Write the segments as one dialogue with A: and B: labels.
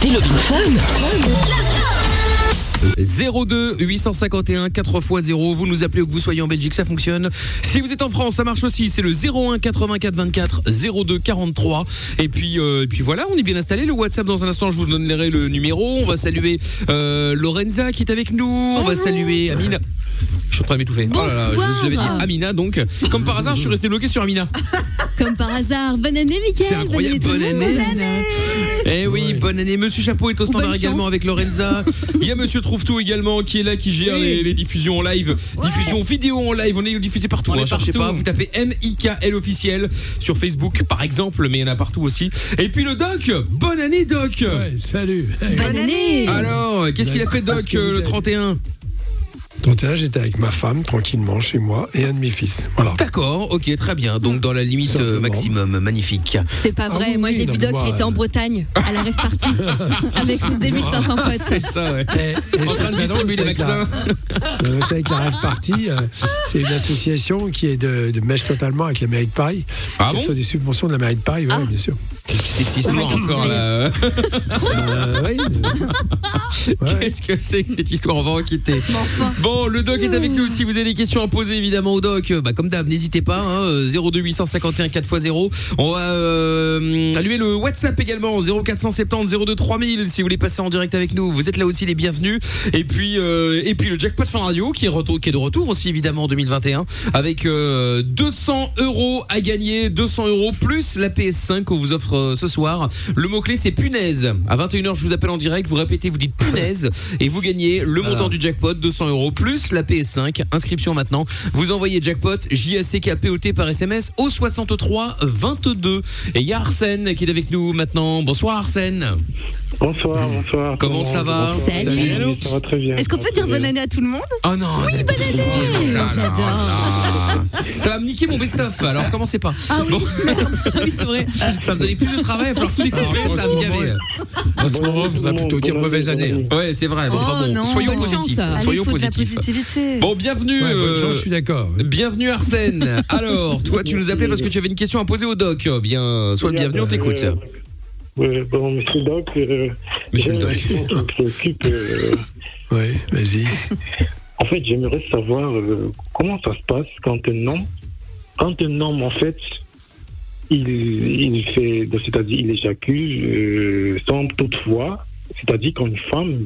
A: C'est Lobin Fun
B: 02 851 4 x 0. Vous nous appelez où que vous soyez en Belgique, ça fonctionne. Si vous êtes en France, ça marche aussi. C'est le 01 84 24 02 43. Et puis, euh, et puis voilà, on est bien installé. Le WhatsApp dans un instant, je vous donnerai le numéro. On va saluer euh, Lorenza qui est avec nous. On va saluer Amina. Je suis en train de m'étouffer. Oh là là, je vous avais dit Amina donc. Comme par hasard, je suis resté bloqué sur Amina.
C: Comme par hasard. Bonne année, Mickaël.
B: C'est incroyable. Bonne année. Eh oui, bonne année. Monsieur Chapeau est au standard également avec Lorenza. Il y a Monsieur Trouve-Tout également qui est là, qui gère les, les diffusions en live. Diffusion vidéo en live. On est diffusé partout.
D: On
B: hein,
D: est
B: Cherchez
D: partout.
B: pas. Vous tapez M-I-K-L officiel sur Facebook par exemple, mais il y en a partout aussi. Et puis le Doc. Bonne année, Doc.
E: salut.
C: Bonne année.
B: Alors, qu'est-ce qu'il a fait, Doc, euh, le 31
E: Donc là, j'étais avec ma femme, tranquillement, chez moi, et un de mes fils. Voilà.
B: D'accord, ok, très bien. Donc dans la limite euh, maximum, magnifique.
C: C'est pas vrai,
E: Ah oui,
C: moi j'ai
E: non,
C: vu Doc
E: moi,
C: qui était en
E: euh, Ah,
C: Bretagne à la rêve party avec ses 2500 potes.
B: C'est ça, ouais.
D: Eh,
E: Et- et
B: En train de
E: c'est
B: distribuer les
E: drôle, c'est
B: vaccins.
E: avec la- euh, C'est avec la Rêve Party. euh, C'est une association qui est de, de mèche totalement avec la mairie de Paris.
B: Ah
E: qui
B: bon
E: reçoit des subventions de la mairie de Paris,
F: Ah.
E: voilà, bien sûr.
B: C'est cette histoire encore là
E: Euh, oui, euh, Ouais.
B: Qu'est-ce que c'est que cette histoire On va enquêter. Bon, le doc est avec nous. Si vous avez des questions à poser, évidemment, au doc, euh, bah, comme d'hab, n'hésitez pas. Hein, euh, 02 851 4x0. On va euh, allumer le WhatsApp également. 0470 02 3000 si vous voulez passer en direct avec nous. Vous êtes là aussi les bienvenus. Et puis, euh, et puis le jackpot fin radio qui est, retour, qui est de retour aussi, évidemment, en 2021. Avec euh, 200 euros à gagner. 200 euros plus la PS5 qu'on vous offre euh, ce soir. Le mot-clé, c'est punaise. À 21h, je vous appelle en direct. Vous répétez, vous dites punaise. Et vous gagnez le montant du jackpot, 200 euros, plus la PS5. Inscription maintenant. Vous envoyez jackpot, J-A-C-K-P-O-T par SMS au 63 22. Et il y a Arsène qui est avec nous maintenant. Bonsoir Arsène.
G: Bonsoir, bonsoir.
B: Comment ça va
G: Bonsoir.
C: Salut.
G: Allô Ça va très bien.
F: Est-ce qu'on peut dire bonne année à tout le monde
B: Oh non. Ah, Oui, bonne année.
D: Ah,
C: J'adore.
B: Oh Ça va me niquer mon best-of. Alors commencez pas. Bon,
C: oui, c'est vrai.
B: ça va me donner plus de travail. Il va falloir tout découvrir. Ça va me gaver.
E: À ce moment, il faudra plutôt dire mauvaise année.
B: Ouais, c'est vrai. Bon,
F: Oh
B: enfin bon,
F: non,
B: soyons
F: bonne
C: chance.
B: positifs.
C: Allez,
F: Allez,
B: soyons
F: faut de la
B: positifs.
F: positivité.
B: Bon, bienvenue.
E: Ouais, bonne
B: euh,
E: chance, je suis d'accord.
B: Bienvenue Arsène. Alors, toi, tu nous appelais parce que tu avais une question à poser au doc. Eh Bien, sois le bienvenu, on t'écoute.
G: Euh, euh, bon, monsieur Doc, euh,
B: Monsieur
G: j'ai
B: le Doc.
G: une question qui me préoccupe, euh,
E: Oui, vas-y.
G: en fait, j'aimerais savoir euh, comment ça se passe quand un homme, quand un homme, en fait, il, il fait, donc, c'est-à-dire, il éjacule euh, sans toutefois, c'est-à-dire quand une femme,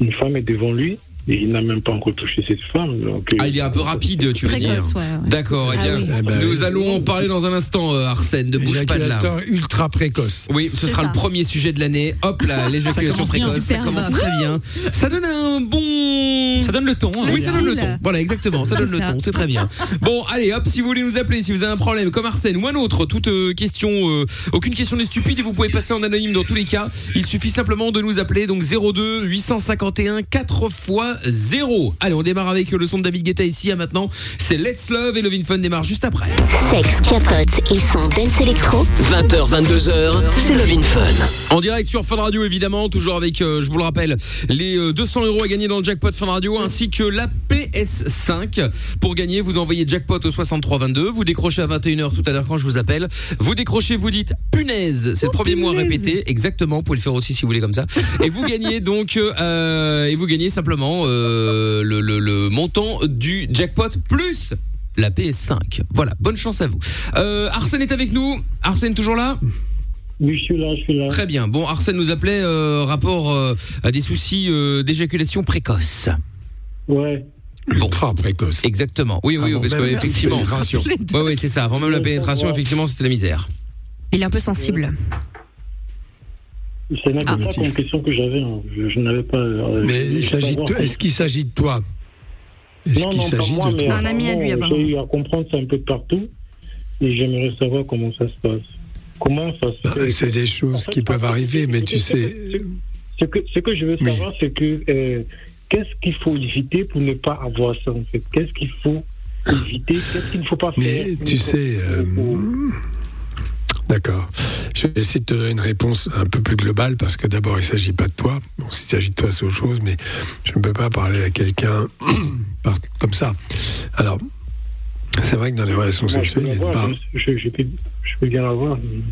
G: une femme est devant lui et il n'a même pas encore touché cette femme. Donc, euh,
B: Ah, il est un peu rapide, tu veux dire.
C: Précoce, ouais. ouais.
B: D'accord, eh bien,
C: Ah oui.
E: Eh ben,
B: nous
E: oui.
B: allons en parler dans un instant, euh, Arsène. Ne bouge pas de là.
E: Éjaculateur ultra précoce.
B: Oui, ce sera
C: ça.
B: le premier sujet de l'année. Hop là, l'éjaculation
C: Ça commence bien,
B: précoce, ça
C: superbe.
B: commence très bien. Ça donne un bon.
D: Ça donne le ton. hein.
B: Oui, ça donne le
C: Cool.
B: ton. Voilà, exactement, ça donne
C: C'est
B: le
C: ça.
B: ton, c'est très bien. Bon, allez, hop, si vous voulez nous appeler, si vous avez un problème comme Arsène ou un autre, toute euh, question, euh, aucune question n'est stupide et vous pouvez passer en anonyme dans tous les cas. Il suffit simplement de nous appeler, donc 02 851 4 x 0. Allez, on démarre avec euh, le son de David Guetta ici, à maintenant. C'est Let's Love et Love Fun démarre juste après.
A: Sexe, capote et son dance électro
H: 20h, 22h, c'est Love in Fun.
B: En direct sur Fun Radio évidemment, toujours avec, euh, je vous le rappelle, les euh, 200 euros à gagner dans le jackpot Fun Radio ainsi que la PS5. Pour gagner, vous envoyez jackpot au 6322, vous décrochez à 21h tout à l'heure quand je vous appelle, vous décrochez, vous dites punaise, c'est le premier mot à répéter, exactement, vous pouvez le faire aussi si vous voulez comme ça, et vous gagnez donc, euh, et vous gagnez simplement euh, le, le- le montant du jackpot plus la PS5. Voilà, bonne chance à vous. Euh, Arsène est avec nous, Arsène toujours là
G: Oui, je suis là, je suis là.
B: Très bien. Bon, Arsène nous appelait euh, rapport euh, à des soucis euh, d'éjaculation précoce.
G: euh, Ouais.
B: Bon.
E: Ultra précoce.
B: Exactement. Oui, oui,
E: Avant
B: parce que
E: même la
B: effectivement.
E: pénétration.
B: Oui, oui, c'est ça. Avant même la
G: Ouais,
B: pénétration,
G: ouais.
B: effectivement, c'était la misère.
C: Il est un peu sensible. Ah.
G: C'est même
B: Ah.
G: pas comme question que j'avais. hein. Je, je n'avais pas. euh,
E: Mais
G: je-
E: il
G: je vais
E: s'agit de
G: pas
E: toi-
G: voir.
E: est-ce qu'il s'agit de toi Est-ce
G: Non,
E: qu'il
G: non, pas
E: s'agit
G: moi,
E: de
G: mais
E: toi
F: Un ami à
G: apparemment,
F: lui, apparemment.
G: J'ai eu à comprendre ça un peu partout. Et j'aimerais savoir comment ça se passe. Comment ça se
E: Non,
G: passe
E: C'est des choses qui peuvent arriver, mais tu sais.
G: Ce que, ce que je veux
E: Oui.
G: savoir, c'est que euh, qu'est-ce qu'il faut éviter pour ne pas avoir ça, en fait Qu'est-ce qu'il faut éviter Qu'est-ce qu'il ne faut pas faire
E: Mais tu sais, euh, D'accord. Je vais essayer de te donner une réponse un peu plus globale parce que d'abord, il ne s'agit pas de toi. Bon, s'il s'agit de toi, c'est autre chose, mais je ne peux pas parler à quelqu'un par- comme ça. Alors, c'est vrai que dans les relations
G: Moi, je, peux
E: sexuelles, il y a une
G: l'avoir,
E: part.
G: je, je- je peux, je peux bien l'avoir. mais-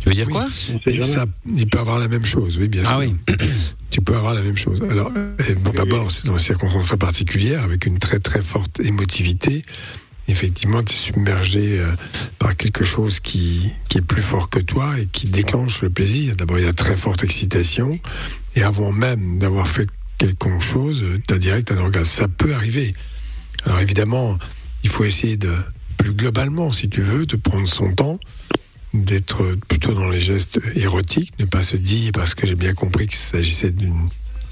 B: Tu veux dire
E: Oui.
B: quoi
G: sait
E: Et
G: jamais.
E: ça, il peut avoir la même chose, oui, bien sûr.
B: Ah oui.
E: Tu peux avoir la même chose. Alors, euh, et bon, d'abord, c'est dans des circonstances très particulières, avec une très très forte émotivité. Effectivement, tu es submergé euh, par quelque chose qui, qui est plus fort que toi et qui déclenche le plaisir. D'abord, il y a très forte excitation. Et avant même d'avoir fait quelque chose, tu as direct un orgasme. Ça peut arriver. Alors évidemment, il faut essayer de, plus globalement, si tu veux, de prendre son temps d'être plutôt dans les gestes érotiques, ne pas se dire parce que j'ai bien compris qu'il s'agissait d'une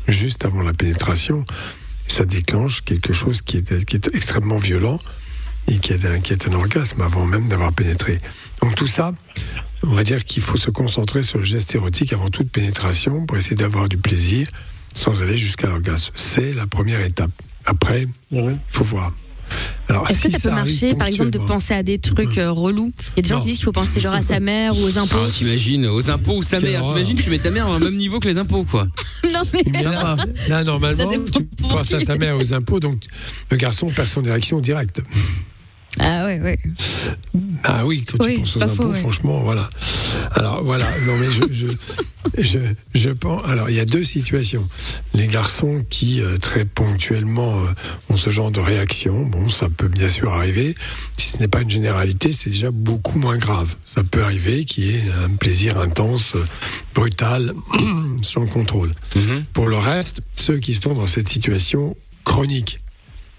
E: juste avant la pénétration, ça déclenche quelque chose qui est, qui est extrêmement violent et qui est, un, qui est un orgasme avant même d'avoir pénétré. Donc tout ça, on va dire qu'il faut se concentrer sur le geste érotique avant toute pénétration pour essayer d'avoir du plaisir sans aller jusqu'à l'orgasme. C'est la première étape. Après,
G: Ouais.
E: il faut voir. Alors,
C: Est-ce que
E: Ah, si
C: ça peut
E: arrive
C: marcher, par exemple, de
E: ponctuellement-
C: penser à des trucs euh, relous Il y a des gens
E: Non.
C: qui disent qu'il faut penser genre à sa mère ou aux impôts.
B: Ah, t'imagines, aux impôts ou sa
E: Quelle
B: mère.
E: horreur.
B: T'imagines, tu mets ta mère au même niveau que les impôts, quoi.
E: Ah.
C: non mais
E: Mais
B: Sympa.
E: Là, là,
C: Ça
E: normalement,
C: dépend
E: tu
C: pour
E: passes à
C: qui.
E: ta mère aux impôts, donc le garçon perd son érection directe.
C: ah ouais ouais.
E: Ah oui, quand
C: Oui,
E: tu penses
C: c'est
E: aux
C: pas
E: impôts,
C: faux, ouais.
E: franchement, voilà. Alors voilà, non mais je, je, je, je pense. Alors il y a deux situations. Les garçons qui euh, très ponctuellement euh, ont ce genre de réaction, bon, ça peut bien sûr arriver. Si ce n'est pas une généralité, c'est déjà beaucoup moins grave. Ça peut arriver qu'il y ait un plaisir intense, euh, brutal, sans contrôle. Pour le reste, ceux qui sont dans cette situation chronique,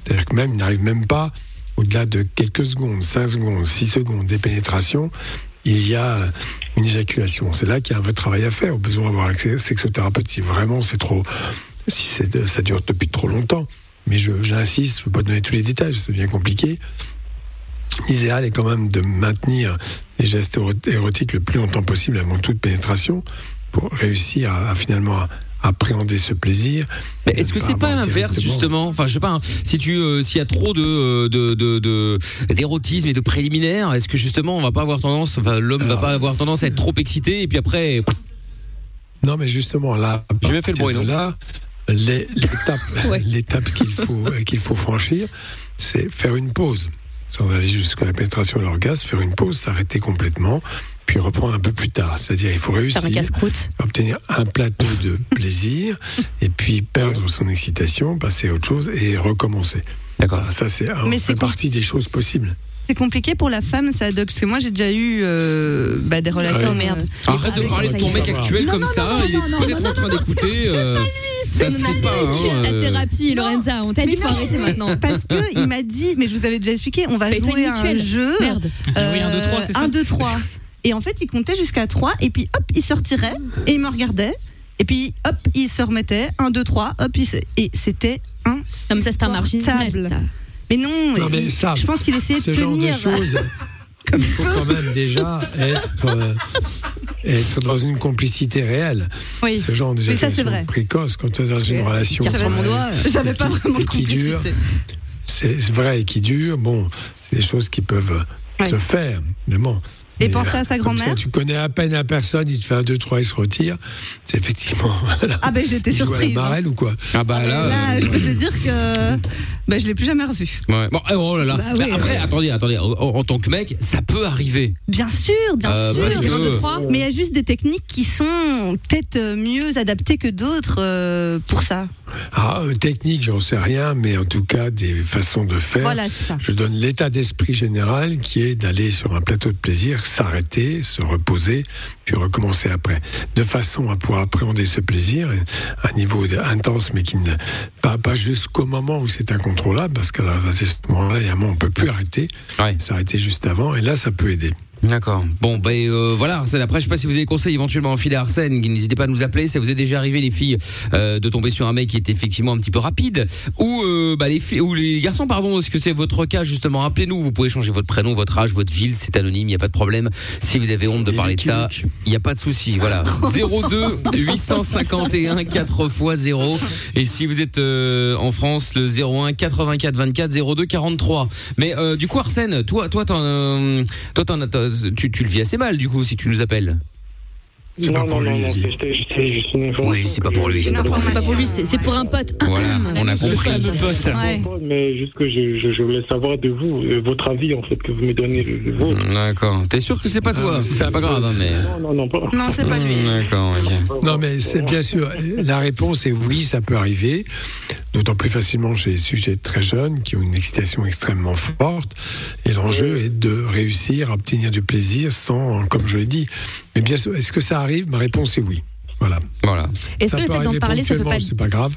E: c'est-à-dire que même ils n'arrivent même pas au-delà de quelques secondes, 5 secondes, 6 secondes des pénétrations, il y a une éjaculation. C'est là qu'il y a un vrai travail à faire. Au besoin d'avoir un sexothérapeute si vraiment c'est trop, si c'est- ça dure depuis trop longtemps. Mais je- j'insiste, je ne veux pas donner tous les détails, c'est bien compliqué. L'idéal est quand même de maintenir les gestes éro- érotiques le plus longtemps possible avant toute pénétration pour réussir à, à finalement appréhender ce plaisir.
B: Mais est-ce que
E: Et
B: c'est pas
E: avoir
B: l'inverse
E: directement-
B: justement Enfin, je sais pas. hein, si tu, euh, s'il y a trop de euh, de de- de- d'érotisme et de préliminaires, est-ce que justement on va pas avoir tendance, enfin, l'homme va
E: Alors,
B: pas avoir tendance à être trop excité et puis après,
E: Non, mais justement, là, à
B: J'ai bien fait le
E: partir
B: bruit,
E: de
B: non
E: là, les- l'étape,
C: Ouais.
E: l'étape qu'il faut, euh, qu'il faut franchir, c'est faire une pause. Sans aller jusqu'à la pénétration de l'orgasme, faire une pause, s'arrêter complètement, puis reprendre un peu plus tard. C'est-à-dire, il faut réussir
C: Faire un casse-croûte.
E: obtenir un plateau de plaisir et puis perdre son excitation, passer à autre chose et recommencer.
B: d'accord.
E: Voilà, ça c'est un,
D: Mais
E: fait
D: c'est con-
E: partie des choses possibles.
D: C'est compliqué pour la femme, ça, Doc, parce que moi j'ai déjà eu euh, bah, des relations.
C: Oh, merde.
B: Arrête de
C: Ah,
B: parler
C: oui,
B: de ton
C: ça y
B: mec
E: est.
B: actuel
D: Non,
B: comme
D: non,
B: ça.
D: non, non,
B: il est
D: non, non,
B: peut-être en train d'écouter. euh, ça se fait pas.
C: Tu
B: hein,
C: as ta
B: euh,
C: thérapie,
D: Non.
C: Lorenza. On t'a dit
D: Mais
C: faut
D: non.
C: arrêter maintenant.
D: Parce que il m'a dit, mais je vous avais déjà expliqué, on va
C: Paye-toi
D: jouer
C: une
D: à un
C: mutuelle.
D: jeu. Euh,
C: Merde.
B: Ah
D: oui, 1, 2, 3, c'est ça 1, 2, 3. Et en fait, il comptait jusqu'à 3, et puis hop, il sortirait, et il me regardait, et puis hop, il se remettait, 1, 2, 3, hop, il se... Et c'était un...
C: Non mais ça c'est un marginal.
D: Portable.
C: ça.
D: Mais non,
E: Non, mais
D: il-
E: ça,
D: je pense qu'il essayait de
E: Ce genre de
D: tenir.
E: choses, il faut quand même déjà être, euh, être dans une complicité réelle.
D: Oui,
E: Ce genre
D: ça, c'est
E: d'éjaculation
D: vrai.
E: précoce quand tu es dans une relation
C: Tire sur mon
E: sans-
C: doigt.
D: j'avais pas vraiment
E: et
D: de
E: qui dure.
D: complicité.
E: c'est vrai et qui dure, bon, c'est des choses qui peuvent
D: Ouais.
E: se faire, évidemment.
D: Et
E: Mais,
D: penser
E: euh,
D: à sa
E: comme
D: grand-mère
E: ça, Tu connais à peine la personne, il te fait un, deux, trois, il se retire. C'est effectivement. voilà.
D: Ah ben j'étais
E: Il joue à la
D: surprise. hein.
E: barrel ou quoi
B: Ah bah là.
D: Là,
B: euh,
D: je peux te dire que bah, je l'ai plus jamais revu.
B: ouais. Bon, eh, oh là là.
C: Bah oui,
B: Mais après,
C: ouais.
B: attendez, attendez. En, en tant que mec, ça peut arriver.
D: Bien sûr, bien
B: Euh,
D: sûr.
B: parce que-
C: Un, deux, trois.
D: Mais il y a juste des techniques qui sont peut-être euh, mieux adaptées que d'autres euh, pour ça.
E: Ah, euh, technique, j'en sais rien, mais en tout cas, des façons de faire.
D: Voilà, c'est ça.
E: Je donne l'état d'esprit général qui est d'aller sur un plateau de plaisir, s'arrêter, se reposer, puis recommencer après. De façon à pouvoir appréhender ce plaisir à un niveau de- intense, mais qui ne pas, pas jusqu'au moment où c'est incontrôlable, parce qu'à la- à ce moment-là, il y a un moment, on peut plus arrêter,
B: Ouais.
E: s'arrêter juste avant, et là, ça peut aider.
B: D'accord. Bon, ben euh, voilà, Arsène. Après, je sais pas si vous avez des conseils éventuellement enfilés à Arsène. N'hésitez pas à nous appeler. Ça vous est déjà arrivé, les filles, euh, de tomber sur un mec qui est effectivement un petit peu rapide. Ou euh, bah, les filles, ou les garçons, pardon. Est-ce que c'est votre cas justement Appelez-nous. Vous pouvez changer votre prénom, votre âge, votre ville. C'est anonyme. Il y a pas de problème. Si vous avez honte de
E: Et
B: parler de
E: Lucky
B: ça,
E: Luke.
B: il y a pas de souci. Voilà. 02 851 4 x 0. Et si vous êtes euh, en France, le 01 84 24 02 43. Mais euh, du coup, Arsène, toi, toi, t'en, euh, toi, t'en as- t'as- tu, tu le vis assez mal, du coup, si tu nous appelles. C'est
G: non,
B: pas pour
G: non,
B: lui,
G: non,
B: il a
G: non,
B: dit.
G: c'est- c'est- c'est juste une information.
B: Oui, c'est pas pour lui, c'est pas pour lui.
C: Oh, C'est pas pour lui, c'est c'est pour un pote.
B: Voilà, on a compris.
F: fameux pote.
D: Ouais.
G: Mais juste que je, je, je voulais savoir de vous, euh, votre avis en fait, que vous me donnez le, le vôtre.
B: D'accord. T'es sûr que c'est pas toi C'est pas grave, hein, mais.
G: Non, non, non, pas.
D: Non, c'est pas lui.
B: Hmm, D'accord, ok.
E: Non, mais c'est bien sûr. La réponse est oui, ça peut arriver. D'autant plus facilement chez les sujets très jeunes qui ont une excitation extrêmement forte. Et l'enjeu est de réussir à obtenir du plaisir sans, comme je l'ai dit. Mais bien sûr, est-ce que ça arrive Ma réponse est oui. Voilà.
B: Voilà.
C: Est-ce
E: Ça
C: que le
E: peut
C: fait d'en
E: arriver
C: parler, ça peut pas
E: ponctuellement, C'est pas grave.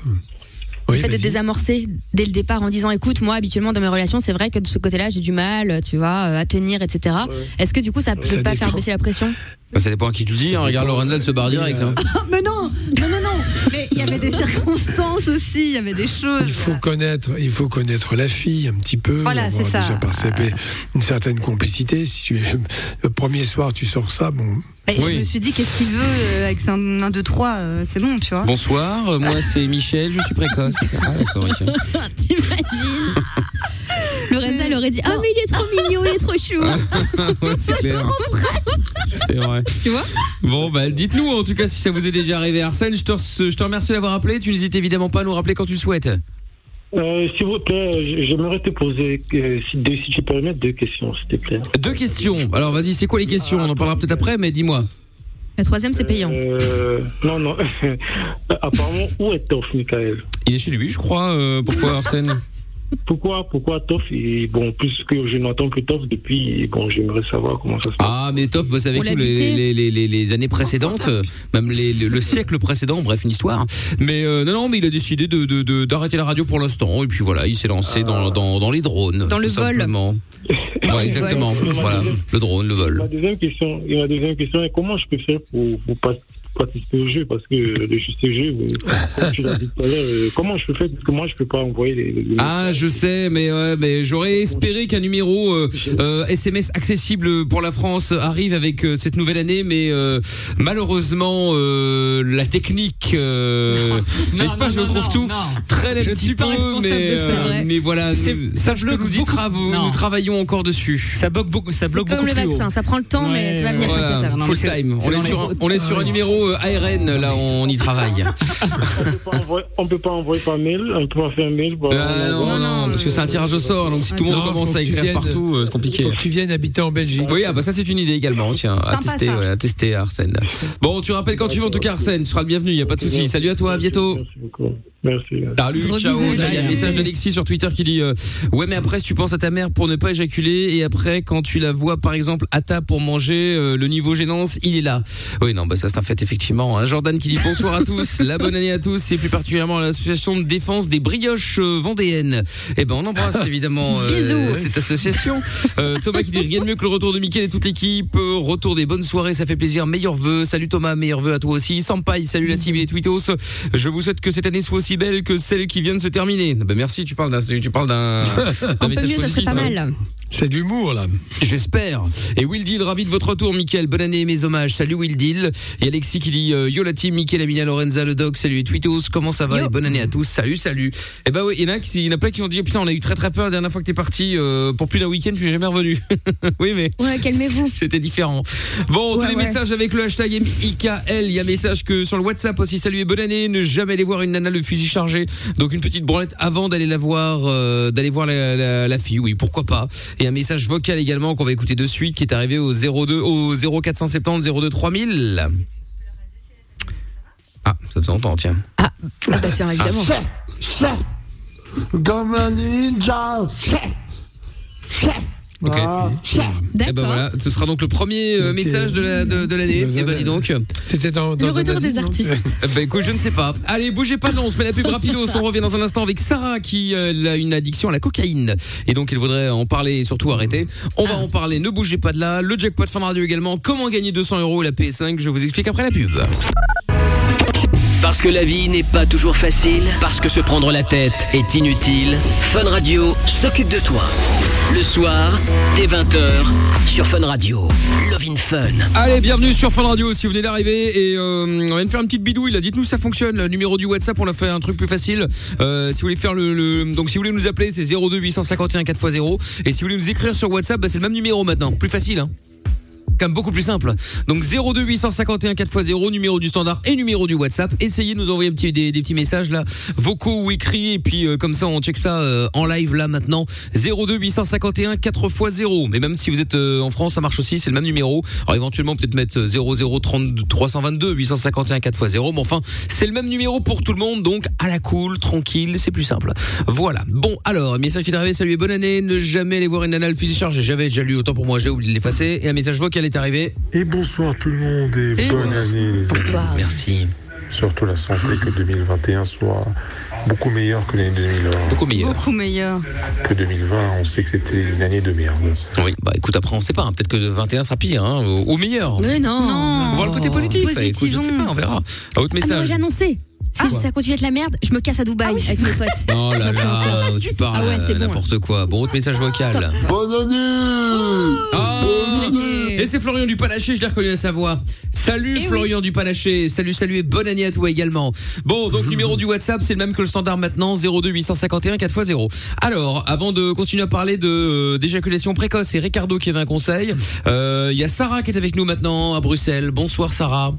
E: Oui,
C: le fait de
E: vas-y.
C: désamorcer dès le départ en disant écoute moi habituellement dans mes relations c'est vrai que de ce côté-là j'ai du mal tu vois euh, à tenir etc est-ce que du coup ça peut
E: Ça
C: pas
E: dépend.
C: faire baisser la pression
B: Bah, ça dépend à qui tu le dis. hein. Regarde, Lorenza, elle se barre direct. hein.
D: Mais non, non, non, non. Mais il y avait des circonstances aussi, il y avait des choses.
E: Il faut connaître, il faut connaître la fille un petit peu,
D: Voilà,
E: avoir
D: c'est ça.
E: déjà
C: Euh.
E: participé une certaine complicité. Si tu, le premier soir tu sors ça, bon,
C: Bah,
D: Et
B: Oui.
D: Je me suis dit, qu'est-ce qu'il veut euh, avec un 1, 2, 3 C'est bon, tu vois.
B: Bonsoir, euh, moi c'est Michel, je suis précoce. Ah, d'accord, ok.
C: t'imagines Lorenza elle aurait dit ah mais il est trop mignon il est trop chou
B: Ouais, c'est clair. C'est vrai.
C: tu vois
B: Bon, bah, dites-nous en tout cas si ça vous est déjà arrivé. Arsène, je te, re- je te remercie d'avoir appelé. Tu n'hésites évidemment pas à nous rappeler quand tu le souhaites.
G: Euh, s'il vous plaît, j- j'aimerais te poser, euh, si, deux- si tu permets, deux questions, s'il te plaît.
B: Deux questions. Alors, vas-y, c'est quoi les questions On en parlera peut-être après, mais dis-moi.
C: la troisième c'est payant
G: Euh, non, non. Apparemment, où est Toff, Michael
B: Il est chez lui, je crois. euh, pourquoi Arsène
G: Pourquoi, pourquoi Toff Et bon, puisque je n'entends que Toff depuis, bon, j'aimerais savoir comment ça se passe.
B: Ah, mais Toff, vous savez
C: On
B: que
C: l'a Oh,
B: les,
C: buté.
B: les, les, les- les années précédentes, euh, même les, le, le siècle précédent, bref, une histoire. Mais euh, non, non, mais il a décidé de de- de- d'arrêter la radio pour l'instant. Et puis voilà, il s'est lancé dans, dans, dans les drones.
C: Euh, Dans le
B: tout
C: vol.
B: simplement. Ouais, exactement. Voilà, le drone, le vol.
G: Ma deuxième question, et ma deuxième question est comment je peux faire pour, pour pas- participer au jeu parce que euh, le jeu c'est le jeu euh, comme tu l'as dit tout à l'heure euh, comment je peux faire parce que moi je peux pas envoyer les, les- les-
B: Ah, je sais, mais ouais, mais j'aurais espéré qu'un numéro euh, euh, SMS accessible pour la France arrive avec euh, cette nouvelle année, mais euh, malheureusement euh, la technique, euh,
F: Non,
B: n'est-ce pas,
F: non,
B: je
F: non,
B: trouve
F: non,
B: tout
F: non.
B: très
F: Je
B: un
F: ne
B: petit
F: suis pas
B: peu,
F: responsable
B: mais,
F: de ça.
B: euh,
F: C'est vrai.
B: mais voilà,
F: C'est-
B: nous- sache que
F: bloque
B: nous y
F: beaucoup.
B: travaux,
F: Non.
B: nous travaillons encore dessus.
F: Ça bloque beaucoup, ça
C: c'est
F: bloque beaucoup
C: comme le
F: plus haut.
C: vaccin ça prend le temps mais
F: Ouais,
C: ça va
F: ouais,
C: venir
F: ouais.
C: t'inquiète,
B: Voilà,
C: Aaron.
F: non, mais
B: full
F: c'est-
B: time.
F: c'est
B: On est,
F: dans les-
B: sur, un- on est sur un numéro euh, ARN, là, on y travaille.
G: on peut pas envoyer- on peut pas envoyer par mail on peut pas faire mail bah,
B: Ah,
G: on-
B: non, non,
D: non,
B: parce que c'est un tirage au sort, donc si tout le monde
E: Non,
B: commence
E: faut
B: à
E: que tu
B: écrire
E: viennes.
B: partout, euh, c'est compliqué.
E: faut que tu viennes habiter en Belgique.
B: Oui, ah bah ça c'est une idée également, tiens, à
D: Sympa,
B: tester,
D: ça.
B: voilà, à tester Arsène. Bon, tu rappelles quand tu veux en tout cas Arsène, tu seras le bienvenu, y a pas de souci. Salut à toi, à bientôt.
G: merci beaucoup merci
B: Salut,
C: Gros
B: ciao.
C: bisous.
B: Tiens, Il y a un
F: Bye.
B: message d'Alexis sur Twitter qui dit euh, ouais mais après si tu penses à ta mère pour ne pas éjaculer et après quand tu la vois par exemple à table pour manger euh, le niveau gênance il est là. Oui non bah ça c'est un fait effectivement. Un Jordan qui dit bonsoir à tous, la bonne année à tous et plus particulièrement à l'association de défense des brioches euh, vendéennes. Eh ben on embrasse évidemment euh,
C: Bisous.
B: cette association. Euh, Thomas qui dit rien de mieux que le retour de Mickaël et toute l'équipe. Euh, retour des bonnes soirées, ça fait plaisir. Meilleurs vœux. Salut Thomas, meilleurs vœux à toi aussi. Sampaï, salut la cible et Twitos. Je vous souhaite que cette année soit aussi belle que celle qui vient de se terminer. Bah, merci, tu parles d'un, tu parles d'un, d'un
C: un peu
B: message
C: mieux ça serait
B: positif,
C: pas
B: hein.
C: mal
E: C'est de l'humour là.
B: J'espère. Et Will Deal, ravi de votre retour, Mickaël. Bonne année et mes hommages. Salut Will Deal. Et Alexis qui dit euh, Yo la team, Mickaël, Amina, Lorenza, le doc. Salut les tweetos, comment ça va
C: Yo.
B: Et bonne année à tous. Salut, salut. Et bah oui, il y en a, qui- il y en a plein qui ont dit Putain, on a eu très très peur la dernière fois que t'es parti euh, pour plus d'un week-end, je suis jamais revenu. oui, mais.
C: ouais calmez-vous
B: C'était différent. Bon,
C: Ouais,
B: tous les
C: ouais.
B: messages avec le hashtag MIKL. Il y a message que sur le WhatsApp aussi. Salut et bonne année. Ne jamais aller voir une nana le fusil chargé. Donc une petite branlette avant d'aller la voir, euh, d'aller voir la, la- la fille. Oui, pourquoi pas. Et un message vocal également qu'on va écouter de suite qui est arrivé au 02 au 0470 02 3000. Ah, ça faisait longtemps, tiens.
C: ah ah bah tiens évidemment
I: Comme un ninja.
B: Ok.
I: Ah,
B: Eh ben
C: d'accord
B: voilà, ce sera donc le premier euh,
E: C'était-
B: message de l'année. De, de l'année.
E: Dans
B: eh
E: un-
B: ben dis donc.
E: C'était dans, hein. dans
C: le
E: un
C: retour
E: asile,
C: des
E: non
C: artistes
B: Eh Ben écoute, je ne sais pas. Allez, bougez pas, non, on se met la pub rapidos. On revient dans un instant avec Sarah qui euh, elle a une addiction à la cocaïne. Et donc, elle voudrait en parler et surtout arrêter. On
C: Ah.
B: va en parler, ne bougez pas de là. Le jackpot Fun Radio également. Comment gagner 200 euros et la PS5 Je vous explique après la pub.
H: Parce que la vie n'est pas toujours facile, parce que se prendre la tête est inutile, Fun Radio s'occupe de toi. Le soir, dès 20h, sur Fun Radio. Love in Fun.
B: Allez, bienvenue sur Fun Radio si vous venez d'arriver. Et euh, on vient de faire une petite bidouille là. Dites-nous si ça fonctionne. Le numéro du WhatsApp, on a fait un truc plus facile. Euh, si vous voulez faire le, le- Donc, si vous voulez nous appeler, c'est 02 851 4x0. Et si vous voulez nous écrire sur WhatsApp, bah, c'est le même numéro maintenant. Plus facile, hein. quand même beaucoup plus simple. Donc 02 851 4x0, numéro du standard et numéro du WhatsApp. Essayez de nous envoyer un petit- des, des petits messages là, vocaux ou écrits, et puis euh, comme ça on check ça euh, en live là maintenant. 02 851 4x0. Mais même si vous êtes euh, en France, ça marche aussi, c'est le même numéro. Alors éventuellement peut-être mettre euh, 00 32 322 851 4x0, mais enfin c'est le même numéro pour tout le monde, donc à la cool, tranquille, c'est plus simple. Voilà. Bon alors, message qui est arrivé, salut et bonne année, ne jamais aller voir une nana le fusil chargé. J'avais déjà lu autant pour moi, j'ai oublié de l'effacer. Et un message vocal est arrivé.
E: Et bonsoir tout le monde et, bonne année les amis.
C: Bonsoir.
B: Merci.
E: Surtout la santé que 2021 soit beaucoup meilleure que l'année 2020.
B: Beaucoup meilleur.
D: Beaucoup meilleur.
E: Que 2020, on sait que c'était une année de merde.
B: Oui, bah écoute, après on sait pas, hein. peut-être que le 21 sera pire, hein, au, au meilleur.
C: Mais non.
B: On va voir le côté positif. Eh, écoute, je ne sais pas, on verra. À haute
C: Ah, mais moi
B: message.
C: j'ai annoncé. Si
B: Ah.
C: ça continue à être la merde, je me casse à Dubaï avec mes potes.
B: Oh là là, tu parles
C: Ah ouais, c'est
B: euh,
C: bon,
B: n'importe quoi. Bon, autre message vocal.
F: Bonne année
B: Ah,
C: année. Eh
B: et c'est Florian du Panaché, je l'ai reconnu à sa voix. Salut Florian du Panaché, salut, salut et bonne année à toi également. Bon, donc numéro du WhatsApp, c'est le même que le standard maintenant, 02 851 4x0. Alors, avant de continuer à parler de euh, d'éjaculation précoce, c'est Ricardo qui avait un conseil. Euh, Il y a Sarah qui est avec nous maintenant à Bruxelles. Bonsoir Sarah.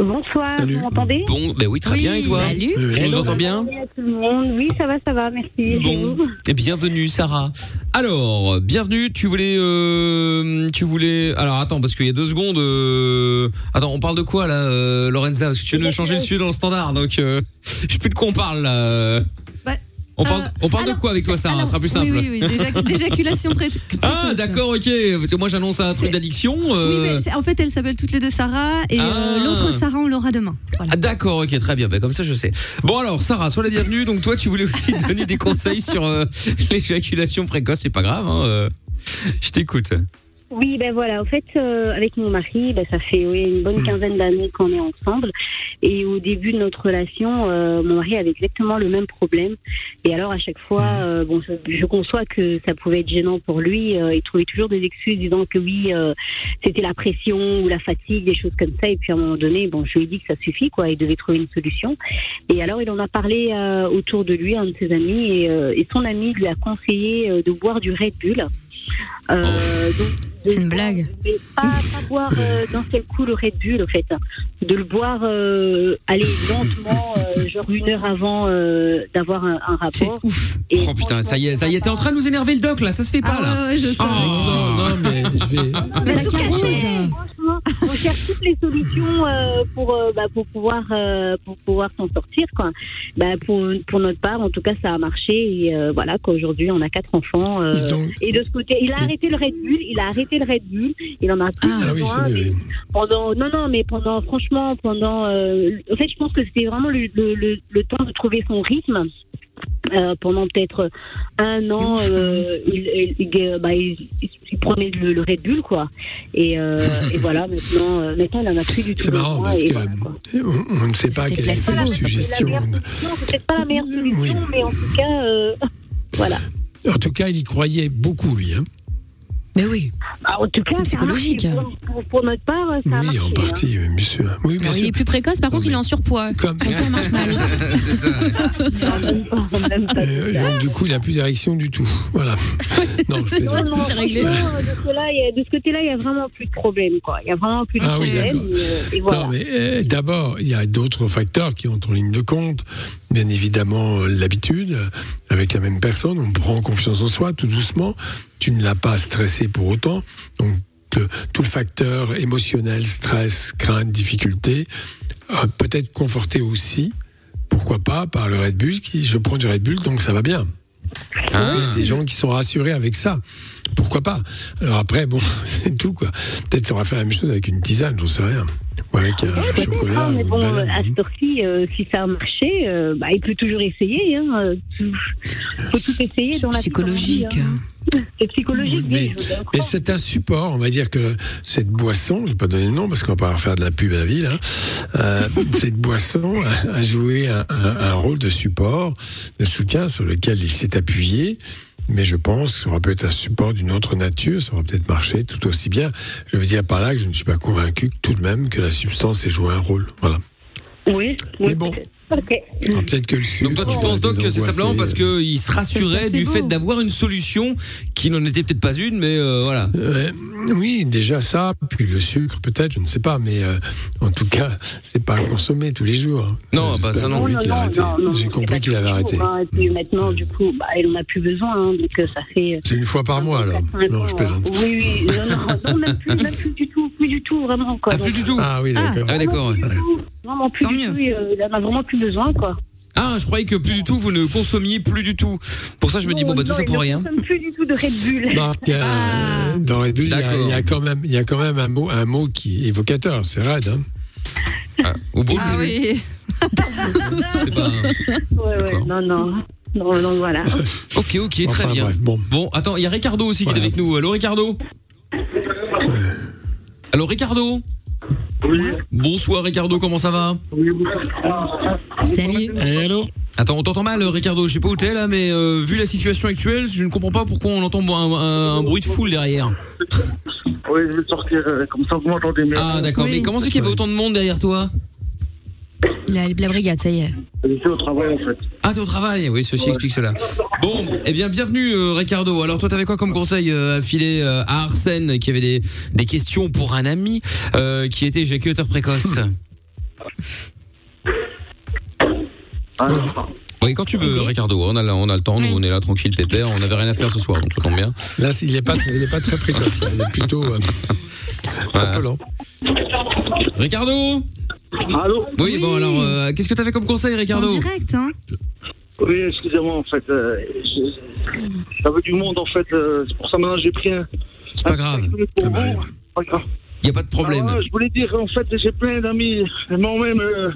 I: Bonsoir,
E: Salut.
I: vous m'entendez
B: Bon, ben oui, très
C: Oui,
B: bien et toi
C: Salut.
E: Oui, oui,
B: Tu nous
E: oui.
B: entends bien
I: Salut à tout le monde. Oui, ça va, ça va, merci. Et
B: Bon,
I: vous
B: et bienvenue Sarah. Alors, bienvenue, tu voulais euh, tu voulais alors attends parce qu'il y a deux secondes euh, attends, on parle de quoi là euh, Lorenza parce que tu viens de changer le sujet dans le standard donc euh, je sais plus de quoi on parle là. euh.
D: Ouais.
B: On parle
D: Euh,
B: on parle de
D: alors,
B: quoi avec toi Sarah,
D: alors,
B: ce sera plus
D: oui,
B: simple.
D: Oui, oui, d'éjac- d'éjaculation pré- précoce.
B: Ah, d'accord, OK, parce que moi j'annonce un truc
D: C'est-
B: d'addiction
D: Oui,
B: euh,
D: mais c'est- en fait, elles s'appellent toutes les deux Sarah et euh,
B: Ah.
D: l'autre Sarah, on l'aura demain. Voilà.
B: Ah, d'accord, ok, très bien. Ben, comme ça, je sais. Bon, alors, Sarah, sois la bienvenue. Donc, toi, tu voulais aussi donner des conseils sur euh, l'éjaculation précoce. C'est pas grave, hein, euh, je t'écoute.
I: Oui, ben voilà, en fait, euh, avec mon mari, ben, ça fait oui, une bonne quinzaine d'années qu'on est ensemble. Et au début de notre relation, euh, mon mari avait exactement le même problème. Et alors, à chaque fois, euh, bon, je, je conçois que ça pouvait être gênant pour lui. euh, il trouvait toujours des excuses disant que oui, euh, c'était la pression ou la fatigue, des choses comme ça. Et puis, à un moment donné, bon, je lui ai dit que ça suffit, quoi. Il devait trouver une solution. Et alors, il en a parlé euh, autour de lui, à un de ses amis. Et, euh, et son ami lui a conseillé euh, de boire du Red Bull. Euh, donc, de
C: C'est une
I: boire
C: blague.
I: mais pas, pas boire euh, d'un seul coup le Red Bull, en fait. De le boire, euh, aller lentement, euh, genre une heure avant euh, d'avoir un, un
D: C'est
I: rapport.
D: ouf.
I: Et
B: oh putain, ça y est, ça y est. T'es en train de nous énerver le doc, là. Ça se fait pas, là.
D: Ah ouais, ouais, je sais.
B: Oh,
E: Non, non, mais je vais.
D: Mais
C: Ça
D: tout
C: caresse.
D: cassé.
I: Franchement, on cherche toutes les solutions euh, pour, euh, bah, pour pouvoir, euh, pour pouvoir s'en sortir. Quoi. Bah, pour, pour notre part, en tout cas, ça a marché. Et euh, voilà, qu'aujourd'hui, on a quatre enfants. euh,
E: Dis donc.
I: et de ce côté, il a arrêté le Red Bull, il a arrêté le Red Bull, il en a plus
E: Ah oui,
I: besoin,
E: c'est mieux.
I: mais-
E: oui.
I: pendant non non mais pendant franchement pendant euh, en fait je pense que c'était vraiment le, le, le, le temps de trouver son rythme Euh, pendant peut-être un an
E: hein.
I: euh, il, il, il- bah, il- il prenait le, le Red Bull quoi et, euh, et voilà maintenant euh, maintenant il en a plus du tout
E: C'est marrant
I: besoin,
E: parce
I: et
E: que
I: voilà, quoi.
E: on, on ne sait pas
C: C'était
E: quelle est
C: placebo,
E: la
C: parce que la
E: suggestion.
I: Non, c'est peut-être pas la meilleure solution
E: Oui.
I: mais en tout cas euh, voilà
E: En tout cas, il y croyait beaucoup, lui. Hein.
C: Mais oui.
I: Ah, en tout cas
C: C'est
I: ça a marché.
C: psychologique. hein.
I: pour, pour- pour notre part ça a
E: Oui,
I: marché,
E: en
I: hein.
E: partie, oui, bien sûr. Oui, bien
C: Alors, il
E: sûr.
C: est plus précoce, par contre,
E: mais-
C: il est en surpoids.
E: Comme,
C: hein.
E: Ah,
B: C'est ça.
I: Même pas- même pas.
E: Euh, et donc, du coup, il n'a plus d'érection du tout. Voilà. Non, je
I: Non,
E: plaisante.
I: non,
C: C'est réglé.
I: franchement, euh, De ce côté-là, il y a- de ce côté-là, il n'y a vraiment plus de problème. Quoi. Il n'y a vraiment plus de
E: Ah oui,
I: problème.
E: d'accord.
I: euh, et voilà.
E: Non, mais euh, d'abord, il y a d'autres facteurs qui entrent en ligne de compte. Bien évidemment, euh, l'habitude. Avec la même personne, on prend confiance en soi tout doucement. Tu ne l'as pas stressé pour autant. Donc, euh, tout le facteur émotionnel, stress, crainte, difficulté, euh, peut être conforté aussi, pourquoi pas, par le Red Bull qui, je prends du Red Bull, donc ça va bien. Il y a des gens qui sont rassurés avec ça. Pourquoi pas Alors après, bon, c'est tout quoi. Peut-être ça aura fait la même chose avec une tisane, j'en sais rien. Ou avec un
I: Ouais, peut-être,
E: chocolat.
I: hein, mais
E: ou une
I: bon,
E: banane.
I: à cette heure-ci, euh, si ça a marché, euh, bah, il peut toujours essayer. Hein. Il faut tout essayer dans la vie,
C: psychologique.
I: comme on dit, hein. C'est
E: Oui,
I: psychologique, oui,
E: mais-
I: je vous le
E: Et
I: crois.
E: c'est un support, on va dire que cette boisson, je vais pas donner le nom parce qu'on va pas faire de la pub à la ville, hein, euh, cette boisson a- a joué un, un- un rôle de support, de soutien sur lequel il s'est appuyé. Mais je pense que ça aura peut-être un support d'une autre nature, ça aura peut-être marché tout aussi bien. Je veux dire par
B: Mmh.
E: là que je ne suis pas convaincu que, tout de même que la substance ait joué un rôle. Voilà.
I: Oui, oui,
E: mais bon,
I: peut-être. Ok.
E: Ah, Peut-être que le
B: Donc toi,
D: Oh,
B: tu penses donc que c'est simplement parce qu'il
E: euh.
B: se rassurait du
E: placebo.
B: fait d'avoir une solution qui n'en était peut-être pas une, mais euh, voilà.
E: Euh, oui, déjà ça, puis le sucre peut-être, je ne sais pas, mais euh, en tout cas, c'est pas à consommer tous les jours. Euh,
B: Non,
E: J'espère
B: bah, ça, non.
E: pour lui
B: Non,
E: qu'il a
B: non,
E: arrêté.
B: non, non,
E: J'ai compris qu'il avait arrêté.
B: hein.
I: Bon, et puis maintenant, du coup, bah, elle n'en a plus besoin, hein, donc euh, ça fait. euh,
E: C'est une fois par mois alors. Non, je plaisante.
I: Oui, oui, non, non, non, même plus, même plus du tout, plus du tout, vraiment quoi. Donc, euh,
B: Plus du tout.
E: Ah oui, d'accord.
B: Ah d'accord. ouais.
I: Vraiment plus du tout, et, euh, elle en a vraiment plus besoin quoi.
B: Ah, je croyais que plus du tout, vous ne consommiez plus du tout. Pour ça, je me dis, bon, bah, tout
I: Non,
B: ça
I: elle
B: pour
I: ne
B: rien. Bah,
I: consomme plus du tout de Red Bull.
E: Non, il y a-
J: Ah.
E: Dans Red Bull, il y a- il y, a quand même, il y a quand même un mot, un mot qui est évocateur. C'est Red. Hein.
B: Au bout,
D: Ah oui.
B: c'est pas.
I: Ouais, ouais, non, non. Non, non, voilà.
B: Ok, ok, très bien. bon. attends, il y a Ricardo aussi qui est avec nous. Allô, Ricardo Allô, Ricardo Bonsoir, Ricardo, comment ça va
C: Salut.
B: Hello. Attends, on t'entend mal, Ricardo. Je sais pas où t'es là, mais euh, vu la situation actuelle, je ne comprends pas pourquoi on entend un, un- un bruit de foule derrière.
F: Oui, je vais sortir, euh, comme ça vous m'entendez mieux.
B: Ah, d'accord, mais comment c'est qu'il y avait autant de monde derrière toi
C: La, la brigade, ça y est.
F: J'étais au travail en fait.
B: Ah, t'es au travail Oui, ceci explique cela. Bon, eh bien, bienvenue, euh, Ricardo. Alors, toi, t'avais quoi comme conseil euh, à filer euh, à Arsène, qui avait des, des questions pour un ami euh, qui était éjaculateur précoce
F: Ah,
B: Oui, quand tu veux, Ricardo. On a, la- on a le temps, nous, on est là, tranquille, pépère. On n'avait rien à faire ce soir, donc ça tombe bien.
E: Là, c'est- il n'est pas, il est pas très précoce. Il est plutôt euh, un peu lent.
B: Ricardo
F: Allô
B: oui, bon, alors, euh, qu'est-ce que t'avais comme conseil, Ricardo
D: En direct, hein.
F: Oui, excusez-moi en fait. euh, je- J'avais du monde en fait, euh, c'est pour ça maintenant j'ai pris un.
B: C'est pas grave. Ah bah Il n'y a pas de problème.
F: Ah, je voulais dire en fait, j'ai plein d'amis, et moi-même. euh,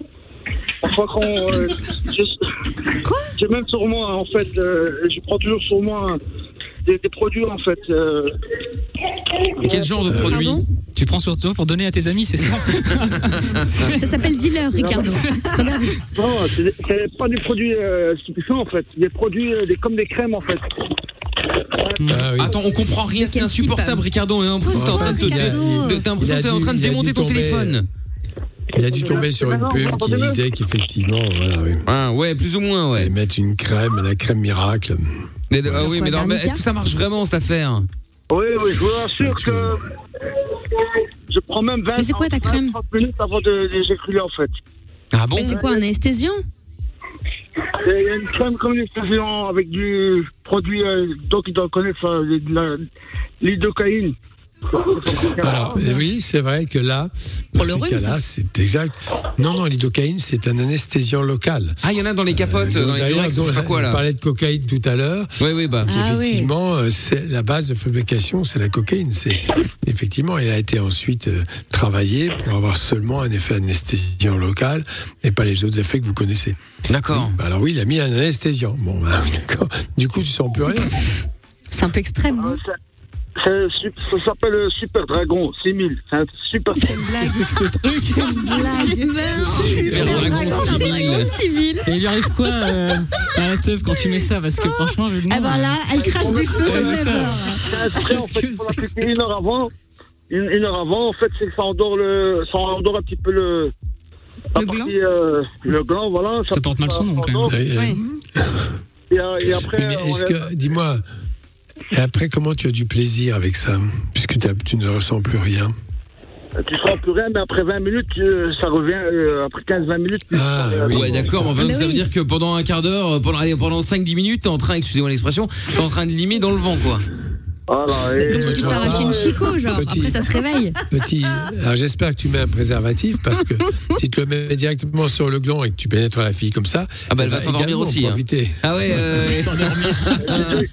F: Parfois quand euh, je- j'ai même sur moi en fait, euh, je prends toujours sur moi des, des produits en fait. euh,
B: Mais quel genre de
E: Euh,
B: produit
K: Tu prends sur toi pour donner à tes amis, c'est ça
B: Ah
C: Ça s'appelle dealer, Ricardo. Standardisé.
F: Non, c'est c'est pas des produits euh, stupéfiants en fait, des produits euh, des, comme des crèmes en fait.
B: Attends, on comprend rien, c'est insupportable, Ricardo. hein, parce que T'es en train de, te-
E: Ricardo.
B: de- de- t'as l'impression
E: Il a
B: que t'es en
E: dû-
B: train de
E: il a dû
B: démonter ton
E: tomber.
B: téléphone.
E: Il a dû tomber sur une pub qui disait qu'effectivement, voilà, oui.
B: Ah, ouais, plus ou moins, ouais.
E: Ils mettent une crème, la crème miracle.
B: Mais, ah oui, mais non, mais
F: Garnica
B: est-ce que ça marche vraiment cette affaire
F: Oui, oui, je vous assure que euh, je prends même 20
C: Mais c'est quoi ta crème
F: 30 minutes avant de les écouler en fait.
B: Ah bon
C: Mais c'est quoi, un anesthésiant
F: Et Il y a une crème comme les stupéfiants avec du produit, euh, donc ils doivent connaître euh, de la- l'hydrocaïne.
E: Alors, euh, oui, c'est vrai que là, dans
B: le
E: ce
B: rhume,
E: cas-là, c'est exact. Non, non, l'idocaïne, c'est un anesthésiant local.
B: Ah, il y en a dans les capotes,
E: Euh,
B: dans les
E: d'ailleurs,
B: durex, je sais pas
E: dont
B: quoi
E: on
B: là.
E: parlait de cocaïne tout à l'heure.
B: Oui, oui, bah.
C: Ah oui.
E: effectivement, euh, c'est la base de fabrication, c'est la cocaïne. C'est effectivement, elle a été ensuite euh, travaillée pour avoir seulement un effet anesthésiant local et pas les autres effets que vous connaissez.
B: D'accord.
E: Bah Alors oui, il a mis un anesthésiant. Bon, bah, oui, d'accord. Du coup, tu sens plus rien.
C: C'est un peu extrême, non
F: Ah, C'est su- Ça s'appelle euh, Super Dragon 6000. C'est un super.
B: Super
D: Ah,
B: Dragon 6000.
C: Civil.
K: Et il lui arrive quoi euh, à la teuf quand tu mets ça Parce que franchement, je lui
D: Ah
K: demande.
D: ben là, elle crache du feu
K: Ouais,
D: comme
K: c'est ça.
D: never.
F: C'est un spray, en
K: Qu'est-ce
F: fait,
K: que
F: pour la
K: c'est que
F: pipi une heure avant. Une, une heure avant, en fait, c'est que ça endort le, ça endort un petit peu le, la
D: Le gland
F: partie, euh, le gland, voilà.
K: Ça porte mal son nom, quand même.
F: endort.
E: Et, euh,
D: Ouais.
F: Et, euh, et après,
E: mais
F: Oh, on
E: est-ce
F: est-
E: que, dis-moi, et après, comment tu as du plaisir avec ça Puisque t'as- tu ne ressens plus rien.
F: tu sens plus rien, mais après 20 minutes, euh, ça revient, euh, après 15-20 minutes. tu-
E: Ah,
F: euh,
E: oui.
B: Ouais, d'accord, mais enfin,
C: Ah bah
B: ça veut
C: oui.
B: dire que pendant un quart d'heure, euh, pendant, allez, pendant 5-10 minutes, t'es en train, excusez-moi l'expression, t'es en train de limer dans le vent, quoi.
F: Voilà, et-
C: Comme si tu te fais arracher une chico, genre.
E: Petit.
C: Après, ça se réveille.
E: Petit, alors j'espère que tu mets un préservatif parce que si tu le mets directement sur le gland et que tu pénètres la fille comme ça,
B: Ah bah, elle va s'endormir
E: également
B: aussi, hein.
E: Profiter.
B: Ah ouais, euh,
F: et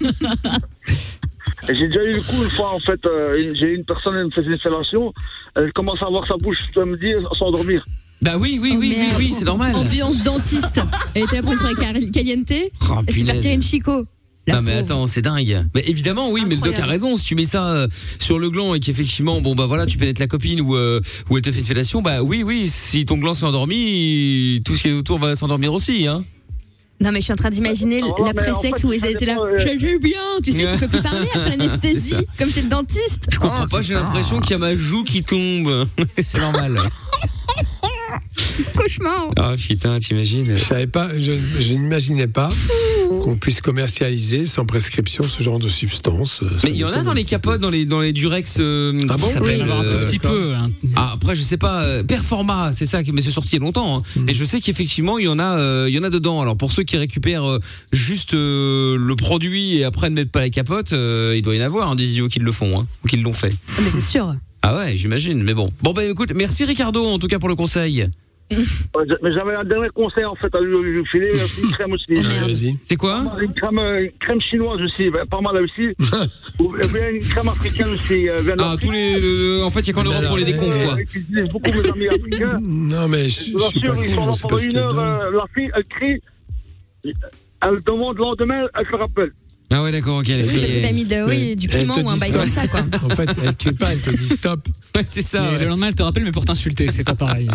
F: J'ai déjà eu le coup une fois, en fait, euh, une- j'ai eu une personne, elle me faisait une fellation, elle commence à avoir sa bouche, tu me dire, s'endormir.
B: Bah oui, oui,
C: Oh,
B: oui, oui,
C: merde.
B: oui, c'est normal.
C: Ambiance dentiste. Elle était à prendre sur la car- caliente. Elle
B: Oh,
C: s'est fait
B: punaise.
C: tirer une chico. La
B: Non mais
C: pauvre.
B: attends, c'est dingue. Mais évidemment, oui, mais le doc a
C: Incroyable.
B: raison. Si tu mets ça euh, sur le gland et qu'effectivement, bon bah voilà, tu pénètres la copine ou euh, ou elle te fait une fellation, bah oui, oui, si ton gland s'est endormi, tout ce qui est autour va s'endormir aussi, hein.
C: Non, mais je suis en train d'imaginer
F: Ah, mais en
C: l'après-sexe
F: fait,
C: où ils
F: ça
C: étaient là.
F: dépend, euh,
C: Je vais bien, tu sais,
B: Ouais.
C: tu peux plus parler après l'anesthésie, comme chez le dentiste.
B: Je comprends pas, j'ai l'impression qu'il y a ma joue qui tombe. c'est normal.
C: Cauchemar.
B: Ah putain, t'imagines euh.
E: Je savais pas, je, je n'imaginais pas qu'on puisse commercialiser sans prescription ce genre de substance. euh, ça
B: Mais il y en a
E: m'étonne.
B: dans les capotes, dans les dans les Durex. euh,
E: Ah
B: qui
E: bon
B: s'appellent,
E: Oui,
K: avoir un tout petit
B: d'accord.
K: peu, hein.
B: Ah, après, je sais pas. euh, Performa, c'est ça, qui- mais c'est sorti il y a longtemps. hein.
E: Hmm.
B: Et je sais qu'effectivement, il y en a, euh, il y en a dedans. Alors pour ceux qui récupèrent euh, juste euh, le produit et après ne mettent pas la capote, euh, il doit y en avoir hein, des idiots qui le font hein, ou qui l'ont fait.
C: Mais c'est sûr.
B: Ah ouais, j'imagine. Mais bon. Bon bah écoute, merci Ricardo en tout cas pour le conseil.
F: Ouais, j'a- Mais j'avais un dernier conseil en fait à lui, lui filer, euh, une crème aussi.
E: Vas-y.
B: C'est quoi
F: Une crème, euh, une crème chinoise aussi, bah, pas mal aussi. Ou bien une crème africaine aussi. euh, bien
B: Ah tous les, euh, en fait, il y a qu'en
E: Mais
B: Europe
E: alors,
B: qu'on les décompte
E: eh,
B: quoi.
F: J'utilise beaucoup mes amis africains.
E: Non, mais je,
F: Je
E: je suis pas
F: l'assure,
E: con,
F: ils sont
E: je
F: là
E: sais
F: pendant
E: pas ce qu'il
F: une
E: y a
F: heure.
E: dedans.
F: euh, La fille, elle crie, elle demande le lendemain, elle se rappelle.
B: Ah ouais, d'accord, ok.
C: Oui, parce que t'as mis de- oui,
E: Mais
C: du
E: elle
C: piment
E: te
C: ou un
E: dit
C: bail
E: stop.
C: comme ça, quoi.
E: En fait, elle crie pas, elle te dit stop.
B: Ouais, c'est ça.
K: Et
B: ouais.
K: le lendemain, elle te rappelle, mais pour t'insulter, c'est pas pareil.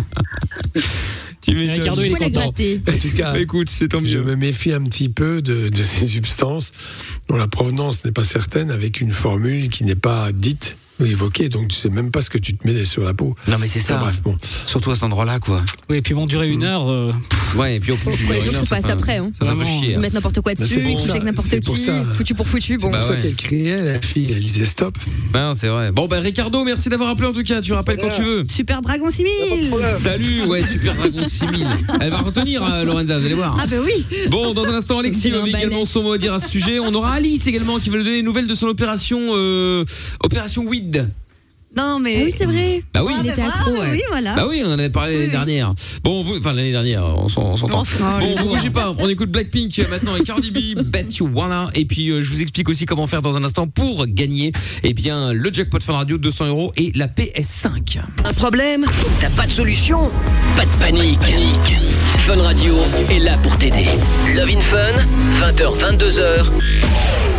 B: Tu
K: Et
B: m'étonnes.
K: Ricardo, il
C: Faut
K: est
C: la
K: content.
C: gratter.
E: En tout cas,
B: Écoute, c'est tant
E: je
B: mieux.
E: me méfie un petit peu de, de ces substances dont la provenance n'est pas certaine, avec une formule qui n'est pas dite ou évoquée, donc tu sais même pas ce que tu te mets sur la peau.
B: Non mais c'est
E: Enfin,
B: ça.
E: bref, bon.
B: Surtout à cet endroit-là quoi.
K: Oui, et puis bon, durer une heure. euh,
B: Ouais, et puis en plus,
C: Oh, Ouais,
B: une
C: donc
B: heure,
C: faut
B: ça
C: pas
B: fait un-
C: s'après, hein.
B: Ça fait un peu
K: Vraiment.
B: chier.
C: Mettre n'importe quoi
E: c'est
C: dessus,
E: pour
C: coucher
E: ça,
C: avec n'importe
E: c'est pour
C: qui,
E: ça.
C: foutu pour foutu,
E: C'est
C: bon.
B: Bah
E: pour ça
B: ouais.
E: qu'elle criait, la fille, elle disait stop.
B: Ben c'est vrai. Bon ben Ricardo, merci d'avoir appelé en tout cas. Tu rappelles quand tu veux.
D: Super Dragon 6000
B: Salut, ouais, Super Dragon 6000. Elle va retenir euh, Lorenza, vous allez voir.
D: Ah bah oui
B: Bon, dans un instant, Alexis
C: Bien
B: va
C: balèze.
B: également son mot à dire à ce sujet. On aura Alice également qui va nous donner des nouvelles de son opération euh, opération Weed.
D: Non
C: Ah
D: mais...
C: oui, c'est vrai.
B: Bah oui.
D: Ah,
C: Il
D: bah
C: était
D: voilà,
C: accro,
D: mais
C: ouais.
D: Oui, voilà.
B: Bah oui, on en avait parlé l'année
D: Oui.
B: dernière. Bon, vous, enfin l'année dernière, on s'en- on s'entend.
D: Enfin.
B: Bon, vous bougez pas, on écoute Blackpink euh, maintenant et Cardi B, Bet You Wanna. Et puis, euh, je vous explique aussi comment faire dans un instant pour gagner, eh bien, le jackpot Fun Radio 200 euros et la PS5.
H: Un problème T'as pas de solution Pas de panique. Fun Radio est là pour t'aider. Love in Fun, 20h, 22h,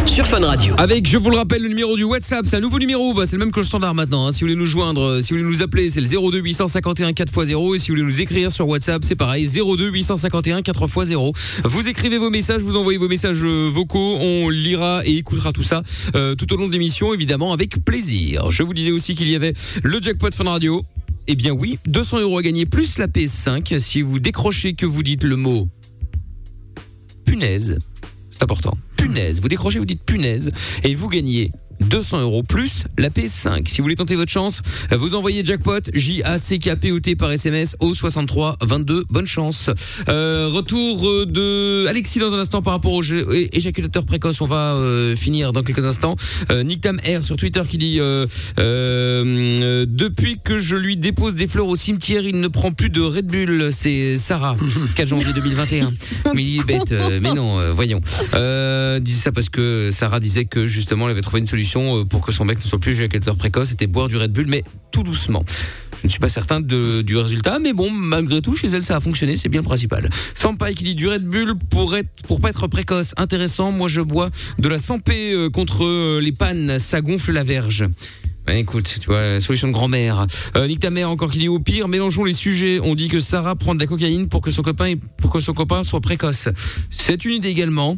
H: sur Fun Radio.
B: Avec, je vous le rappelle, le numéro du WhatsApp, c'est un nouveau numéro, bah, c'est le même que le standard maintenant. hein. Si vous voulez nous joindre, euh, si vous voulez nous appeler, c'est le 02 851 4x0 et si vous voulez nous écrire sur WhatsApp, c'est pareil, 02 851 4x0. Vous écrivez vos messages, vous envoyez vos messages euh, vocaux, on lira et écoutera tout ça euh, tout au long de l'émission, évidemment, avec plaisir. Je vous disais aussi qu'il y avait le jackpot Fun Radio. Eh bien oui, 200 euros à gagner plus la PS5 si vous décrochez que vous dites le mot punaise. C'est important. Punaise. Vous décrochez, vous dites punaise et vous gagnez 200 euros plus la PS5. Si vous voulez tenter votre chance, vous envoyez jackpot J-A-C-K-P-O-T par SMS au 63 22. Bonne chance. Euh, retour euh, de Alexis dans un instant par rapport au jeu é- éjaculateur précoce. On va euh, finir dans quelques instants. Euh, Nick Tam R sur Twitter qui dit euh, euh, euh, depuis que je lui dépose des fleurs au cimetière, il ne prend plus de Red Bull. C'est Sarah. 4 janvier 2021. Mais il est bête, euh, mais non, euh, voyons. Euh, disait ça parce que Sarah disait que justement, elle avait trouvé une solution euh, pour que son mec ne soit plus éjaculateur précoce, c'était boire du Red Bull, mais tout doucement. Je ne suis pas certain de- du résultat, mais bon, malgré tout, chez elle, ça a fonctionné, c'est bien le principal. Sampai qui dit du Red Bull pour être, pour pas être précoce, intéressant. Moi, je bois de la Sampé euh, contre euh, les pannes, ça gonfle la verge. Bah, écoute, tu vois, solution de grand-mère. Euh, Nick ta mère encore qui dit au pire, mélangeons les sujets. On dit que Sarah prend de la cocaïne pour que son copain, pour que son copain soit précoce. C'est une idée également.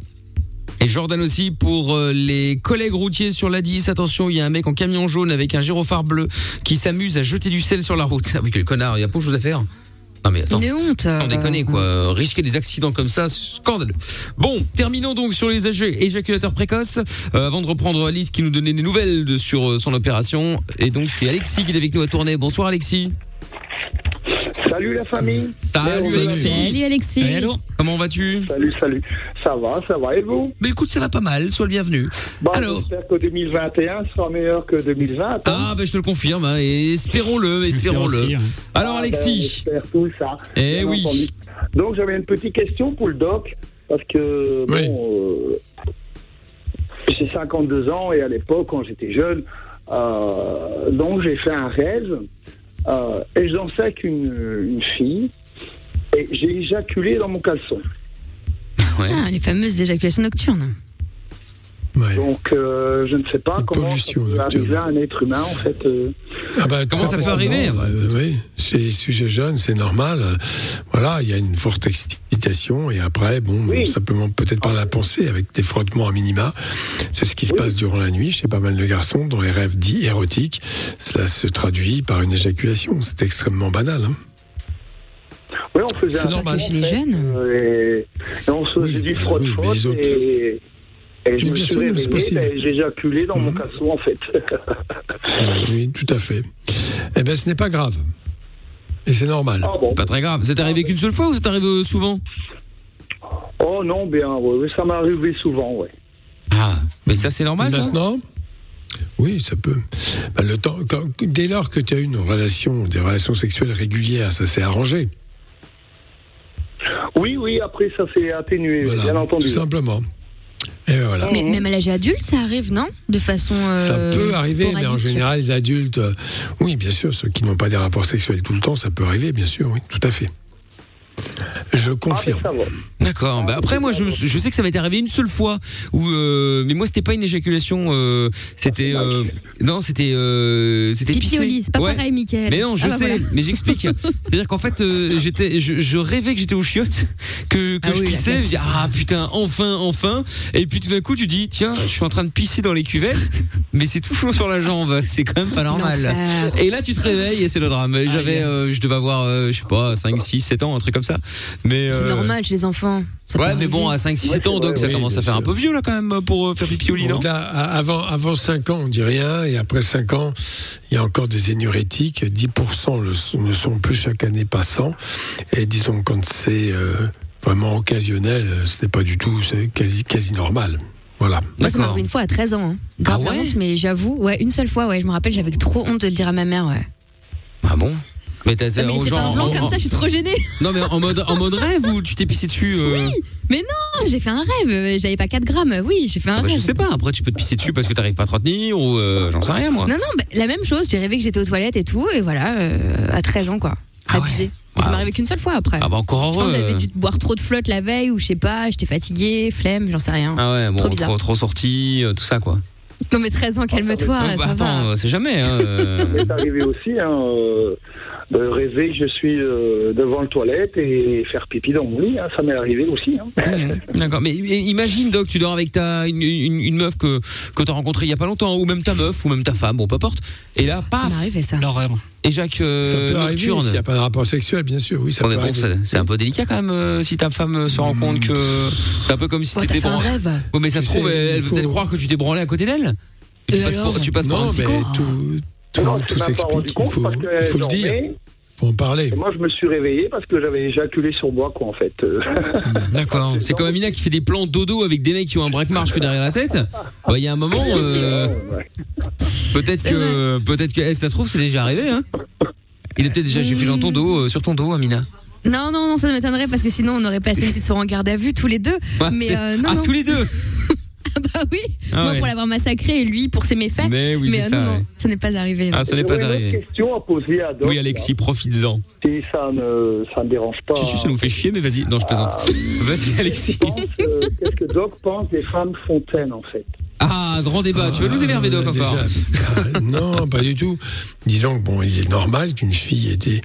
B: Et Jordan aussi pour euh, les collègues routiers sur la 10. Attention, il y a un mec en camion jaune avec un gyrophare bleu qui s'amuse à jeter du sel sur la route. Ah oui, quel connard, il y a pas autre chose à faire. Non mais attends.
C: Une honte.
B: Sans
C: euh,
B: déconner quoi, Euh, risquer des accidents comme ça, c'est scandaleux. Bon, terminons donc sur les âgés éjaculateurs précoces. Euh, avant de reprendre Alice qui nous donnait des nouvelles de- sur euh, son opération, et donc c'est Alexis qui est avec nous à tourner. Bonsoir Alexis.
F: Salut la famille.
E: Ah,
B: Salut
F: Salut.
B: Alexis.
C: Salut Alexis.
K: Allez, allô
B: Comment vas-tu
F: Salut, salut. Ça va, ça va, et vous
B: Bah écoute, ça va pas mal. Sois le bienvenu.
F: Bon,
B: Alors.
F: j'espère que 2021 sera meilleur que 2020. hein.
B: Ah bah je te le confirme. hein, et espérons-le, espérons-le.
K: aussi, ouais.
B: Alors
F: Ah,
B: Alexis.
F: ben, on espère tout ça.
B: Eh
F: Bien
B: oui.
F: entendu. Donc j'avais une petite question pour le doc, parce que
E: Oui.
F: bon, euh, j'ai 52 ans et à l'époque, quand j'étais jeune, euh, donc j'ai fait un rêve euh, et je dansais avec une, une fille et j'ai éjaculé dans mon caleçon.
C: Ah, les fameuses éjaculations nocturnes.
E: Ouais.
F: Donc euh, je ne sais pas
E: Une
F: comment ça
E: pollution
F: peut
E: nocturne.
F: arriver à un être humain en fait. euh.
E: Ah bah,
B: Comment ça peut
E: forcément,
B: arriver
E: euh, Oui, chez les sujets jeunes, c'est normal. Euh, Voilà, il y a une forte excitation et après, bon,
F: Oui.
E: simplement peut-être par la pensée, avec des frottements à minima. C'est ce qui se
F: Oui.
E: passe durant la nuit chez pas mal de garçons dans les rêves dits érotiques. Cela se traduit par une éjaculation. C'est extrêmement banal. hein.
F: Ouais, on faisait
K: C'est
F: un-
K: normal.
F: on
K: Chez les
F: fait,
K: jeunes.
F: euh, Et, et on se faisait du froid de faute et, et je me
E: bien
F: suis
E: sûr, mais c'est
F: réveillé,
E: possible. Mhm.
F: ben, j'ai éjaculé dans mon casseau en fait.
E: Oui, tout à fait. Eh bien, ce n'est pas grave. Et c'est normal.
F: Ah
B: Pas très grave. C'est arrivé qu'une seule fois ou c'est arrivé euh, souvent
F: oh non, bien, ouais, ouais, ça m'est arrivé souvent, ouais.
B: Ah, mais ça c'est normal ça
E: Maintenant Oui, ça peut. Bah, le temps, quand- dès lors que tu as une relation, des relations sexuelles régulières, ça s'est arrangé.
F: Oui, oui, après ça s'est atténué, bien entendu.
E: Tout simplement. Et ben voilà.
C: Mais même à l'âge adulte, ça arrive, non De façon.
E: Ça
C: euh,
E: peut arriver, mais en
C: sporadique.
E: général, les adultes, euh, oui, bien sûr, ceux qui n'ont pas des rapports sexuels tout le temps, ça peut arriver, bien sûr, oui, tout à fait. Je confirme.
B: D'accord. Bah après, moi, je, me sou- je sais que ça m'est arrivé une seule fois où, euh, mais moi, c'était pas une éjaculation. euh, c'était euh, non, c'était euh, c'était
C: Pipi au
B: pisser.
C: lit, c'est pas
B: Ouais.
C: pareil, Michael.
B: Mais non, je
C: Ah bah
B: sais,
C: voilà.
B: mais j'explique. C'est-à-dire qu'en fait, euh, j'étais, je, je rêvais que j'étais aux chiottes, que, que
C: Ah
B: je
C: oui, la
B: pissais. Je dis,
C: classique.
B: ah putain, enfin, enfin. Et puis tout d'un coup, tu dis, tiens, je suis en train de pisser dans les cuvettes, mais c'est tout chaud sur la jambe. C'est quand même pas normal. Et là, tu te réveilles et c'est le drame. Et J'avais, euh, je devais avoir, euh, je sais pas, 5, 6, 7 ans, un truc comme ça. Mais
C: C'est
B: euh,
C: normal chez les enfants. Ça
B: ouais,
C: peut
B: mais bon, à
C: arriver.
B: 5, 6, 7 ans, donc ça
E: oui,
B: commence à
E: bien
B: faire un
E: sûr.
B: peu vieux, là, quand même, pour euh, faire pipi au lit, non
E: Au-delà, à- avant, avant 5 ans, on dit rien, et après 5 ans, il y a encore des énurétiques. 10% le sont- ne sont plus chaque année passant. Et disons, quand c'est euh, vraiment occasionnel, euh, ce n'est pas du tout, c'est quasi, quasi normal. Voilà.
C: Moi, ça m'est arrivé une fois à 13 ans. hein. Grave
E: Ah
C: la
E: ouais
C: honte, mais j'avoue, ouais, une seule fois, ouais, je me rappelle, j'avais trop honte de le dire à ma mère, ouais.
B: Ah bon Mais t'as
C: Ah, mais
B: euh,
C: c'est pas un blanc
B: en-
C: comme ça, je suis trop gênée.
B: Non, mais en mode, en mode rêve ou tu t'es pissé dessus euh
C: Mais non, j'ai fait un rêve, euh, j'avais pas 4 grammes, oui, j'ai fait un
B: Ah bah,
C: rêve.
B: je sais pas, après tu peux te pisser dessus parce que t'arrives pas à te retenir ou euh, j'en sais rien moi.
C: Non, non, bah, la même chose, j'ai rêvé que j'étais aux toilettes et tout, et voilà, euh, à 13 ans, quoi. Abusé. Mais Ça m'est arrivé qu'une seule fois après.
B: Ah bah encore
C: je pense
B: heureux.
C: que j'avais
B: euh.
C: dû boire trop de flotte la veille, ou je sais pas, j'étais fatiguée, flemme, j'en sais rien.
B: Ah ouais, bon, trop,
C: trop bizarre.
B: trop, sorti, euh, tout ça quoi.
C: Non, mais 13 ans, calme-toi,
B: Donc, bah,
C: Ah ça va.
B: attends, euh, c'est jamais. Hein, euh.
F: C'est arrivé aussi hein, euh, de rêver que je suis euh, devant le toilette et faire pipi dans mon lit, hein, ça m'est arrivé aussi. hein.
B: D'accord, mais mais imagine Doc, tu dors avec ta une, une, une meuf que que t'as rencontrée il y a pas longtemps, ou même ta meuf, ou même ta femme, bon peu importe. Et là, paf.
C: Ça m'arrive ça.
K: L'horreur.
B: Et Jacques euh,
E: ça peut arriver
B: nocturne.
E: s'il n'y a pas de rapport sexuel, bien sûr, oui, ça
B: Bon, mais
E: peut
B: bon,
E: arriver.
B: ça- c'est un peu délicat quand même euh, si ta femme euh, se rend compte que c'est un peu comme si
C: Ouais,
B: t'étais
C: t'as fait un
B: branlé.
C: rêve.
B: Ouais, mais ça
E: Tu
B: se trouve,
E: sais,
B: elle,
E: il
B: va peut-être
E: faut-
B: croire que tu t'es branlé à côté d'elle. Tu
C: Et
B: passes,
C: alors
B: pour, tu passes pour
E: Non,
B: un
E: mais
B: psycho.
E: tout, tout,
F: Ah Non, je
E: tout
F: m'en suis rendu
E: s'explique. Il
F: compte
E: faut,
F: parce que
E: il faut le
F: j'en
E: dire.
F: ai.
E: Il faut en parler.
F: Et moi, je me suis réveillé parce que j'avais éjaculé sur moi, quoi, en fait. Euh,
E: Mm.
B: D'accord. C'est comme Amina qui fait des plans dodo avec des mecs qui ont un braque-marche que derrière la tête. Bah, Il y a un moment, euh, peut-être que, peut-être que, eh, ça se trouve, c'est déjà arrivé. Hein Il est peut-être déjà éjaculé dans ton dos, euh, sur ton dos, Amina.
C: Non, non, non, ça m'étonnerait parce que sinon on aurait passé une petite soirée en garde à vue tous les deux.
B: Ouais,
C: mais
B: c'est-
C: euh, non,
B: ah,
C: non.
B: tous les deux.
C: Ah bah oui,
B: Ah
C: moi
B: ouais.
C: pour l'avoir massacré et lui pour ses méfaits.
B: Mais oui, c'est
C: euh,
B: ça,
C: non, non,
B: ouais.
C: ça n'est pas arrivé. non.
B: Ah, ça n'est pas
F: j'aurais une autre
B: arrivé.
F: question à poser à Doc.
B: Oui, Alexis, profites-en.
F: Si ça ne, ça ne dérange pas.
B: Si, si, ça nous fait chier, mais vas-y. Non, je plaisante. Vas-y, Alexis.
F: Je pense, euh, Qu'est-ce que Doc pense des femmes fontaines, en fait
B: Ah, grand débat. Tu veux nous énerver, Doc,
E: Euh, déjà,
B: encore
E: bah, non, pas du tout. Disons que bon, il est normal qu'une fille ait des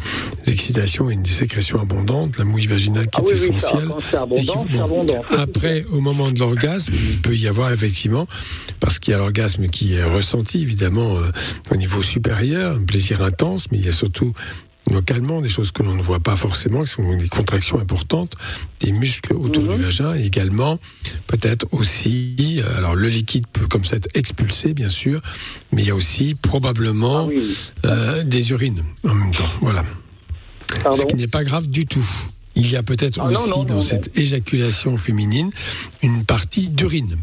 E: excitations et une sécrétion abondante, la mouille vaginale qui
F: Ah oui,
E: est
F: oui, ça,
E: essentielle.
F: quand c'est
E: Et qui-
F: abondant, c'est
E: bon,
F: abondant.
E: après, au moment de l'orgasme, il peut y avoir effectivement, parce qu'il y a l'orgasme qui est ressenti évidemment euh, au niveau supérieur, un plaisir intense, mais il y a surtout localement des choses que l'on ne voit pas forcément, qui sont des contractions importantes, des muscles autour
F: Mhm.
E: du vagin, et également peut-être aussi, euh, alors le liquide peut comme ça être expulsé bien sûr, mais il y a aussi probablement
F: Ah oui.
E: euh, des urines en même temps. Voilà.
F: Pardon
E: Ce qui n'est pas grave du tout. Il y a peut-être
F: Ah non,
E: aussi
F: non,
E: dans
F: non,
E: cette éjaculation féminine une partie d'urine.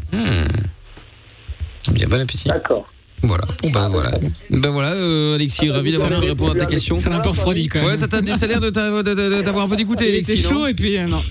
B: Hmm. Bien, bon appétit.
F: D'accord.
B: Voilà. Bon, bah voilà. Ben voilà, euh,
K: Ah,
B: Alexis, ravi d'avoir pu répondre à ta question.
K: Ça l'a un peu refroidi quand même.
B: Ouais, ça t'a ça a l'air de t'a- de- de- de t'avoir un peu dégoûté,
K: Il était
B: Alexis. non
K: chaud et puis euh, non.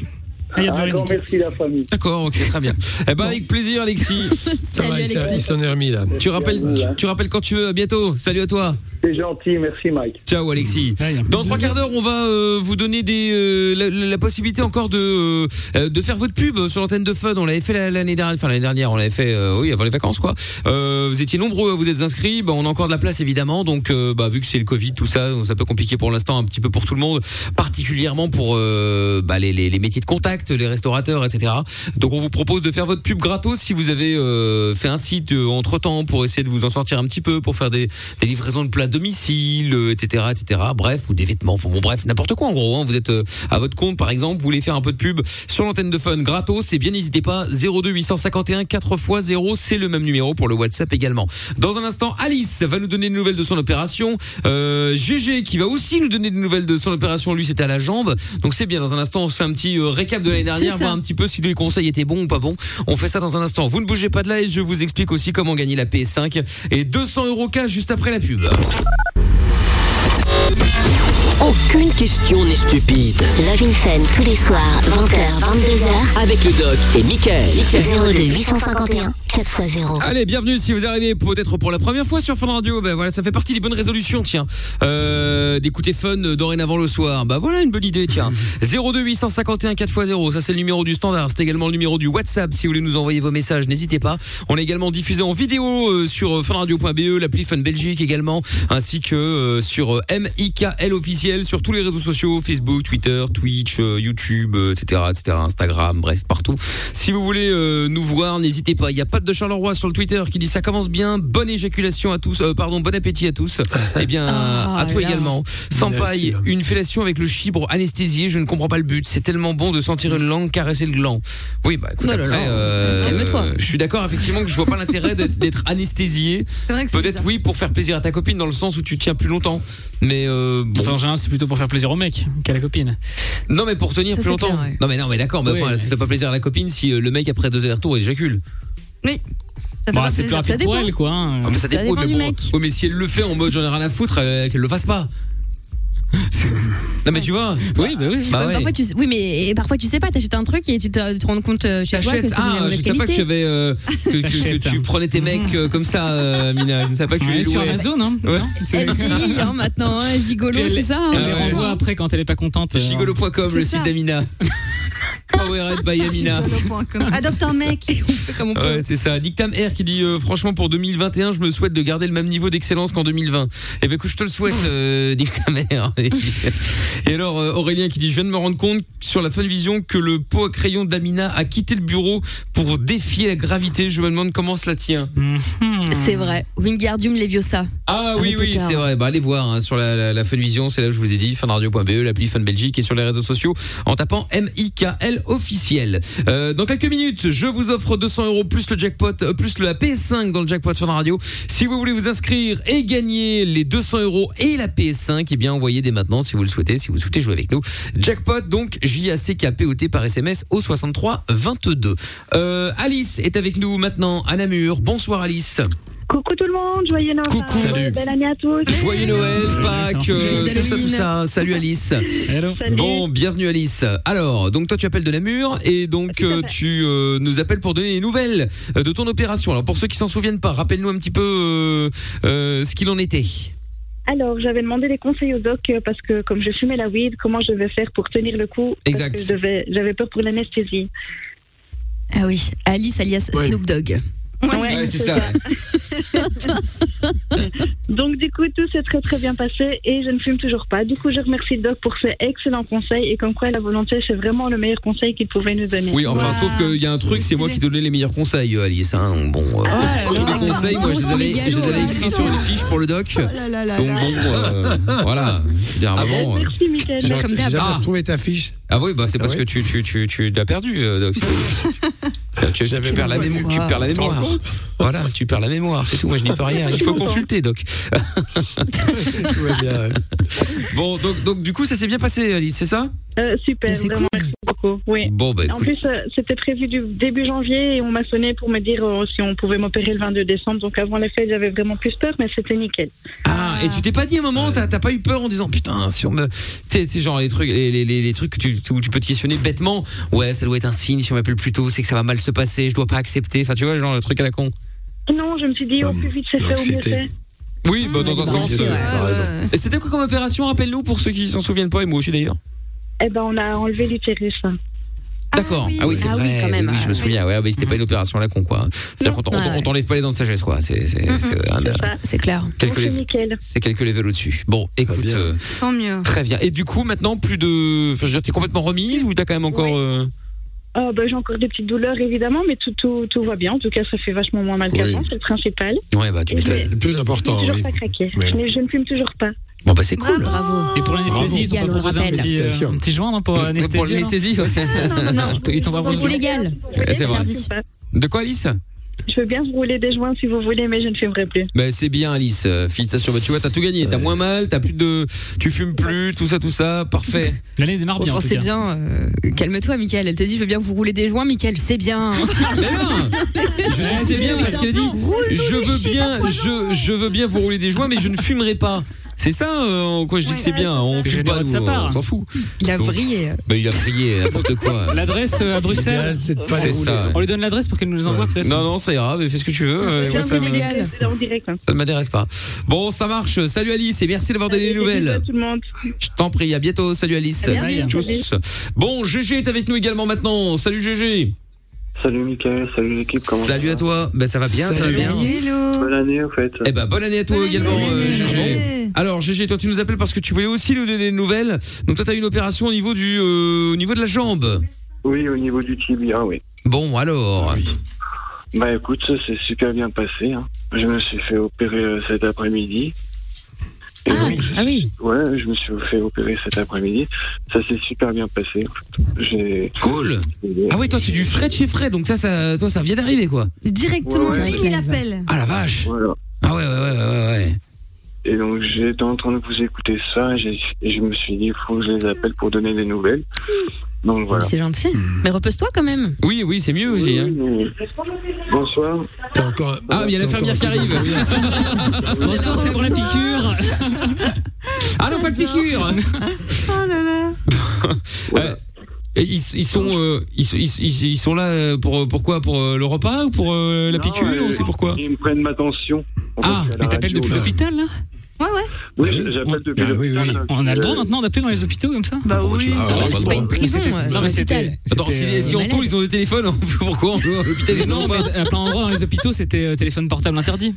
K: Ah, il y a de
F: Un
K: l'urine.
F: grand merci, la famille.
B: D'accord, ok, très bien. Eh ben, avec plaisir, Alexis.
C: Salut
E: Ah, il s'en- il
C: Alexis.
E: s'en est remis là.
B: Tu rappelles, tu, tu rappelles quand tu veux. À bientôt. Salut à toi.
F: C'est gentil, merci, Mike.
B: Ciao, Alexis.
E: Mm.
K: Ouais.
B: Dans trois quarts d'heure, on va euh, vous donner des euh, la, la- la possibilité encore de euh, de faire votre pub sur l'antenne de Fun. On l'avait fait la- l'année dernière, enfin l'année dernière, on l'avait fait euh, oui avant les vacances quoi. Euh, vous étiez nombreux, à vous êtes inscrits. Bah, on a encore de la place évidemment. Donc euh, bah, vu que c'est le Covid, tout ça, ça peut compliquer pour l'instant un petit peu pour tout le monde, particulièrement pour euh, bah, les, les- les métiers de contact, les restaurateurs, etc. Donc on vous propose de faire votre pub gratos si euh, vous avez euh, fait un site entre temps pour essayer de vous en sortir un petit peu, pour faire des, des livraisons de plats de domicile, euh, etc., etc. Bref, ou des vêtements, enfin bon, bref, n'importe quoi en gros. hein. Vous êtes euh, à votre compte, par exemple, vous voulez faire un peu de pub sur l'antenne de Fun gratos, et bien n'hésitez pas. 02 851 4 x 0, c'est le même numéro pour le WhatsApp également. Dans un instant, Alice va nous donner des nouvelles de son opération. Euh, GG qui va aussi nous donner des nouvelles de son opération. Lui, c'était à la jambe, donc c'est bien. Dans un instant, on se fait un petit euh, récap de l'année dernière, voir un petit peu si les conseils étaient bons ou pas bons. On fait ça dans un instant. Vous ne bougez pas de là et je vous explique aussi comment gagner la PS5 et 200 euros cash juste après la pub.
H: Aucune question n'est stupide.
A: Love in Fun tous les soirs, 20h, 22h.
H: Avec le doc et Michael.
A: 02 851 4x0.
B: Allez, bienvenue si vous arrivez peut-être pour la première fois sur Fun Radio. Ben voilà, ça fait partie des bonnes résolutions, tiens. Euh, d'écouter Fun euh, dorénavant le soir. Bah voilà une bonne idée, tiens. 02 851 4x0, ça c'est le numéro du standard. C'est également le numéro du WhatsApp si vous voulez nous envoyer vos messages, n'hésitez pas. On est également diffusé en vidéo euh, sur euh, funradio.be, l'appli Fun Belgique également, ainsi que euh, sur euh, MIKL officiel sur tous les réseaux sociaux, Facebook, Twitter, Twitch, euh, YouTube, euh, etc., etc., Instagram, bref, partout. Si vous voulez euh, nous voir, n'hésitez pas. Il y a Pat de Charleroi sur le Twitter qui dit ça commence bien. Bonne éjaculation à tous. Euh, pardon, bon appétit à tous. Eh bien, à toi
K: là.
B: également. Sans paille, une fellation avec le chibre anesthésié. Je ne comprends pas le but. C'est tellement bon de sentir une langue caresser le gland. Oui, bah écoute,
K: Oh là
B: après,
K: là.
B: euh,
K: Calme-toi.
B: je suis d'accord effectivement que je vois pas l'intérêt d'être d'être anesthésié. Peut-être oui pour faire plaisir à ta copine dans le sens où tu tiens plus longtemps. Mais euh, bon.
K: Enfin, en général, c'est plutôt pour faire plaisir au mec qu'à la copine.
B: Non mais pour tenir
K: Ça,
B: plus
K: c'est
B: longtemps.
K: clair, ouais.
B: Non mais non mais d'accord, mais
K: Oui.
B: enfin, ça fait pas plaisir à la copine si euh, le mec après deux allers-retours il éjacule.
D: Oui.
B: Bah,
K: Bon, c'est plus rapide pour elle, quoi. hein.
B: Ah, mais ça dépend, oui, mais
K: du
B: bon,
K: mec.
B: oui, mais si elle le fait en mode j'en ai rien à foutre, euh, qu'elle le fasse pas. C'est- non mais tu vois. Oui bah oui.
C: Bah, parfois, tu sais- oui, mais et parfois tu sais pas, t'achètes un truc et tu te, tu te rends compte euh, chez toi que
B: T'achètes.
C: c'est de la
B: Ah, je
C: mauvaise
B: savais pas que
C: qualité.
B: tu avais, euh, que, que- que tu prenais tes mecs euh, comme ça, euh, Mina. Je ne savais pas que tu
K: Ouais,
B: les
K: sur
B: louais.
K: Amazon, hein.
B: Ouais.
C: Elle vieillit hein, maintenant, hein, elle gigolo, tout ça. hein,
B: Ah
K: Elle les
C: franchement.
K: renvoie après quand elle est pas
B: euh.
K: contente.
B: Gigolo.com, le site d'Amina. Powered by Amina.
D: Adopte un mec.
B: Ouais, c'est ça. Dictam R qui dit euh, franchement pour 2021, je me souhaite de garder le même niveau d'excellence qu'en 2020. Eh ben écoute, je te le souhaite, euh, Dictam R. Et, et alors euh, Aurélien qui dit je viens de me rendre compte sur la fin de vision que le pot à crayon d'Amina a quitté le bureau pour défier la gravité. Je me demande comment cela tient.
C: C'est vrai. Wingardium Leviosa.
B: Ah oui,
C: Harry
B: oui,
C: Potter.
B: c'est vrai. Bah, allez voir hein, sur la, la, la Funvision, c'est là que je vous ai dit, funradio.be, E, l'appli Fun Belgique et sur les réseaux sociaux en tapant M-I-K-L officiel. Euh, dans quelques minutes, je vous offre 200 euros plus le jackpot, euh, plus la PS5 dans le jackpot Fun Radio. Si vous voulez vous inscrire et gagner les 200 euros et la PS5, eh bien envoyez dès maintenant si vous le souhaitez, si vous souhaitez jouer avec nous. Jackpot, donc J-A-C-K-P-O-T par SMS au 63 22. Euh, Alice est avec nous maintenant à Namur. Bonsoir Alice.
J: Coucou tout le monde, joyeux Noël.
B: Coucou. Salut.
J: Belle année à tous.
B: Joyeux Noël, Pâques, euh, tout ça, tout ça. Salut Alice.
J: Salut.
B: Bon, bienvenue Alice. Alors, donc toi tu appelles de Namur et donc euh, tu euh, nous appelles pour donner les nouvelles euh, de ton opération. Alors pour ceux qui s'en souviennent pas, rappelle-nous un petit peu euh, euh, ce qu'il en était.
J: Alors, j'avais demandé des conseils au doc euh, parce que comme je fumais la weed, comment je vais faire pour tenir le coup parce
B: Exact.
J: que je devais- J'avais peur pour l'anesthésie.
C: Ah oui, Alice alias
B: Ouais.
C: Snoop Dogg.
B: Ouais, c'est ça.
J: Donc du coup, tout s'est très très bien passé et je ne fume toujours pas. Du coup, je remercie le doc pour ses excellents conseils et comme quoi la volonté, c'est vraiment le meilleur conseil qu'il pouvait nous donner.
B: Oui, enfin sauf qu'il y a un truc, c'est moi qui donnais les meilleurs conseils euh, Alice. hein. Donc, bon,
K: Ah,
B: euh, tous les conseils, moi je les avais, je les avais écrits sur une fiche pour le doc.
K: Ah,
B: Donc bon, euh, voilà. Il y a un moment, euh,
J: Merci, Michael.
E: J'ai j'ai jamais
B: Ah.
E: retrouvé ta fiche.
B: Ah oui, bah c'est parce que tu, tu, tu, tu l'as perdu, euh, Doc. Là, tu, tu perds la
E: pas
B: mémo-
E: ce
B: tu
E: soir.
B: perds la
E: Tu te rends
B: mémoire.
E: compte
B: Voilà, tu perds la mémoire, c'est tout. Moi, je n'y peux rien. Il faut consulter, Doc. Bon, donc, donc du coup, ça s'est bien passé, Alice, c'est ça
J: Euh, super, vraiment, merci beaucoup. Oui.
B: Bon, bah
J: En
B: écoute.
J: plus, euh, c'était prévu du début janvier et on m'a sonné pour me dire euh, si on pouvait m'opérer le 22 décembre. Donc avant les fêtes, j'avais vraiment plus peur, mais c'était nickel.
B: Ah, et tu t'es pas dit à un moment, t'as t'as pas eu peur en disant putain, si on me. Tu sais, c'est genre les trucs, les, les, les, les trucs que tu, où tu peux te questionner bêtement. Ouais, ça doit être un signe, si on m'appelle plus tôt, c'est que ça va mal se passer, je dois pas accepter. Enfin, tu vois, genre le truc à la con.
J: Non, je me suis dit, au plus vite c'est fait, au mieux
B: Hum, l'anxiété.
J: c'est.
B: Oui, bah, dans un
E: oui,
B: sens.
E: bien sûr,
B: euh,
E: t'as raison.
B: Et C'était quoi comme opération Rappelle-nous pour ceux qui s'en souviennent pas, et moi aussi d'ailleurs.
J: Eh ben, on a enlevé l'utérus. hein.
B: D'accord. Ah oui, c'est vrai.
J: quand même,
B: oui, je me souviens. Ouais, mais c'était pas une opération à la con, quoi. C'est-à-dire qu'on t'en- on t'en- on t'enlève pas les dents de sagesse, quoi. C'est c'est-
K: Mhm.
B: c'est un-
C: C'est clair.
B: quelques
J: C'est
B: levels-
J: nickel.
B: c'est quelques levels au-dessus. Bon, écoute, euh,
D: Tant mieux.
B: très bien. Et du coup, maintenant, plus de. Enfin, je veux dire, t'es complètement remise ou t'as quand même encore. euh,
J: Ah, bah, j'ai encore des petites douleurs, évidemment, mais tout, tout, tout va bien. En tout cas, ça fait vachement moins mal qu'avant, c'est le principal.
B: Ouais, bah, tu
J: Et
B: m'étonnes.
J: je-
B: Le plus
J: je n'ai
B: important,
J: toujours
B: Oh, oui.
J: pas craqué.
B: Oui.
J: Je n'ai- Je ne fume toujours pas.
B: Bon, bah, c'est cool.
C: Bravo.
K: Et pour l'anesthésie, ils t'ont
C: Légal,
K: pas
C: on
K: proposé un
C: rappelle.
K: petit, euh,
B: Station.
K: un petit joint non, pour
B: Pour
K: l'anesthésie
B: l'anesthésie,
J: Ah,
B: ouais, c'est ça.
K: Non, non, non. Ils t'ont pas
C: C'est
K: proposé.
C: illégal.
B: Ouais, C'est vrai.
J: Je fume pas.
B: De quoi, Alice
J: Je veux bien vous rouler des joints si vous voulez, mais je ne fumerai plus.
B: Ben c'est bien Alice, Euh, félicitations. Ben, tu vois, t'as tout gagné, t'as moins mal, t'as plus de, tu fumes plus, tout ça, tout ça, parfait.
K: L'année démarre
C: Bon, Oh, c'est bien, euh, calme-toi, Michael. Elle te dit, je veux bien vous rouler des joints, Michael, c'est bien.
B: Je dis c'est bien parce qu'elle a dit, je veux bien, je, je veux bien vous rouler des joints, mais je ne fumerai pas. C'est ça, euh, en quoi je dis que c'est bien. On
K: C'est
B: fume pas,
K: généreux de
B: nous,
K: sa part.
B: on s'en fout.
C: Il a
B: Donc,
C: vrillé.
B: Ben il a prié n'importe quoi.
K: L'adresse euh, à Bruxelles.
B: L'idéal, c'est de pas les rouler.
K: On lui donne l'adresse pour qu'elle nous envoie peut-être.
B: Non non, ça ira, mais fais ce que tu veux. euh, moi, ça me-
J: En direct. hein.
B: ça ne m'intéresse pas. Bon, ça marche. Salut Alice et merci d'avoir donné les nouvelles.
J: bah, Tout le monde.
B: Je t'en prie, à bientôt. Salut Alice.
J: À bientôt.
B: Tchuss. Bon, GG est avec nous également maintenant. Salut GG.
L: Salut Mickaël, salut l'équipe, comment
B: Salut à toi. Ben ça va bien, ça va
L: Salut.
B: bien.
L: Bonne année en fait.
B: Eh ben bonne année à toi également euh, GG. Alors GG, toi tu nous appelles parce que tu voulais aussi nous donner des nouvelles. Donc toi tu as eu une opération au niveau du euh, au niveau de la jambe.
L: Oui, au niveau du tibia, oui.
B: Bon alors.
L: Bah écoute, ça s'est super bien passé. hein. Je me suis fait opérer euh, cet après-midi. Ah,
C: oui
L: Ouais, je me suis fait opérer cet après-midi. Ça s'est super bien passé. en fait.
B: Cool Ah oui, toi c'est du Fred chez Fred. Donc ça ça toi ça vient d'arriver quoi.
D: Directement,
L: Ouais, ouais.
D: direct, il appelle.
B: Ah la vache. Ah ouais ouais ouais ouais ouais.
L: Et donc j'étais en train de vous écouter ça j'ai- et je me suis dit, il faut que je les appelle pour donner des nouvelles. Donc voilà.
C: C'est gentil.
E: Hmm.
C: Mais repose-toi quand même.
B: Oui oui, c'est mieux aussi hein.
L: Bonsoir.
E: encore
B: Ah, mais il y a l'infirmière qui arrive.
K: Bonsoir, c'est pour la piqûre.
B: Ah non, pas de piqûre.
D: Oh là là.
B: Euh, et ils, ils sont euh, ils, ils- ils- ils sont là euh, pour pourquoi pour euh, le repas ou pour euh, la
L: Non,
B: piqûre
L: euh,
B: ou c'est pourquoi
L: Ils me prennent ma tension. Ah,
K: mais t'appelles depuis l'hôpital là
D: Ouais, ouais.
B: Ah
L: Oui, j'appelle depuis l'hôpital.
K: On a le droit
L: Euh,
K: maintenant d'appeler dans les hôpitaux comme ça Bah
B: oui. Ah, on a pas le droit.
K: C'était-
C: euh,
K: Non, mais
C: c'est un
K: c'était.
B: Attends, si,
K: c'était,
B: si
K: euh,
B: on tourne, ils ont des téléphones, on peut- pourquoi on peut à l'hôpital ils en
K: Non,
B: ont
K: mais
B: pas
K: à plein endroit dans les hôpitaux, c'était euh, téléphone portable interdit.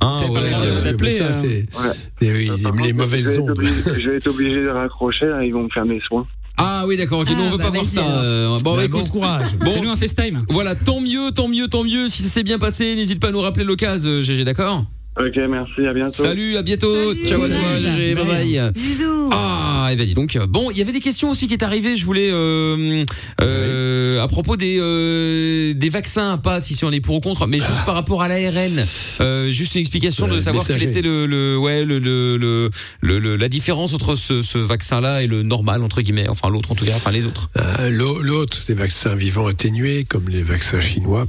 B: Ah
K: pas le droit de s'appeler,
E: ça,
K: euh.
E: c'est
L: Ouais.
E: les, les- les
L: je, vais
E: mauvaises
L: être
E: ondes.
L: obligé, je vais être obligé de raccrocher, là, ils vont me faire mes soins.
B: Ah oui, d'accord, ok, non, on veut pas voir ça. euh, Bon,
E: Bah,
B: écoute,
E: bon courage.
B: Bon,
K: bah, Fais-nous un FaceTime.
B: voilà, tant mieux, tant mieux, tant mieux. Si ça s'est bien passé, n'hésite pas à nous rappeler l'occasion, euh, GG, d'accord
L: Ok, merci, à bientôt.
B: Salut, à bientôt. Ciao à toi,
K: Courage.
B: GG, bye bye.
D: Bisous.
B: Ah, et ben dis donc. euh, Bon, il y avait des questions aussi qui est arrivées. Je voulais euh, euh, à propos des euh, des vaccins, pas si on est pour ou contre, mais juste par rapport à l'ARN. Ah. Euh, juste une explication de
E: Euh,
B: savoir quelle
E: messager.
B: était le, le ouais le le, le, le- le- la différence entre ce, ce vaccin-là et le normal entre guillemets, enfin l'autre en tout cas, enfin les autres.
E: Euh, l'au- L'autre, des vaccins vivants atténués, comme les vaccins chinois.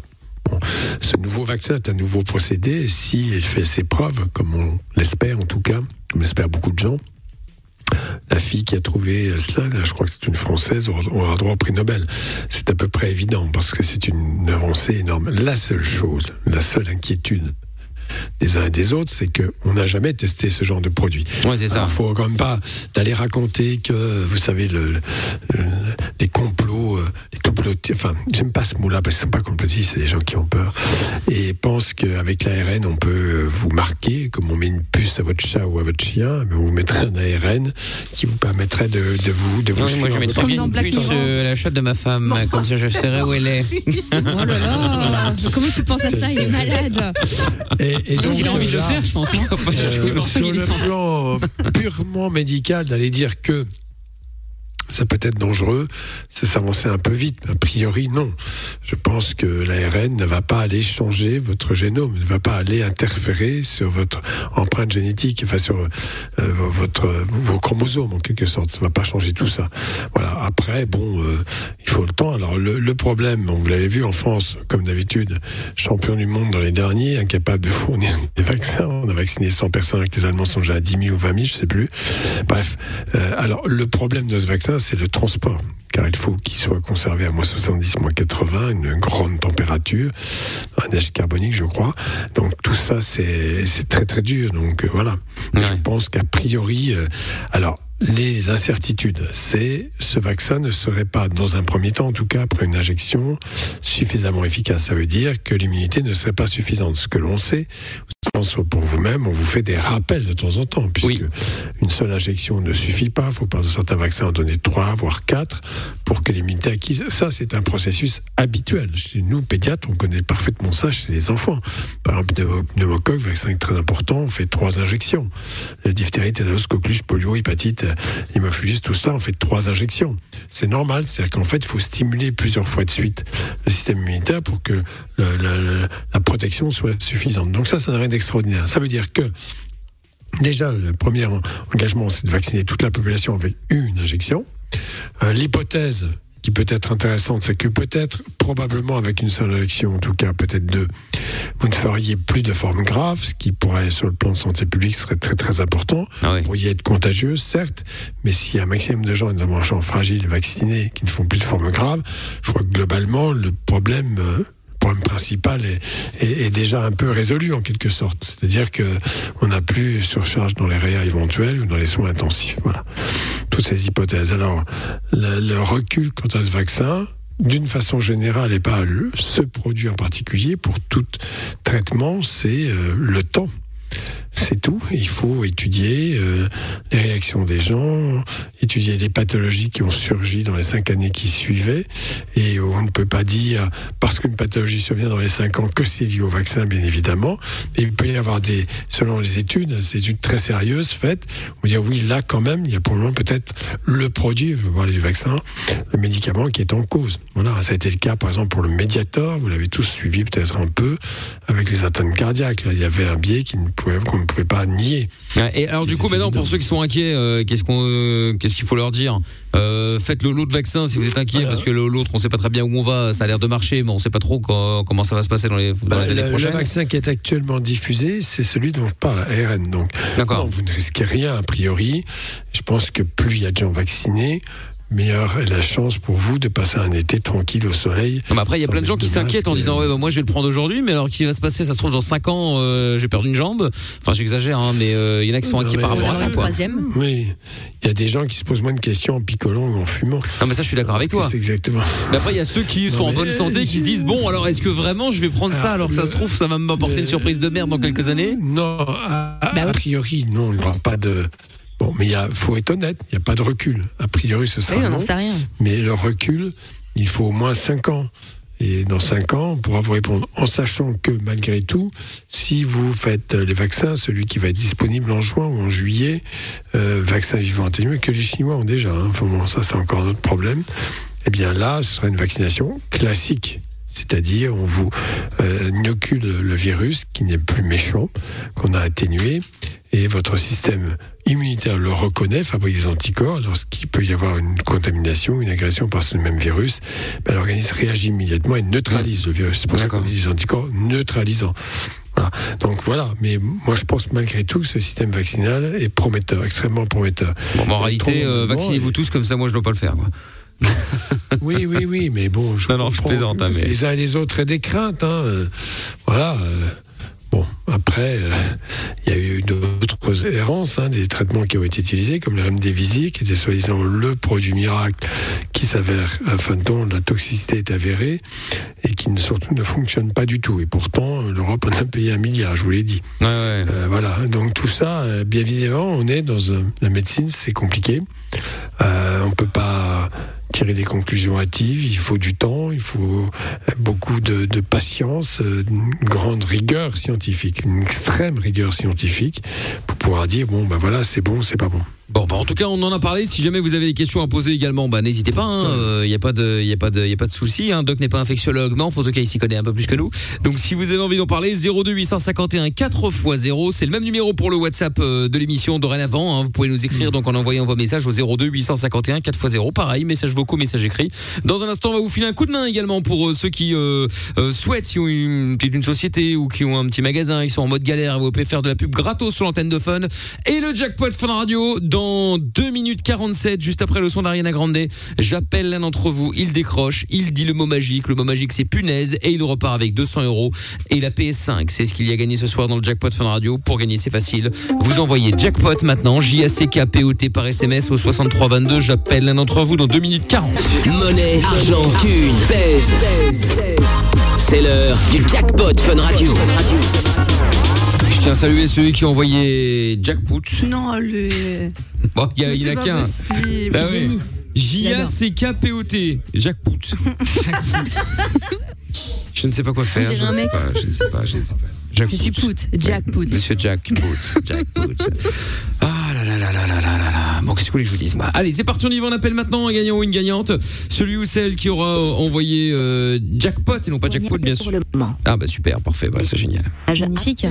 E: Bon, ce nouveau vaccin est un nouveau procédé. S'il fait ses preuves, comme on l'espère en tout cas, comme l'espèrent beaucoup de gens, la fille qui a trouvé cela, là, je crois que c'est une Française, aura- aura droit au prix Nobel. C'est à peu près évident, parce que c'est une avancée énorme. La seule chose, la seule inquiétude des uns et des autres, c'est qu'on n'a jamais testé ce genre de produit.
B: Ouais, c'est ça.
E: Alors, faut quand même pas d'aller raconter que, vous savez, le, le- les complots, euh, les complotistes, enfin, j'aime pas ce mot-là parce que c'est pas complotistes, c'est des gens qui ont peur et pensent qu'avec l'ARN, on peut euh, vous marquer, comme on met une puce à votre chat ou à votre chien, mais on vous mettrait un ARN qui vous permettrait de, de vous, de vous
B: Non, moi je
E: suivre.
B: mettrais bien une puce euh, à la chatte de ma femme, comme ça je saurais où elle est.
C: Oh là là Comment tu penses à ça Il est malade.
E: Et, et donc,
K: Il a envie de le
E: là,
K: faire, je pense. non
E: Euh, sur le plan purement médical, d'aller dire que ça peut être dangereux, c'est s'avancer un peu vite. A priori, non. Je pense que l'ARN ne va pas aller changer votre génome, ne va pas aller interférer sur votre empreinte génétique, enfin sur euh, vo- votre, vos chromosomes en quelque sorte. Ça ne va pas changer tout ça. Voilà. Après, bon, euh, il faut le temps. Alors le, le problème, bon, vous l'avez vu en France, comme d'habitude, champion du monde dans les derniers, incapable de fournir des vaccins. On a vacciné 100 personnes, alors que les Allemands sont déjà à 10 000 ou 20 000, je sais plus. Bref, euh, alors le problème de ce vaccin, c'est le transport, car il faut qu'il soit conservé à moins 70, moins 80, une grande température, un âge carbonique, je crois. Donc tout ça, c'est c'est très très dur. Donc euh, voilà, je pense qu'a priori, euh, alors. Les incertitudes, c'est ce vaccin ne serait pas, dans un premier temps en tout cas, après une injection, suffisamment efficace. Ça veut dire que l'immunité ne serait pas suffisante. Ce que l'on sait, temps soit pour vous-même, on vous fait des rappels de temps en temps, puisque une seule injection ne suffit pas. Il faut pas de certains vaccins en donner trois, voire quatre, pour que l'immunité acquise. Ça, c'est un processus habituel. Chez nous, pédiatres, on connaît parfaitement ça chez les enfants. Par exemple, pneumo- pneumocoque, vaccin très important, on fait trois injections. La diphtérie, tétanos, coqueluche, polio, hépatite, euh, hémophilus, tout cela, on fait trois injections. C'est normal, c'est-à-dire qu'en fait, il faut stimuler plusieurs fois de suite le système immunitaire pour que le- le- le- la protection soit suffisante. Donc ça, ça n'a rien d'extraordinaire. Ça veut dire que Déjà, le premier en- engagement, c'est de vacciner toute la population avec une injection. Euh, L'hypothèse qui peut être intéressante, c'est que peut-être, probablement avec une seule injection, en tout cas peut-être deux, vous ne feriez plus de formes graves, ce qui pourrait, sur le plan de santé publique, serait très très important. Vous pourriez être contagieux, certes, mais si un maximum de gens, notamment les gens fragiles, vaccinés, qui ne font plus de formes graves, je crois que globalement, le problème... euh, le problème principal est, est- est déjà un peu résolu en quelque sorte. C'est-à-dire que on n'a plus surcharge dans les réa éventuelles ou dans les soins intensifs. Voilà. Toutes ces hypothèses. Alors, le, le recul quant à ce vaccin, d'une façon générale et pas à le- ce produit en particulier, pour tout traitement, c'est euh, le temps. C'est tout. Il faut étudier euh, les réactions des gens, étudier les pathologies qui ont surgi dans les cinq années qui suivaient. Et on ne peut pas dire, parce qu'une pathologie survient dans les cinq ans, que c'est lié au vaccin, bien évidemment. Mais il peut y avoir des, selon les études, des études très sérieuses faites, on va dire oui, là quand même, il y a probablement peut-être le produit, je veux parler du vaccin, le médicament qui est en cause. Voilà, ça a été le cas par exemple pour le Mediator, vous l'avez tous suivi peut-être un peu, avec les atteintes cardiaques. Là, il y avait un biais qui ne pouvait- qu'on ne pouvait pas nier.
B: Ouais, Et alors du coup maintenant pour ceux qui sont inquiets, euh, qu'est-ce qu'on, euh, qu'est-ce qu'il faut leur dire Euh, Faites le lot de vaccins si vous êtes inquiet parce que le- l'autre on sait pas très bien où on va, ça a l'air de marcher, mais on sait pas trop quand- comment ça va se passer dans les, dans
E: Bah,
B: les années
E: le, le
B: prochaines.
E: vaccin qui est actuellement diffusé, c'est celui dont je parle, ARN. Donc, non, vous ne risquez rien a priori. Je pense que plus il y a de gens vaccinés, meilleure est la chance pour vous de passer un été tranquille au soleil.
B: Non, mais après il y a
E: sans
B: plein de gens
E: mettre
B: qui s'inquiètent en
E: masque. euh,
B: disant ouais bah, moi je vais le prendre aujourd'hui, mais alors qu'est-ce qui va se passer Ça se trouve dans 5 ans euh, j'ai perdu une jambe. Enfin j'exagère, hein, mais euh, il y en a qui sont inquiets
E: Non,
B: par
E: mais-
B: rapport à ça quoi.
E: Oui, il y a des gens qui se posent moins de questions en picolant ou en fumant.
B: Non mais ça je suis d'accord avec toi.
E: C'est exactement.
B: Mais après il y a ceux qui
E: Non,
B: sont en
E: mais-
B: bonne santé qui se disent bon alors est-ce que vraiment je vais prendre ça alors que ça se trouve ça va m'apporter une surprise de merde dans quelques années
E: Non, a, Ah,
C: Bah
E: a- a priori, non, il n'y aura pas de. Bon, mais il y a- faut être honnête, il n'y a pas de recul. A priori, ce sera.
C: Oui, on n'en
E: non.
C: sait rien.
E: Mais le recul, il faut au moins 5 ans. Et dans 5 ans, on pourra vous répondre en sachant que malgré tout, si vous faites euh, les vaccins, celui qui va être disponible en juin ou en juillet, euh, vaccin vivant atténué, que les Chinois ont déjà, hein. Enfin bon, ça c'est encore un autre problème, eh bien là, ce sera une vaccination classique. C'est-à-dire, on vous euh, inocule le virus qui n'est plus méchant, qu'on a atténué, et votre système immunitaire le reconnaît, fabrique des anticorps. Lorsqu'il peut y avoir une contamination, une agression par ce même virus, ben, l'organisme réagit immédiatement et neutralise le virus. C'est pour ça qu'on dit des anticorps neutralisants. Voilà. Donc voilà, mais moi je pense malgré tout que ce système vaccinal est prometteur, extrêmement prometteur.
B: Bon, bah, en réalité, euh,
E: Trop
B: vaccinez-vous tous comme ça, moi je dois pas le faire. quoi.
E: oui, oui, oui, mais bon, je, non, non, je plaisante.
B: hein,
E: Les uns et les autres et des craintes. hein, euh, voilà. euh, bon, après, euh, il y a eu d'autres errances, hein, des traitements qui ont été utilisés, comme le remdesivir, qui était soi-disant le produit miracle qui s'avère, enfin, dont la toxicité est avérée et qui ne, surtout ne fonctionne pas du tout. Et pourtant, l'Europe en a payé un milliard, je vous l'ai dit. Euh, voilà, donc tout ça, euh, bien évidemment, on est dans un- la médecine, c'est compliqué. Euh, on peut pas tirer des conclusions hâtives, il faut du temps, il faut euh, beaucoup de, de patience, euh, une grande rigueur scientifique, une extrême rigueur scientifique pour pouvoir dire, bon, ben voilà, c'est bon, c'est pas bon.
B: Bon, bah, en tout cas, on en a parlé. Si jamais vous avez des questions à poser également, bah, n'hésitez pas. Il n'y a pas de, il a pas de, y a pas de souci. Hein. Doc n'est pas infectiologue, mais en tout cas, il s'y connaît un peu plus que nous. Donc, si vous avez envie d'en parler, 02851 4 x 0, c'est le même numéro pour le WhatsApp euh, de l'émission dorénavant. Hein. Vous pouvez nous écrire donc en envoyant vos messages au 02851 4 x 0. Pareil, message vocaux, message écrit. Dans un instant, on va vous filer un coup de main également pour euh, ceux qui euh, euh, souhaitent, si ont une petite une société ou qui ont un petit magasin, ils sont en mode galère, vous pouvez faire de la pub gratos sur l'antenne de Fun. Et le jackpot Fun Radio dans 2 minutes 47, juste après le son d'Ariana Grande. J'appelle l'un d'entre vous, il décroche, il dit le mot magique, le mot magique c'est punaise et il repart avec 200 euros et la PS5. C'est ce qu'il y a gagné ce soir dans le jackpot Fun Radio. Pour gagner, c'est facile. Vous envoyez jackpot maintenant, J-A-C-K-P-O-T par SMS au 6322. J'appelle l'un d'entre vous dans 2 minutes 40.
H: Monnaie, argent, thune, pèse. C'est l'heure du jackpot Fun Radio.
B: Je tiens à saluer celui qui a envoyé Jack Pooch.
D: Non, le.
B: Bon, il y a-
D: Mais
B: il a
D: c'est pas
B: qu'un.
D: possible.
C: Bah
B: Ah ouais.
D: Génie.
B: J-A-C-K-P-O-T. Jack Pooch. Je ne sais pas quoi faire.
C: On
B: Je
C: dirait
B: ne
C: un
B: sais
C: mec.
B: pas. Je ne sais pas. Je ne sais pas. Jack
C: Je suis
B: Pooch.
C: pout, Jack pout.
B: Monsieur Jack Pooch. Jack Pooch. Ah là là là là là là là
K: Ah,
B: là. Bon, qu'est-ce que vous voulez que je vous dise, moi Allez, c'est parti, on y va, on appelle maintenant un gagnant ou une gagnante. Celui ou celle qui aura euh, envoyé euh, jackpot et non pas jackpot, bien sûr. Ah bah super, parfait, bah, c'est génial.
I: Ah,
C: Magnifique.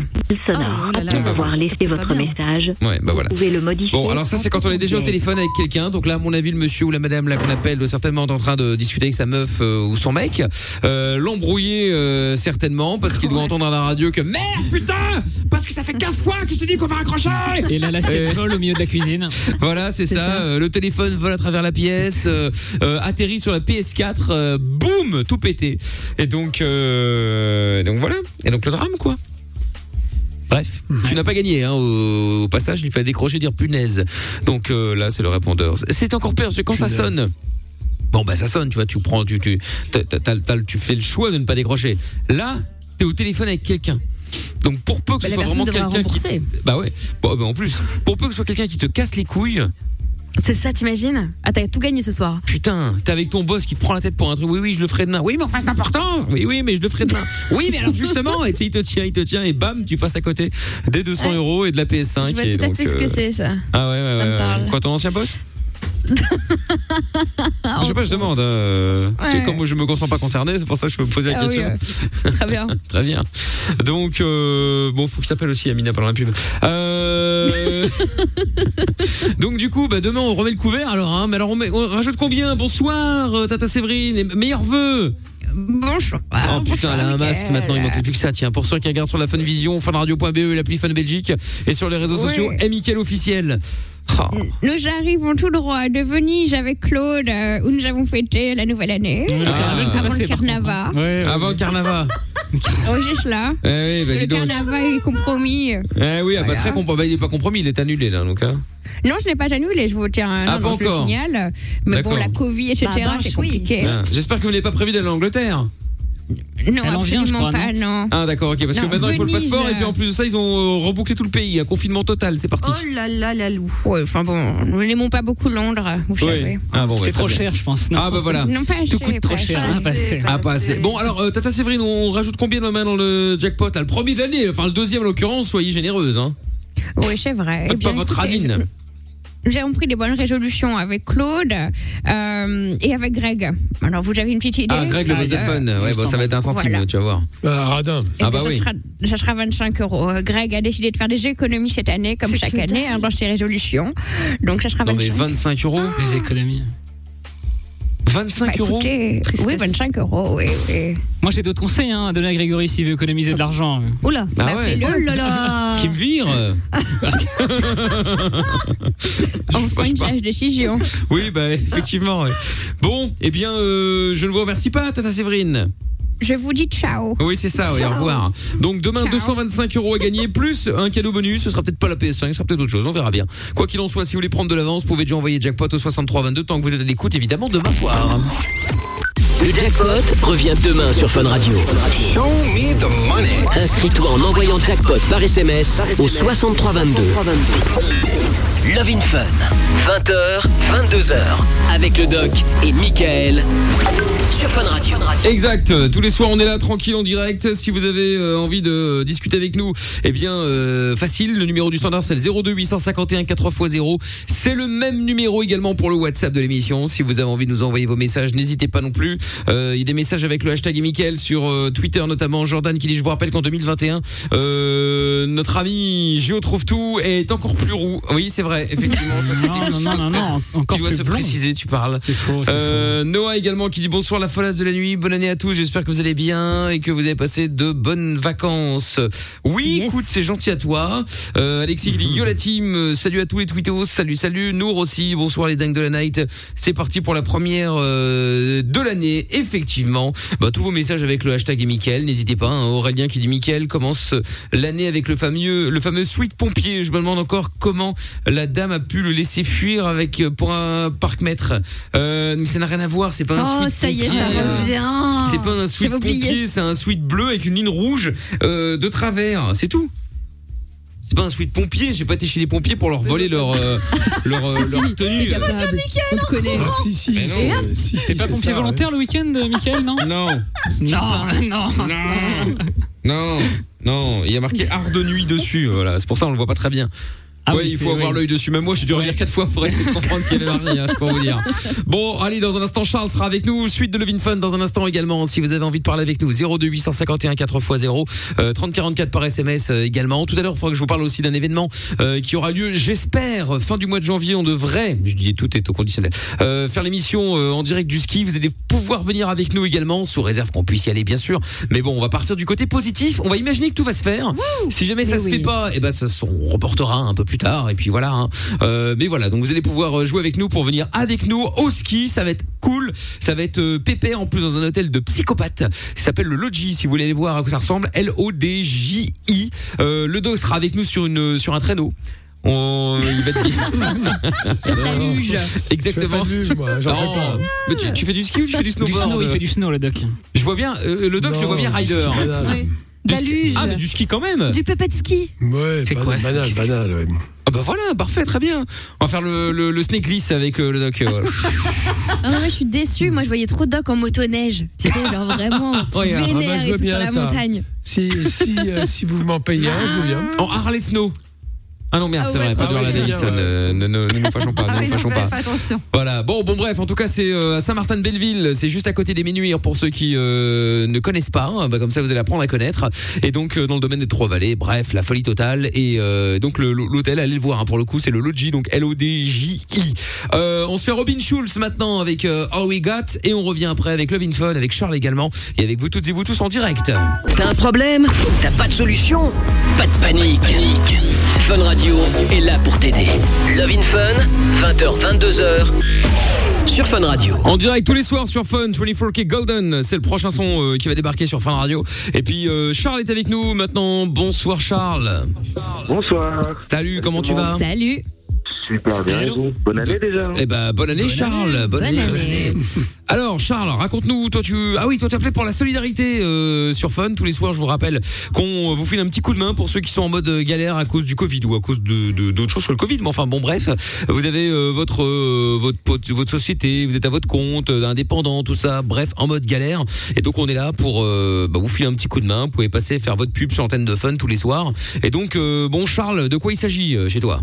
I: Sonore. Après avoir laissé votre message,
B: Ouais, bah voilà.
I: vous pouvez le modifier.
B: Bon, alors ça, c'est quand on est déjà au téléphone avec quelqu'un. Donc là, à mon avis, le monsieur ou la madame là qu'on appelle doit certainement être en train de discuter avec sa meuf euh, ou son mec. Euh, L'embrouiller euh, certainement parce qu'il doit entendre à la radio que merde, putain, parce que ça fait 15 fois que je te dis qu'on va raccrocher. Euh.
K: Et là, l'assiette
B: Et-
K: vole au milieu de la cuisine.
B: Voilà, c'est ça. Euh, le téléphone vole à travers la pièce, euh, euh, atterrit sur la PS4, euh, boum, tout pété. Et donc, euh, donc voilà. Et donc le drame, quoi. Bref, tu n'as pas gagné. Hein, au, au passage, il fallait décrocher et dire punaise. Donc euh, là, c'est le répondeur. C'est encore pire, parce que quand ça
M: Punaise.
B: sonne. Bon bah ça sonne, tu vois, tu prends, tu tu t'as- t'as- t'as- t'as- tu fais le choix de ne pas décrocher. Là, t'es au téléphone avec quelqu'un. Donc pour peu que
C: Bah,
B: ce
C: la
B: soit vraiment
C: personne devra
B: quelqu'un qui,
C: rembourser.
B: bah ouais, Bon, bah, en plus, pour peu que ce soit quelqu'un qui te casse les couilles,
C: C'est ça, t'imagines Ah, t'as tout gagné ce soir.
B: putain, t'es avec ton boss qui te prend la tête pour un truc. Oui oui, je le ferai demain. Oui mais enfin c'est important. Oui oui mais je le ferai demain. Oui mais alors justement, et tu sais, il te tient, il te tient et bam, tu passes à côté des 200
C: Ouais.
B: euros et de la PS5.
C: Je vois
B: et
C: tout à
B: donc,
C: fait ce
B: euh,
C: que c'est, ça.
B: Ah ouais, ouais, ouais, ouais.
C: parle.
B: Quoi, ton ancien boss Je
C: oh,
B: sais pas, je demande. hein, euh, parce que
C: Ah, Ouais.
B: comme moi je me consens pas concerné, c'est pour ça que je me posais la
C: Ah oui,
B: question.
C: Très bien.
B: Très bien. Donc, euh, bon, faut que je t'appelle aussi, Amina, pendant la pub. Euh, Donc, du coup, bah, demain, on remet le couvert, alors, hein. Mais alors, on, met- on rajoute combien Bonsoir, euh, Tata Séverine, et meilleurs vœux
C: Bonjour.
B: Oh putain, elle a un
C: Mickaël.
B: masque maintenant, il manque plus que ça. Tiens, pour ceux qui regardent sur la Funvision, funradio.be, E l'appli Fun Belgique et sur les réseaux
C: Oui.
B: sociaux, Mickaël officiel. Oh.
C: Nous arrivons tout droit de Venise avec Claude, euh, où nous avons fêté la nouvelle année.
B: Ah, le carnaval, ça
C: avant
B: passait,
C: le
B: par
C: carnaval.
B: Avant le carnaval.
C: Au Gisela.
B: Eh oui, bah,
C: le
B: dis donc.
C: carnaval est compromis.
B: Eh oui, ah, pas
C: Voilà.
B: très compromis. Bah, il est pas compromis, il est annulé là, donc. Hein.
C: Non, je n'ai pas annulé, je vous tiens
B: Ah,
C: non,
B: pas
C: non, je le
B: encore.
C: signale. Mais bon,
B: D'accord.
C: la Covid, etc.,
D: Bah, vache,
C: c'est compliqué.
B: Ah, J'espère que vous n'avez pas prévu d'aller en Angleterre.
C: Non,
K: Elle en
C: absolument
K: vient, je crois,
C: pas, non.
B: Ah d'accord, ok, parce que
C: Non,
B: maintenant il faut le
C: Venise,
B: passeport et puis
C: euh,
B: en plus de ça ils ont euh, rebouclé tout le pays, un confinement total, c'est parti.
C: Oh là là, la loup. Ouais, enfin bon, nous n'aimons pas beaucoup Londres, vous
B: Oui.
C: savez.
B: Ah, bon, bah,
K: C'est
B: très
K: trop
B: bien.
K: cher, je pense. Non,
B: ah bah voilà.
C: Non, pas
K: Tout coûte trop cher. Ah, bah, c'est-
B: Ah pas assez. Bon alors euh, Tata Séverine, on rajoute combien demain dans le jackpot là, Le premier de l'année, enfin le deuxième en l'occurrence, soyez généreuse. Hein.
C: Oui, c'est vrai. Eh
B: Faites
C: bien,
B: pas votre
C: écoutez,
B: radine.
C: Nous avons pris des bonnes résolutions avec Claude euh, et avec Greg. Alors, vous avez une petite idée
B: Ah Greg le boss de fun, ouais, bon, ça va être un centime,
C: Voilà.
B: tu vas voir. Ah radin.
C: Et
B: Ah
C: puis
B: bah
C: Eh ça,
B: oui.
C: sera, ça sera 25 euros. Euh, Greg a décidé de faire des économies cette année, comme chaque année, hein, dans ses résolutions. Donc ça sera
B: Non
C: 25
B: mais 25 euros. Des
K: économies.
B: 25
C: Ah. Bah,
B: euros
C: écoutez, Oui, 25 euros, oui, oui.
K: Moi, j'ai d'autres conseils hein, à donner à Grégory s'il veut économiser de l'argent.
D: Oula
K: Bah ouais.
D: Oh là là
B: Qui me vire
C: Enfin, une sage décision.
B: Oui bah effectivement. ouais. Bon, eh bien euh, je ne vous remercie pas Tata Séverine.
C: Je vous dis ciao.
B: Oui, c'est ça, oui, au
C: Ciao.
B: revoir. Donc demain,
C: Ciao.
B: 225 euros à gagner, plus un cadeau bonus. Ce sera peut-être pas la PS5, ce sera peut-être autre chose, on verra bien. Quoi qu'il en soit, si vous voulez prendre de l'avance, vous pouvez déjà envoyer jackpot au 6322 tant que vous êtes à l'écoute, évidemment, demain soir.
H: Le jackpot revient demain sur Fun Radio. Inscris-toi en envoyant jackpot par SMS au 6322. Love in Fun. 20h, 22h. Avec le doc et Michael sur Fun Radio.
B: Exact, euh, tous les soirs on est là tranquille en direct. Si vous avez euh, envie de euh, discuter avec nous, eh bien euh, facile, le numéro du standard c'est le 02 851 4x0. C'est le même numéro également pour le WhatsApp de l'émission. Si vous avez envie de nous envoyer vos messages, n'hésitez pas non plus. Euh, Il y a des messages avec le hashtag et Mickaël sur euh, Twitter notamment Jordan qui dit je vous rappelle qu'en 2021 euh, notre ami Gio trouve tout est encore plus roux. Oui, c'est vrai, effectivement, ça c'est
K: Non,
B: quelque
K: non,
B: chose
K: non,
B: qui
K: non,
B: se passe.
K: non, encore
B: Tu dois
K: plus
B: se
K: blanc.
B: préciser, tu parles.
K: c'est
B: Euh, Noah également qui dit bonsoir la folasse de la nuit, bonne année à tous, j'espère que vous allez bien et que vous avez passé de bonnes vacances. Oui, écoute, c'est gentil à toi. Euh, Alexis qui dit yo la team, euh, salut à tous les twittos, salut salut, Nour aussi, bonsoir les dingues de la night. C'est parti pour la première euh, de l'année, effectivement. Bah, tous vos messages avec le hashtag et Mickaël, n'hésitez pas. hein. Aurélien qui dit Mickaël commence l'année avec le fameux, le fameux suite pompier. Je me demande encore comment la dame a pu le laisser fuir avec euh, pour un parc-mètre. Euh, mais ça n'a rien à voir, c'est pas un
D: Oh,
B: suite
D: ça y est, ça
B: pompier, euh,
D: revient
B: C'est pas un
D: J'avais
B: suite
D: oublié.
B: pompier, c'est un suite bleu avec une ligne rouge euh, de travers, c'est tout. C'est pas un sweat pompier, j'ai pas été chez les pompiers pour leur voler leur euh, leur, euh, leur tenue.
C: On te connaît.
E: si,
B: Mais non.
K: T'es pas
B: Ah, c'est
K: pompier
B: ça,
K: volontaire le week-end, euh, Michael, non
B: Non.
K: Non, non.
B: Non, non, il y a marqué art de nuit dessus, voilà, c'est pour ça on le voit pas très bien.
K: Ah
B: ouais,
K: oui,
B: il
K: c'est-
B: faut avoir
K: oui.
B: l'œil dessus. Même moi, j'ai dû revenir quatre fois pour essayer de comprendre ce qu'il y avait marqué, hein, c'est pour vous dire. Bon, allez, dans un instant, Charles sera avec nous. Suite de Levin Fun dans un instant également. Si vous avez envie de parler avec nous, 02851 4x0, euh, 3044 par SMS euh, également. Tout à l'heure, il faudra que je vous parle aussi d'un événement euh, qui aura lieu, j'espère, fin du mois de janvier. On devrait, je dis tout est au conditionnel, euh, faire l'émission euh, en direct du ski. Vous allez pouvoir venir avec nous également, sous réserve qu'on puisse y aller, bien sûr. Mais bon, on va partir du côté positif. On va imaginer que tout va se faire. si jamais ça
M: Mais
B: se
M: oui.
B: fait pas, eh ben ça se- on reportera un peu plus tard. Et puis voilà. hein. Euh, mais voilà, donc vous allez pouvoir euh, jouer avec nous pour venir avec nous au ski. Ça va être cool. Ça va être euh, pépère en plus dans un hôtel de psychopathes. qui s'appelle le Lodji. Si vous voulez aller voir à quoi ça ressemble, L O D J I. Euh, le doc sera avec nous sur une euh, sur un traîneau. On, il va te
K: Sur sa luge.
E: Je fais pas
B: Exactement.
E: de luge, moi, j'en fais
B: Non.
E: pas.
B: Mais tu, tu fais du ski ou tu fais du snowboard
K: snow, il
B: euh
K: fait du snow, le doc.
B: Je vois bien. euh, le doc, je le vois bien
E: du ski
B: rider.
E: banal. Oui.
B: Du ski- Ah, mais du ski quand même.
D: Du puppet ski.
E: Ouais,
B: C'est
E: banal,
B: quoi, ça
E: banal,
B: Qu'est-ce
E: banal, ouais.
B: Ah bah voilà, parfait, très bien. On va faire le, le, le snake glisse avec euh, le doc. euh, voilà.
C: Ah non, mais je suis déçue. Moi, je voyais trop Doc en motoneige. Tu sais, genre vraiment
B: Ouais,
E: Ah, bah,
C: vénère
E: je
C: et
E: veux
C: tout
E: bien
C: sur la
E: ça.
C: montagne.
E: Si, si, euh, si vous m'en payez un, je veux bien.
B: En Harley Snow. Ah non, merde,
E: Ah
B: c'est
E: ouais,
B: vrai, pas de
E: ah
B: Harley
E: ouais,
B: Davidson.
E: ouais. Ah,
B: euh, ne, ne- ne nous fâchons pas, ne nous fâchons pas. Voilà, bon, bon, bref, en tout cas, c'est euh, à Saint-Martin-de-Belleville, c'est juste à côté des Ménuires pour ceux qui euh, ne connaissent pas, hein, bah, comme ça vous allez apprendre à connaître. Et donc, euh, dans le domaine des Trois-Vallées, bref, la folie totale. Et euh, donc, le- l'hôtel, allez le voir, hein, pour le coup, c'est le Lodji, donc L-O-D-J-I. Euh, on se fait Robin Schulz maintenant avec euh, All We Got, et on revient après avec Love in Fun, avec Charles également, et avec vous toutes et vous tous en direct.
H: T'as un problème T'as pas de solution Pas de panique. Fun Radio est là pour t'aider. Love in Fun, 20h-22h sur Fun Radio.
B: En direct tous les soirs sur Fun 24K Golden, c'est le prochain son euh, qui va débarquer sur Fun Radio. Et puis euh, Charles est avec nous maintenant. Bonsoir Charles.
L: Bonsoir.
B: Salut, comment tu vas hein
C: Salut.
L: Super bien. et vous Bonne année déjà.
B: Eh ben bonne année Charles. Bonne année.
L: Bonne
B: Alors Charles, raconte-nous toi tu Ah oui, toi tu appelé pour la solidarité euh, sur Fun tous les soirs, je vous rappelle qu'on euh, vous file un petit coup de main pour ceux qui sont en mode euh, galère à cause du Covid ou à cause de de- d'autres choses sur le Covid, mais enfin bon bref, vous avez euh, votre euh, votre pote- votre société, vous êtes à votre compte, euh, indépendant, tout ça, bref, en mode galère et donc on est là pour euh, bah, vous filer un petit coup de main, vous pouvez passer faire votre pub sur l'antenne de Fun tous les soirs. Et donc euh, bon Charles, de quoi il s'agit euh, chez toi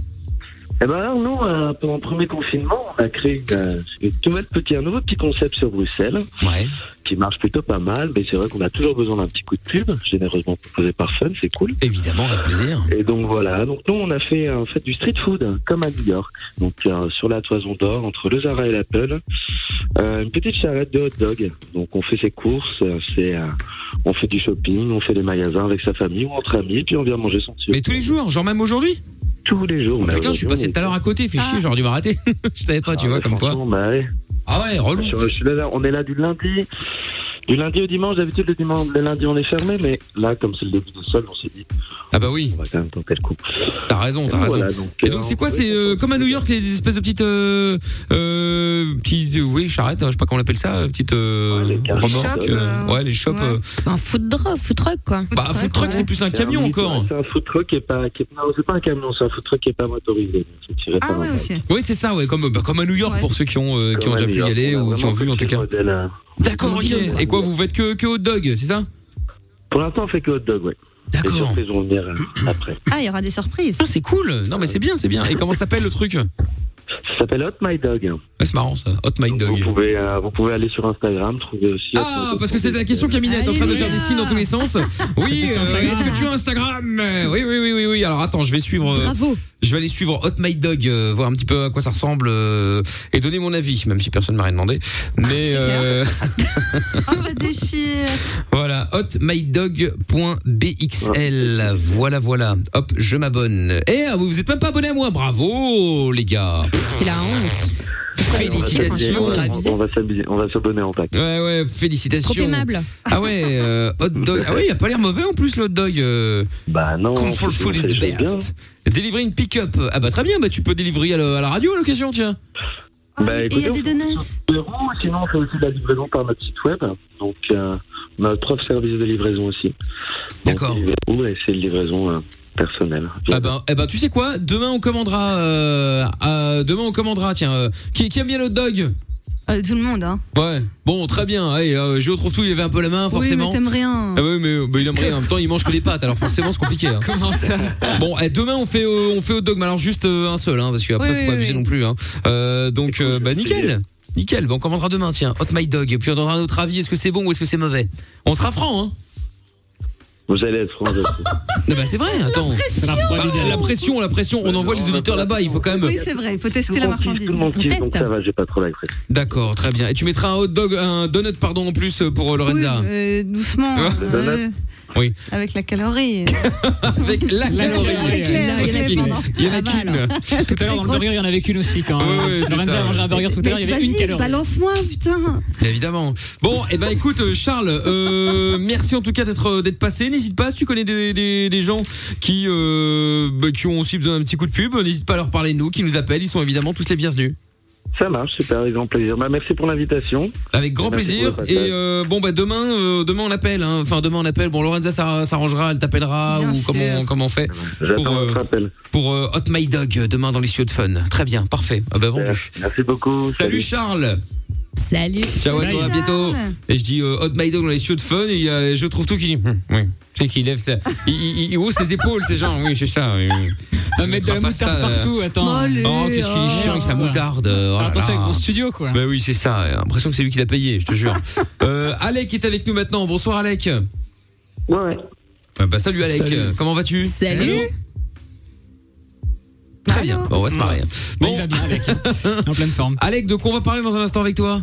L: Eh ben alors, nous, euh, pendant le premier confinement, on a créé une, euh, une nouvelle petit, un nouveau petit concept sur Bruxelles, qui marche plutôt pas mal, mais c'est vrai qu'on a toujours besoin d'un petit coup de pub, généreusement proposé par Fun, c'est cool.
B: Évidemment, avec plaisir.
L: Et donc voilà, donc nous on a fait euh, en fait du street food, comme à New York, donc euh, sur la Toison d'Or, entre le Zara et l'Apple, Euh, une petite charrette de hot dog. Donc on fait ses courses, euh, c'est euh, on fait du shopping, on fait des magasins avec sa famille ou entre amis, puis on vient manger son petit.
B: Mais tous les jours, genre même aujourd'hui
L: Tous les jours.
B: Oh,
L: là,
B: putain, je suis
L: aujourd'hui,
B: passé tout à l'heure à côté,
D: Ah.
B: fait chier, j'aurais dû m'arrêter. je savais pas, tu vois, comme quoi.
L: Bah ouais.
B: Ah ouais, relou.
L: Je- je suis là- on est là du lundi. Du lundi au dimanche, d'habitude le dimanche, le lundi on est fermé, mais là comme c'est le début du sol, on s'est dit.
B: Ah bah oui.
L: On va quand même tenter le coup.
B: T'as raison, t'as raison.
L: Voilà,
B: Et donc c'est quoi C'est euh, comme à New York, il y a des espèces de petites, euh, euh, petites, euh, oui, charrettes, hein, je sais pas comment on appelle ça, euh, petites euh, remorques, euh, ouais, les shops. euh.
C: Un food truck, food truck quoi.
B: Bah, food truck, c'est plus un camion
L: mini-
B: encore. hein
L: ouais, C'est un food truck qui est pas, qui est- non, c'est pas un camion, c'est un food truck qui est pas motorisé. C'est tiré par un-
B: Oui, c'est ça, ouais, comme bah, comme à New York pour ceux qui ont euh, qui
L: Comme
B: ont
L: à
B: déjà
L: New
B: pu y
L: York,
B: aller
L: on a
B: ou qui ont
L: vraiment
B: vu en
L: que
B: tout
L: ce
B: cas.
L: modèle, euh,
B: D'accord, ok. Et quoi, vous faites que que hot dog, c'est ça
L: Pour l'instant, on fait que hot dog, ouais.
B: D'accord.
L: Les surprises vont venir euh, après.
D: Ah, il y aura des surprises.
B: C'est cool. Non, mais c'est bien, c'est bien. Et comment s'appelle le truc
L: Ça s'appelle Hot My Dog.
B: C'est marrant ça, Hot My Dog.
L: Vous pouvez, euh, vous pouvez aller sur Instagram, trouver aussi.
B: Ah, parce que c'est la question Camille est en train de faire des signes dans tous les sens. Oui, euh, est-ce que tu as Instagram Oui, oui, oui, oui, oui. Alors attends, je vais suivre. euh,
C: Bravo.
B: Je vais aller suivre Hot My Dog, euh, voir un petit peu à quoi ça ressemble euh, et donner mon avis, même si personne m'a rien
C: Ah,
B: demandé. Mais euh,
D: On va déchirer.
B: voilà, hotmydog.bxl. Voilà, voilà. Hop, je m'abonne. Eh, ah, vous vous êtes même pas abonné à moi. Bravo, les gars.
C: C'est la honte.
B: Félicitations.
L: On va s'habiller- on va s'abonner en pack.
B: Ouais, ouais, félicitations.
C: Trop aimable.
B: Ah ouais, euh, hot dog. Ah ouais, il a pas l'air mauvais en plus, le hot dog. euh.
L: Bah non.
B: Control
L: c'est-
B: food is
L: c'est-
B: the
L: c'est bien.
B: best. Délivrer une pick-up. Ah bah très bien, bah tu peux délivrer à, la- à la radio à l'occasion, tiens.
L: Bah,
D: Ah, Et il y
L: écoutez,
D: a des donuts.
L: on- sinon on fait aussi de la livraison par notre site web. Donc euh, on a notre propre service de livraison aussi. D'accord. Et c'est une livraison euh, personnel.
B: Ah ben, eh ben, tu sais quoi Demain on commandera. euh, euh, demain on commandera. Tiens, euh, qui, qui aime bien le hot dog
D: Euh, tout le monde, hein.
B: Ouais. Bon, très bien. Allez, euh, Géo trouve tout. Il avait un peu la main, forcément.
D: Oui, mais t'aimes rien.
B: Ah oui, mais bah, il aime rien. En même temps, il mange que des pâtes, alors forcément, c'est compliqué. hein.
K: Comment ça
B: Bon, eh, demain, on fait, euh, on fait au dogme, alors juste euh, un seul, hein, parce qu'après,
K: Oui,
B: faut
K: oui,
B: pas abuser
K: oui.
B: non plus. Hein. Euh, donc, euh, bah, nickel. Nickel. Bon, on commandera demain, tiens. Hot My Dog. Et puis, on donnera notre avis. Est-ce que c'est bon ou est-ce que c'est mauvais On sera franc, hein.
L: Vous allez être franc.
B: Non, bah, c'est vrai, attends. Bah, La pression, la pression, On envoie les auditeurs là-bas, il faut quand même.
D: Oui, c'est vrai, il faut tester la marchandise.
L: Donc ça va, j'ai pas trop la crise.
B: D'accord, très bien. Et tu mettras un hot dog, un donut, pardon, en plus euh, pour euh, Lorenza.
D: Euh, doucement,
B: Hein
D: euh,
B: Oui.
D: avec la calorie.
B: avec la calorie.
K: Il y en a
B: Il
D: Ah,
B: y en a
D: bah,
B: qu'une.
K: Tout à l'heure, dans le burger, il y en avait qu'une aussi quand
B: ouais, c'est
K: Lorenza
B: ça.
K: a mangé un burger tout à l'heure, il y avait une
D: Vas-y,
K: calorie.
D: balance-moi, putain.
B: Bien Évidemment. Bon, et ben écoute euh, Charles, euh, merci en tout cas d'être euh, d'être passé. N'hésite pas si tu connais des, des, des gens qui euh, bah, qui ont aussi besoin d'un petit coup de pub, n'hésite pas à leur parler de nous, qui nous appellent, ils sont évidemment tous les bienvenus.
L: Ça marche, super, avec grand plaisir. Bah, merci pour l'invitation.
B: Avec Grand plaisir. Et euh, bon bah demain euh, demain on appelle hein. enfin demain on appelle. Bon Lorenza ça s'arrangera, elle t'appellera ou comment comment on fait pour euh, pour euh, Hot My Dog euh, demain dans les studios de fun. Très bien, parfait. Ah bah bon.
L: Merci beaucoup.
B: salut. Charles.
C: Salut.
B: Ciao à toi, à bientôt. Et je dis euh, Hot My Dog dans les studios de fun et euh, je trouve tout qui dit Hum, oui. C'est qu'il lève sa- il, il- il hausse ses épaules, ces gens. Oui, c'est ça. Oui, oui.
K: va mettre de la
B: Pas ça,
K: moutarde
B: euh.
K: partout, attends.
B: Oh, qu'est-ce qu'il est chiant avec sa moutarde. euh, oh là
K: Attention
B: là.
K: avec mon studio quoi.
B: Bah oui, c'est ça. J'ai l'impression que c'est lui qui l'a payé, je te jure. euh, Alec est avec nous maintenant. Bonsoir, Alec.
L: Ouais.
B: bah, salut, Alec.
K: Salut.
B: Euh, Comment vas-tu
C: Salut.
B: Très bien. Bon, on va se marrer. hein.
K: Mmh.
B: Bon. Il va bien,
K: Alec. hein. en pleine forme.
B: Alec, de quoi on va parler dans un instant avec toi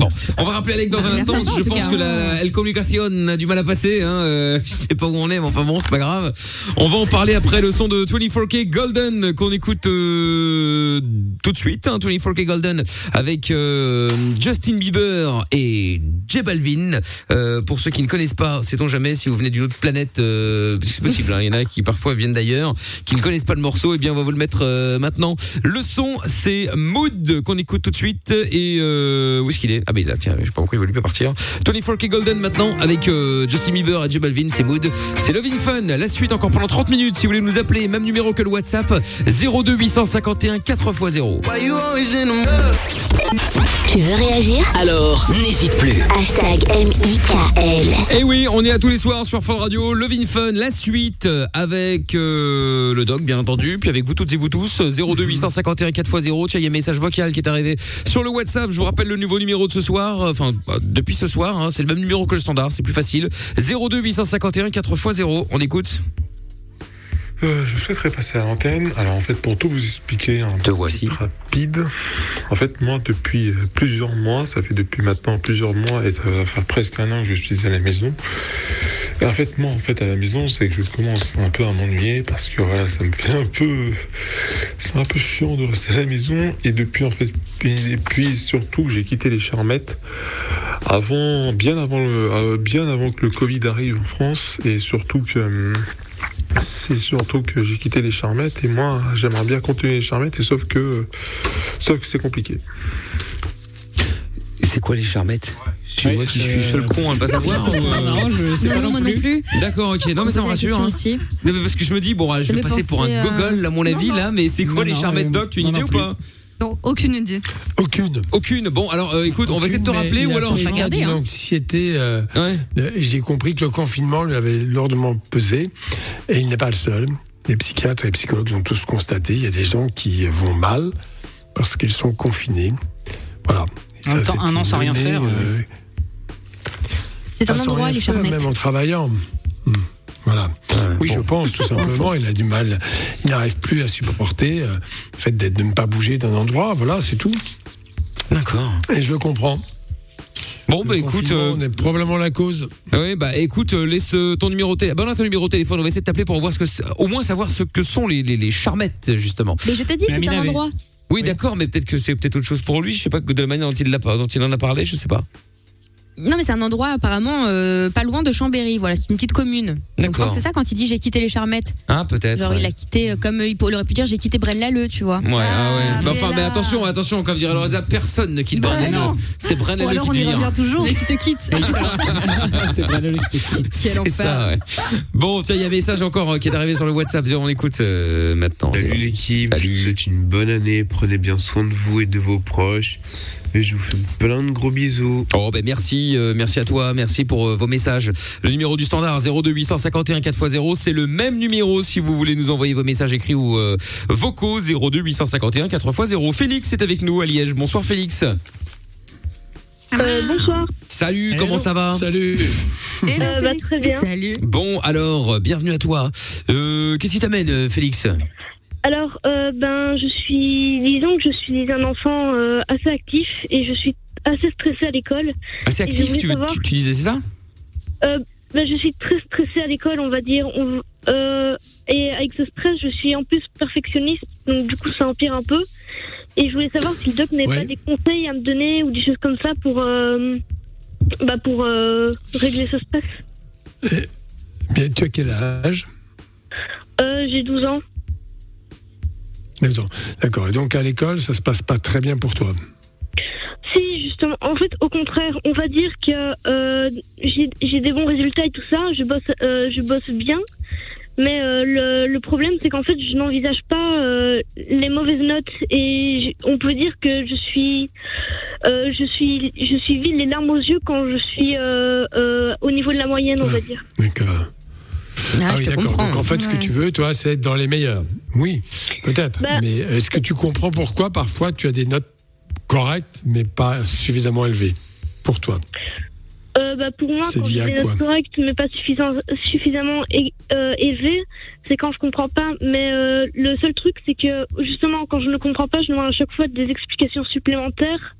B: Bon, on va rappeler Alec dans
K: Ah,
B: un
K: il a
B: instant.
K: sympa, en
B: Je
K: tout
B: pense
K: cas. hein.
B: que la El Communication a du mal à passer. Hein. euh, je sais pas où on est, mais enfin bon, c'est pas grave. On va en parler après le son de 24K Golden qu'on écoute euh, tout de suite. Hein, 24K Golden avec euh, Justin Bieber et J Balvin. Euh, pour ceux qui ne connaissent pas, sait-on jamais si vous venez d'une autre planète, euh, parce que c'est possible. hein, Il y en a qui parfois viennent d'ailleurs, qui ne connaissent pas le morceau. Et bien, on va vous le mettre euh, maintenant. Le son, c'est Mood qu'on écoute tout de suite. Et euh, où est-ce qu'il est Ah ben il est là, tiens, je sais pas pourquoi il veut lui pas partir. 24K Golden maintenant avec euh, Justin Bieber et J Balvin, c'est Mood. C'est Lovin Fun. La suite encore pendant 30 minutes. Si vous voulez nous appeler, même numéro que le WhatsApp 02 851 4x0.
A: Tu veux réagir
H: Alors, n'hésite plus.
A: Hashtag M-I-K-L.
B: Et Eh oui, on est à tous les soirs sur Fun Radio, Levin Fun, la suite euh, avec euh, le doc bien entendu, puis avec vous toutes et vous tous, euh, 02 851 4x0, tiens il y a un message vocal qui est arrivé sur le WhatsApp, je vous rappelle le nouveau numéro de ce soir, euh, enfin bah, depuis ce soir, hein, c'est le même numéro que le standard, c'est plus facile, 02 851 4x0, on écoute
M: Euh, je souhaiterais passer à l'antenne. Alors en fait, pour tout vous expliquer en
B: Te voici.
M: rapide, en fait moi depuis euh, plusieurs mois, ça fait depuis maintenant plusieurs mois et ça va faire presque un an que je suis à la maison. Et en fait moi en fait à la maison c'est que je commence un peu à m'ennuyer parce que voilà ça me fait un peu, c'est un peu chiant de rester à la maison et depuis en fait et puis surtout que j'ai quitté les charmettes avant bien avant le euh, bien avant que le Covid arrive en France et surtout que hum, c'est surtout que j'ai quitté les charmettes et moi j'aimerais bien continuer les charmettes et sauf que sauf que c'est compliqué.
B: C'est quoi les charmettes Tu vois qui je suis seul con à ne pas savoir ou, euh,
K: Non, je sais pas
C: Non, moi non plus.
B: D'accord, ok. Non, mais ça me
C: Poser la
B: rassure. hein.
C: question aussi.
B: Non, mais parce que je me dis, bon, ah, je
C: Ça
B: vais
C: fait
B: passer pour un
C: penser euh, à-
B: gogol, à mon avis, là, mais c'est quoi
D: Non,
B: les
D: non,
B: charmettes
D: euh,
B: doc Tu as une
D: non,
B: idée
D: non
B: ou
D: plus.
B: pas
D: Non, aucune idée.
E: Aucune.
B: Aucune. Bon, alors euh, écoute, on va hein. essayer de te
E: Mais
B: rappeler
E: il
B: ou
E: a
B: alors.
E: tellement d'une
K: hein.
E: anxiété. euh, euh, J'ai compris que le confinement lui avait lourdement pesé et il n'est pas le seul. Les psychiatres et les psychologues l'ont tous constaté. Il y a des gens qui vont mal parce qu'ils sont confinés. Voilà. Et
K: En même temps,
E: c'est
K: un
E: une
K: an sans rien
E: donnée,
K: faire,
E: euh,
C: C'est un
E: pas sans
C: endroit,
E: rien
C: les
E: faire,
C: charmettes.
E: Même en travaillant. Hmm. Voilà. oui, je pense, tout simplement. Il a du mal. Il n'arrive plus à supporter euh, le fait d'être- de ne pas bouger d'un endroit. Voilà, c'est tout.
B: D'accord.
E: Et je le comprends.
B: Bon, bah écoute.
E: On est probablement la cause.
B: Oui, bah écoute, euh, laisse euh, ton numéro de téléphone. Bah, on a ton numéro de téléphone. On va essayer de t'appeler pour voir ce que, c'est- au moins savoir ce que sont les, les, les charmettes justement.
C: Mais je te dis, c'est un endroit.
B: Oui, d'accord, mais peut-être que c'est peut-être autre chose pour lui. Je sais pas que de la manière dont il l'a- dont il en a parlé, je sais pas.
C: Non, mais c'est un endroit apparemment euh, pas loin de Chambéry. Voilà, c'est une petite commune. Donc, je pense
B: D'accord.
C: que c'est ça quand il dit j'ai quitté les Charmettes.
B: Hein, peut-être.
C: Genre, il a quitté, euh, comme euh, il aurait pu dire j'ai quitté Braine-l'Alleud, tu vois.
B: Ouais, ah, ouais. Mais enfin, mais attention, attention, comme dirait Lorenza, personne ne quitte
C: Bah,
B: Braine-l'Alleud.
C: non.
B: C'est
C: Ou
B: Braine-l'Alleud
C: alors,
B: qui
C: on y
B: te vire.
C: revient toujours. Mais qui te quitte.
B: Ah,
K: C'est Braine-l'Alleud qui te quitte.
B: C'est ça, ouais. Bon, tiens, il y a un message encore euh, qui est arrivé sur le WhatsApp. On écoute euh, maintenant. c'est
N: Salut
B: parti.
N: l'équipe, je vous souhaite une bonne année, prenez bien soin de vous et de vos proches. Et je vous fais plein de gros bisous.
B: Oh ben merci, euh, merci à toi, merci pour euh, vos messages. Le numéro du standard 02851 4x0, c'est le même numéro si vous voulez nous envoyer vos messages écrits ou euh, vocaux 02851 4x0. Félix est avec nous à Liège. Bonsoir Félix.
J: Euh, bonsoir.
B: Salut, comment ça va
E: Salut.
J: Euh, bah, très bien.
C: Salut.
B: Bon alors, euh, bienvenue à toi. Euh, qu'est-ce qui t'amène euh, Félix
J: Alors, euh, ben, je suis, disons que je suis un enfant euh, assez actif et je suis assez stressée à l'école.
B: Assez
J: Et je
B: actif,
J: voulais
B: tu, veux-
J: savoir-
B: tu, tu disais c'est ça
J: Euh, ben, je suis très stressée à l'école, on va dire. On- euh, et avec ce stress, je suis en plus perfectionniste, donc du coup, ça empire un peu. Et je voulais savoir si le doc n'avait pas des conseils à me donner ou des choses comme ça pour, euh, bah, pour euh, régler ce stress.
E: Bien, tu as quel âge
J: Euh, J'ai 12 ans.
E: D'accord. D'accord. Et donc à l'école, ça se passe pas très bien pour toi.
J: Ah, Si, justement. En fait, au contraire, on va dire que euh, j'ai j'ai des bons résultats et tout ça. Je bosse, euh, je bosse bien. Mais euh, le, le problème, c'est qu'en fait, je n'envisage pas euh, les mauvaises notes et j- on peut dire que je suis, euh, je suis, je suis vide les larmes aux yeux quand je suis euh, euh, au niveau de la moyenne, on va dire.
E: D'accord.
J: Ah, je
E: oui,
J: te
E: d'accord.
J: comprends.
E: Donc en fait, ce que
J: Ouais.
E: tu veux, toi, c'est être dans les meilleurs. Oui, peut-être.
J: Bah-
E: Mais est-ce que tu comprends pourquoi parfois tu as des notes correctes, mais pas suffisamment élevées pour toi
J: Euh, bah, pour moi,
E: C'est
J: quand
E: lié
J: j'ai
E: à
J: des notes
E: quoi
J: correctes, mais pas suffisant, suffisamment é- euh, élevées, c'est quand je comprends pas. Mais euh, le seul truc, c'est que justement, quand je ne comprends pas, je demande à chaque fois des explications supplémentaires.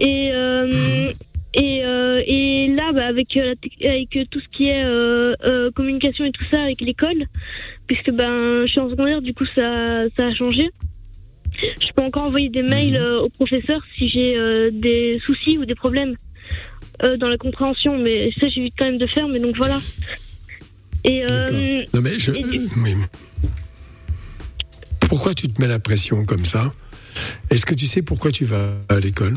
J: Et,
E: Mmh.
J: euh, et, euh, et là, bah, avec, euh, la tec- avec euh, tout ce qui est euh, euh, communication et tout ça avec l'école, puisque ben, je suis en secondaire, du coup, ça, ça a changé. Je peux encore envoyer des mails
E: Mhm.
J: euh, aux professeurs si j'ai euh, des soucis ou des problèmes euh, dans la compréhension, mais ça j'évite quand même de faire, mais donc voilà. Et euh,
E: Non, mais je. Oui. Pourquoi tu te mets la pression comme ça Est-ce que tu sais pourquoi tu vas à l'école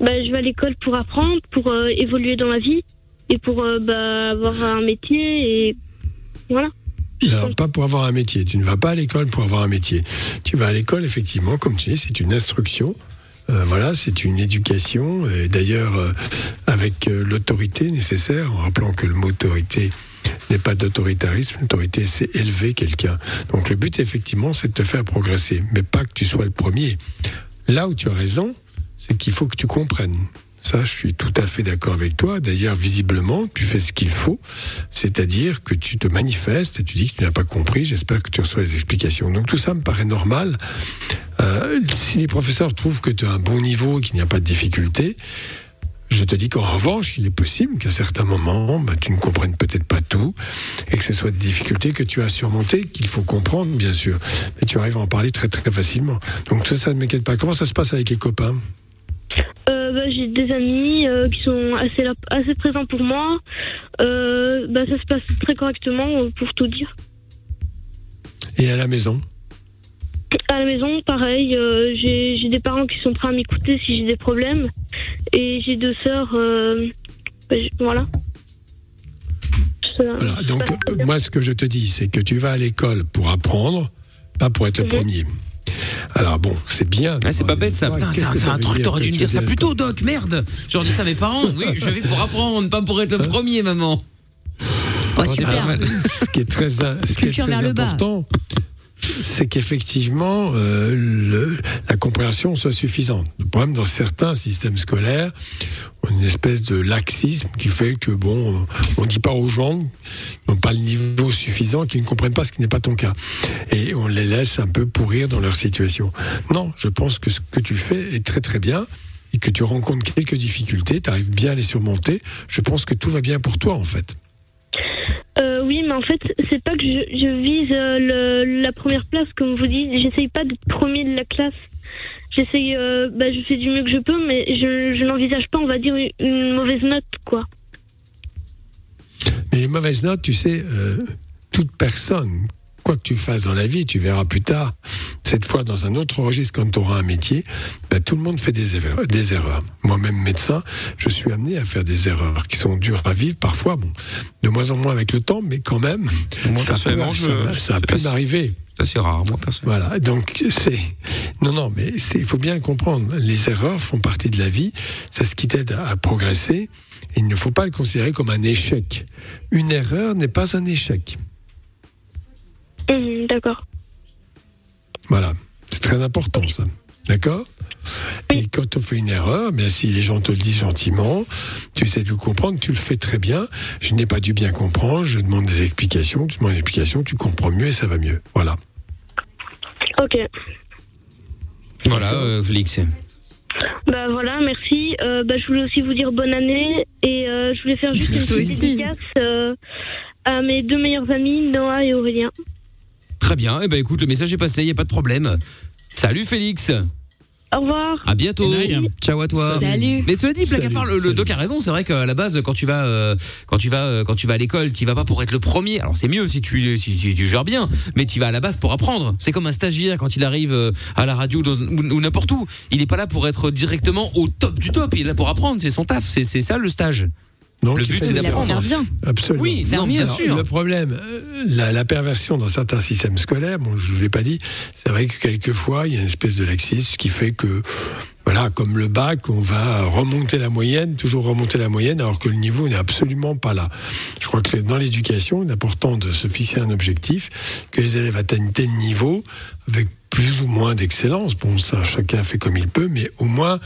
J: bah, je vais à l'école pour apprendre, pour euh, évoluer dans la vie et pour euh, bah, avoir un métier et voilà.
E: Alors, pas pour avoir un métier. Tu ne vas pas à l'école pour avoir un métier. Tu vas à l'école, effectivement, comme tu dis, c'est une instruction. Euh, voilà, c'est une éducation. Et d'ailleurs, euh, avec euh, l'autorité nécessaire, en rappelant que le mot autorité n'est pas d'autoritarisme. L'autorité, c'est élever quelqu'un. Donc, le but, effectivement, c'est de te faire progresser, mais pas que tu sois le premier. Là où tu as raison, c'est qu'il faut que tu comprennes. Ça, je suis tout à fait d'accord avec toi. D'ailleurs, visiblement, tu fais ce qu'il faut, c'est-à-dire que tu te manifestes et tu dis que tu n'as pas compris. J'espère que tu reçois les explications. Donc tout ça me paraît normal. Euh, si les professeurs trouvent que tu as un bon niveau et qu'il n'y a pas de difficulté, je te dis qu'en revanche, il est possible qu'à certains moments, bah, tu ne comprennes peut-être pas tout et que ce soit des difficultés que tu as surmontées, qu'il faut comprendre, bien sûr. Mais tu arrives à en parler très très facilement. Donc ça, ça ne m'inquiète pas. Comment ça se passe avec les copains
J: Euh, bah, j'ai des amis euh, qui sont assez, là- assez présents pour moi. Euh, bah, ça se passe très correctement euh, pour tout dire.
E: et à la maison
J: À la maison, pareil, euh, j'ai j'ai des parents qui sont prêts à m'écouter si j'ai des problèmes. Et j'ai deux sœurs. euh, bah, j- voilà. Ça-
E: Voilà, donc euh, moi ce que je te dis, c'est que tu vas à l'école pour apprendre, pas pour
J: Mhm.
E: être le premier. Alors bon, c'est bien.
B: c'est pas bête ça,
E: Ouais,
B: putain,
E: qu'est-ce
B: c'est un,
E: que
B: c'est
E: ça
B: un
E: veut
B: truc,
E: dire
B: t'aurais
E: que
B: dû me
E: tu
B: dire ça
E: fais-
B: plus tôt, Doc, merde J'aurais dit ça à mes parents, oui, je vais pour apprendre, pas pour être
E: Hein
B: le premier, maman. Ah,
E: Alors, Ce qui est très, ce qui est
B: Culture
E: très
B: vers le bas.
E: important, c'est qu'effectivement, euh, le- la compréhension soit suffisante. Le problème dans certains systèmes scolaires, on a une espèce de laxisme qui fait que, bon, euh, on ne dit pas aux gens qui n'ont pas le niveau suffisant, qu'ils ne comprennent pas ce qui n'est pas ton cas. Et on les laisse un peu pourrir dans leur situation. Non, je pense que ce que tu fais est très très bien et que tu rencontres quelques difficultés, tu arrives bien à les surmonter. Je pense que tout va bien pour toi, en fait.
J: Euh, oui, mais en fait, c'est pas que je, je vise euh, le- la première place, comme vous dites. J'essaye pas d'être premier de la classe. j'essaye, euh, bah, je fais du mieux que je peux, mais je, je n'envisage pas, on va dire, une, une mauvaise note, quoi.
E: Mais les mauvaises notes, tu sais, euh, toute personne, quoi que tu fasses dans la vie, tu verras plus tard, cette fois dans un autre registre, quand tu auras un métier, bah, tout le monde fait des erreurs. Des erreurs. Moi-même, médecin, je suis amené à faire des erreurs qui sont dures à vivre parfois, bon, de moins en moins avec le temps, mais quand même,
B: Moi,
E: ça peut,
B: personnellement, je-
E: ça- ça
B: c'est
E: peut
B: assez-
E: m'arriver.
B: C'est assez rare, moi, personne.
E: Voilà, donc c'est... Non, non, mais c'est- il faut bien comprendre, les erreurs font partie de la vie, c'est ce qui t'aide à, à progresser, il ne faut pas le considérer comme un échec. Une erreur n'est pas un échec.
J: Hum, D'accord.
E: Voilà, c'est très important ça. D'accord Et quand on fait une erreur, bien si les gens te le disent gentiment, tu essaies de le comprendre, tu le fais très bien. Je n'ai pas dû bien comprendre, je demande des explications, tu demandes des explications, tu comprends mieux et ça va mieux. Voilà.
J: Ok.
B: Voilà, euh, Félix.
J: Bah voilà, merci. Euh, bah, je voulais aussi vous dire bonne année et euh, je voulais faire juste
B: Merci.
J: une
B: Toi
J: petite
B: aussi.
J: dédicace euh, à mes deux meilleurs amis, Noah et Aurélien.
B: Très bien. Eh ben, écoute, le message est passé, il n'y a pas de problème. Salut, Félix.
J: Au revoir.
B: À bientôt. Ciao à toi.
C: Salut.
B: Mais cela dit, blague à
C: Salut,
B: part, le, le doc a raison. C'est vrai qu'à la base, quand tu vas, euh, quand tu vas, euh, quand tu vas à l'école, tu vas pas pour être le premier. Alors c'est mieux si tu, si, si tu gères bien, mais tu vas à la base pour apprendre. C'est comme un stagiaire quand il arrive euh, à la radio dans- ou, ou n'importe où. Il n'est pas là pour être directement au top du top. Il est là pour apprendre. C'est son taf. C'est, c'est ça le stage. le
E: il
B: but
E: fait
B: c'est
E: des
B: d'apprendre.
E: erreurs. Absolument.
B: Oui, non, bien
E: Alors,
B: sûr.
E: Le problème, euh, la, la perversion dans certains systèmes scolaires, bon, je ne l'ai pas dit, c'est vrai que quelquefois, il y a une espèce de laxisme qui fait que, voilà, comme le bac, on va remonter la moyenne, toujours remonter la moyenne, alors que le niveau n'est absolument pas là. Je crois que dans l'éducation, il est important de se fixer un objectif, que les élèves atteignent tel niveau, avec plus ou moins d'excellence. Bon, ça, chacun fait comme il peut, mais au moins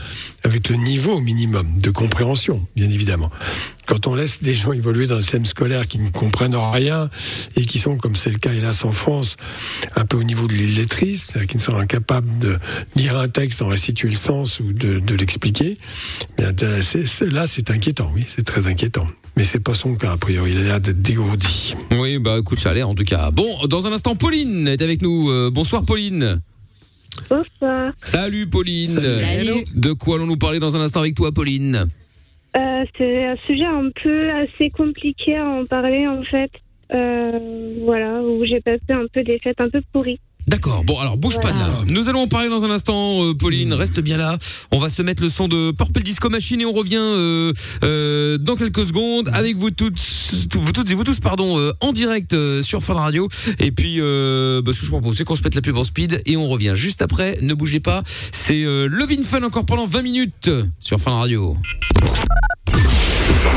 E: avec le niveau minimum de compréhension, bien évidemment. Quand on laisse des gens évoluer dans un système scolaire qui ne comprennent rien et qui sont, comme c'est le cas hélas en France, un peu au niveau de l'illettrisme, c'est-à-dire qui ne sont incapables de lire un texte, en restituer le sens ou de, de l'expliquer, bien, euh, c'est- c'est- là, c'est inquiétant, oui, c'est très inquiétant. Mais c'est pas son cas, a priori, il a l'air d'être dégourdi.
B: Oui, bah écoute, ça a l'air en tout cas. Bon, dans un instant, Pauline est avec nous. Euh, bonsoir, Pauline.
O: Bonsoir.
B: Salut, Pauline.
O: Salut.
B: De quoi allons-nous parler dans un instant avec toi, Pauline
O: Euh, c'est un sujet un peu assez compliqué à en parler en fait. Euh, voilà, où j'ai passé un peu des fêtes un peu pourries.
B: D'accord. Bon, alors bouge pas de là. Nous allons en parler dans un instant, euh, Pauline. Reste bien là. On va se mettre le son de Purple Disco Machine et on revient euh, euh, dans quelques secondes avec vous toutes, tout- vous toutes et vous tous, pardon, euh, en direct euh, sur Fun Radio. Et puis, euh, bah, ce que je propose, c'est qu'on se mette la pub en speed et on revient juste après. Ne bougez pas. C'est euh, Levin Fun encore pendant 20 minutes sur Fun Radio.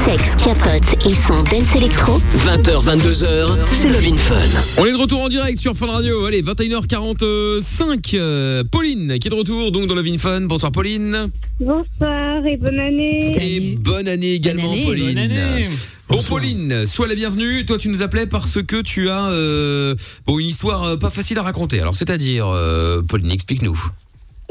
A: Sexe, capote et son dance électro.
H: 20h, 22h, c'est Love in Fun.
B: On est de retour en direct sur Fun Radio. Allez, 21h45. euh, Pauline qui est de retour donc dans Levin Fun. Bonsoir, Pauline.
O: Bonsoir et bonne année.
B: Et bonne année également,
O: année.
B: Pauline.
O: Bonne année.
B: Bon, Pauline, sois la bienvenue. Toi, tu nous appelais parce que tu as euh, bon, une histoire euh, pas facile à raconter. Alors, c'est-à-dire, euh, Pauline, explique-nous.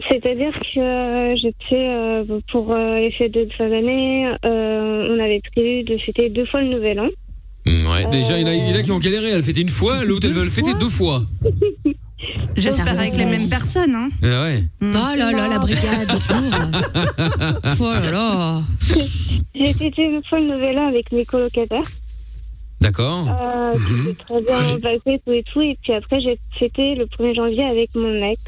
O: C'est-à-dire que euh, j'étais euh, pour euh, les fêtes de fin d'année, euh, on avait prévu de fêter deux fois le nouvel an.
B: Ouais,
K: Oh.
B: déjà, il y, en a, il y en a qui ont galéré à le fêter une fois, l'autre, elle veut le fêter deux fois.
D: J'espère avec les mêmes personnes. Hein.
B: Ah ouais.
C: Oh là là, la brigade.
K: Ah.
C: oh là là.
O: J'ai fêté une fois le nouvel an avec mes colocataires.
B: D'accord. Mhm.
O: Euh, c'était très bien passé, tout et tout. Et puis après, j'ai fêté le 1er janvier avec mon ex,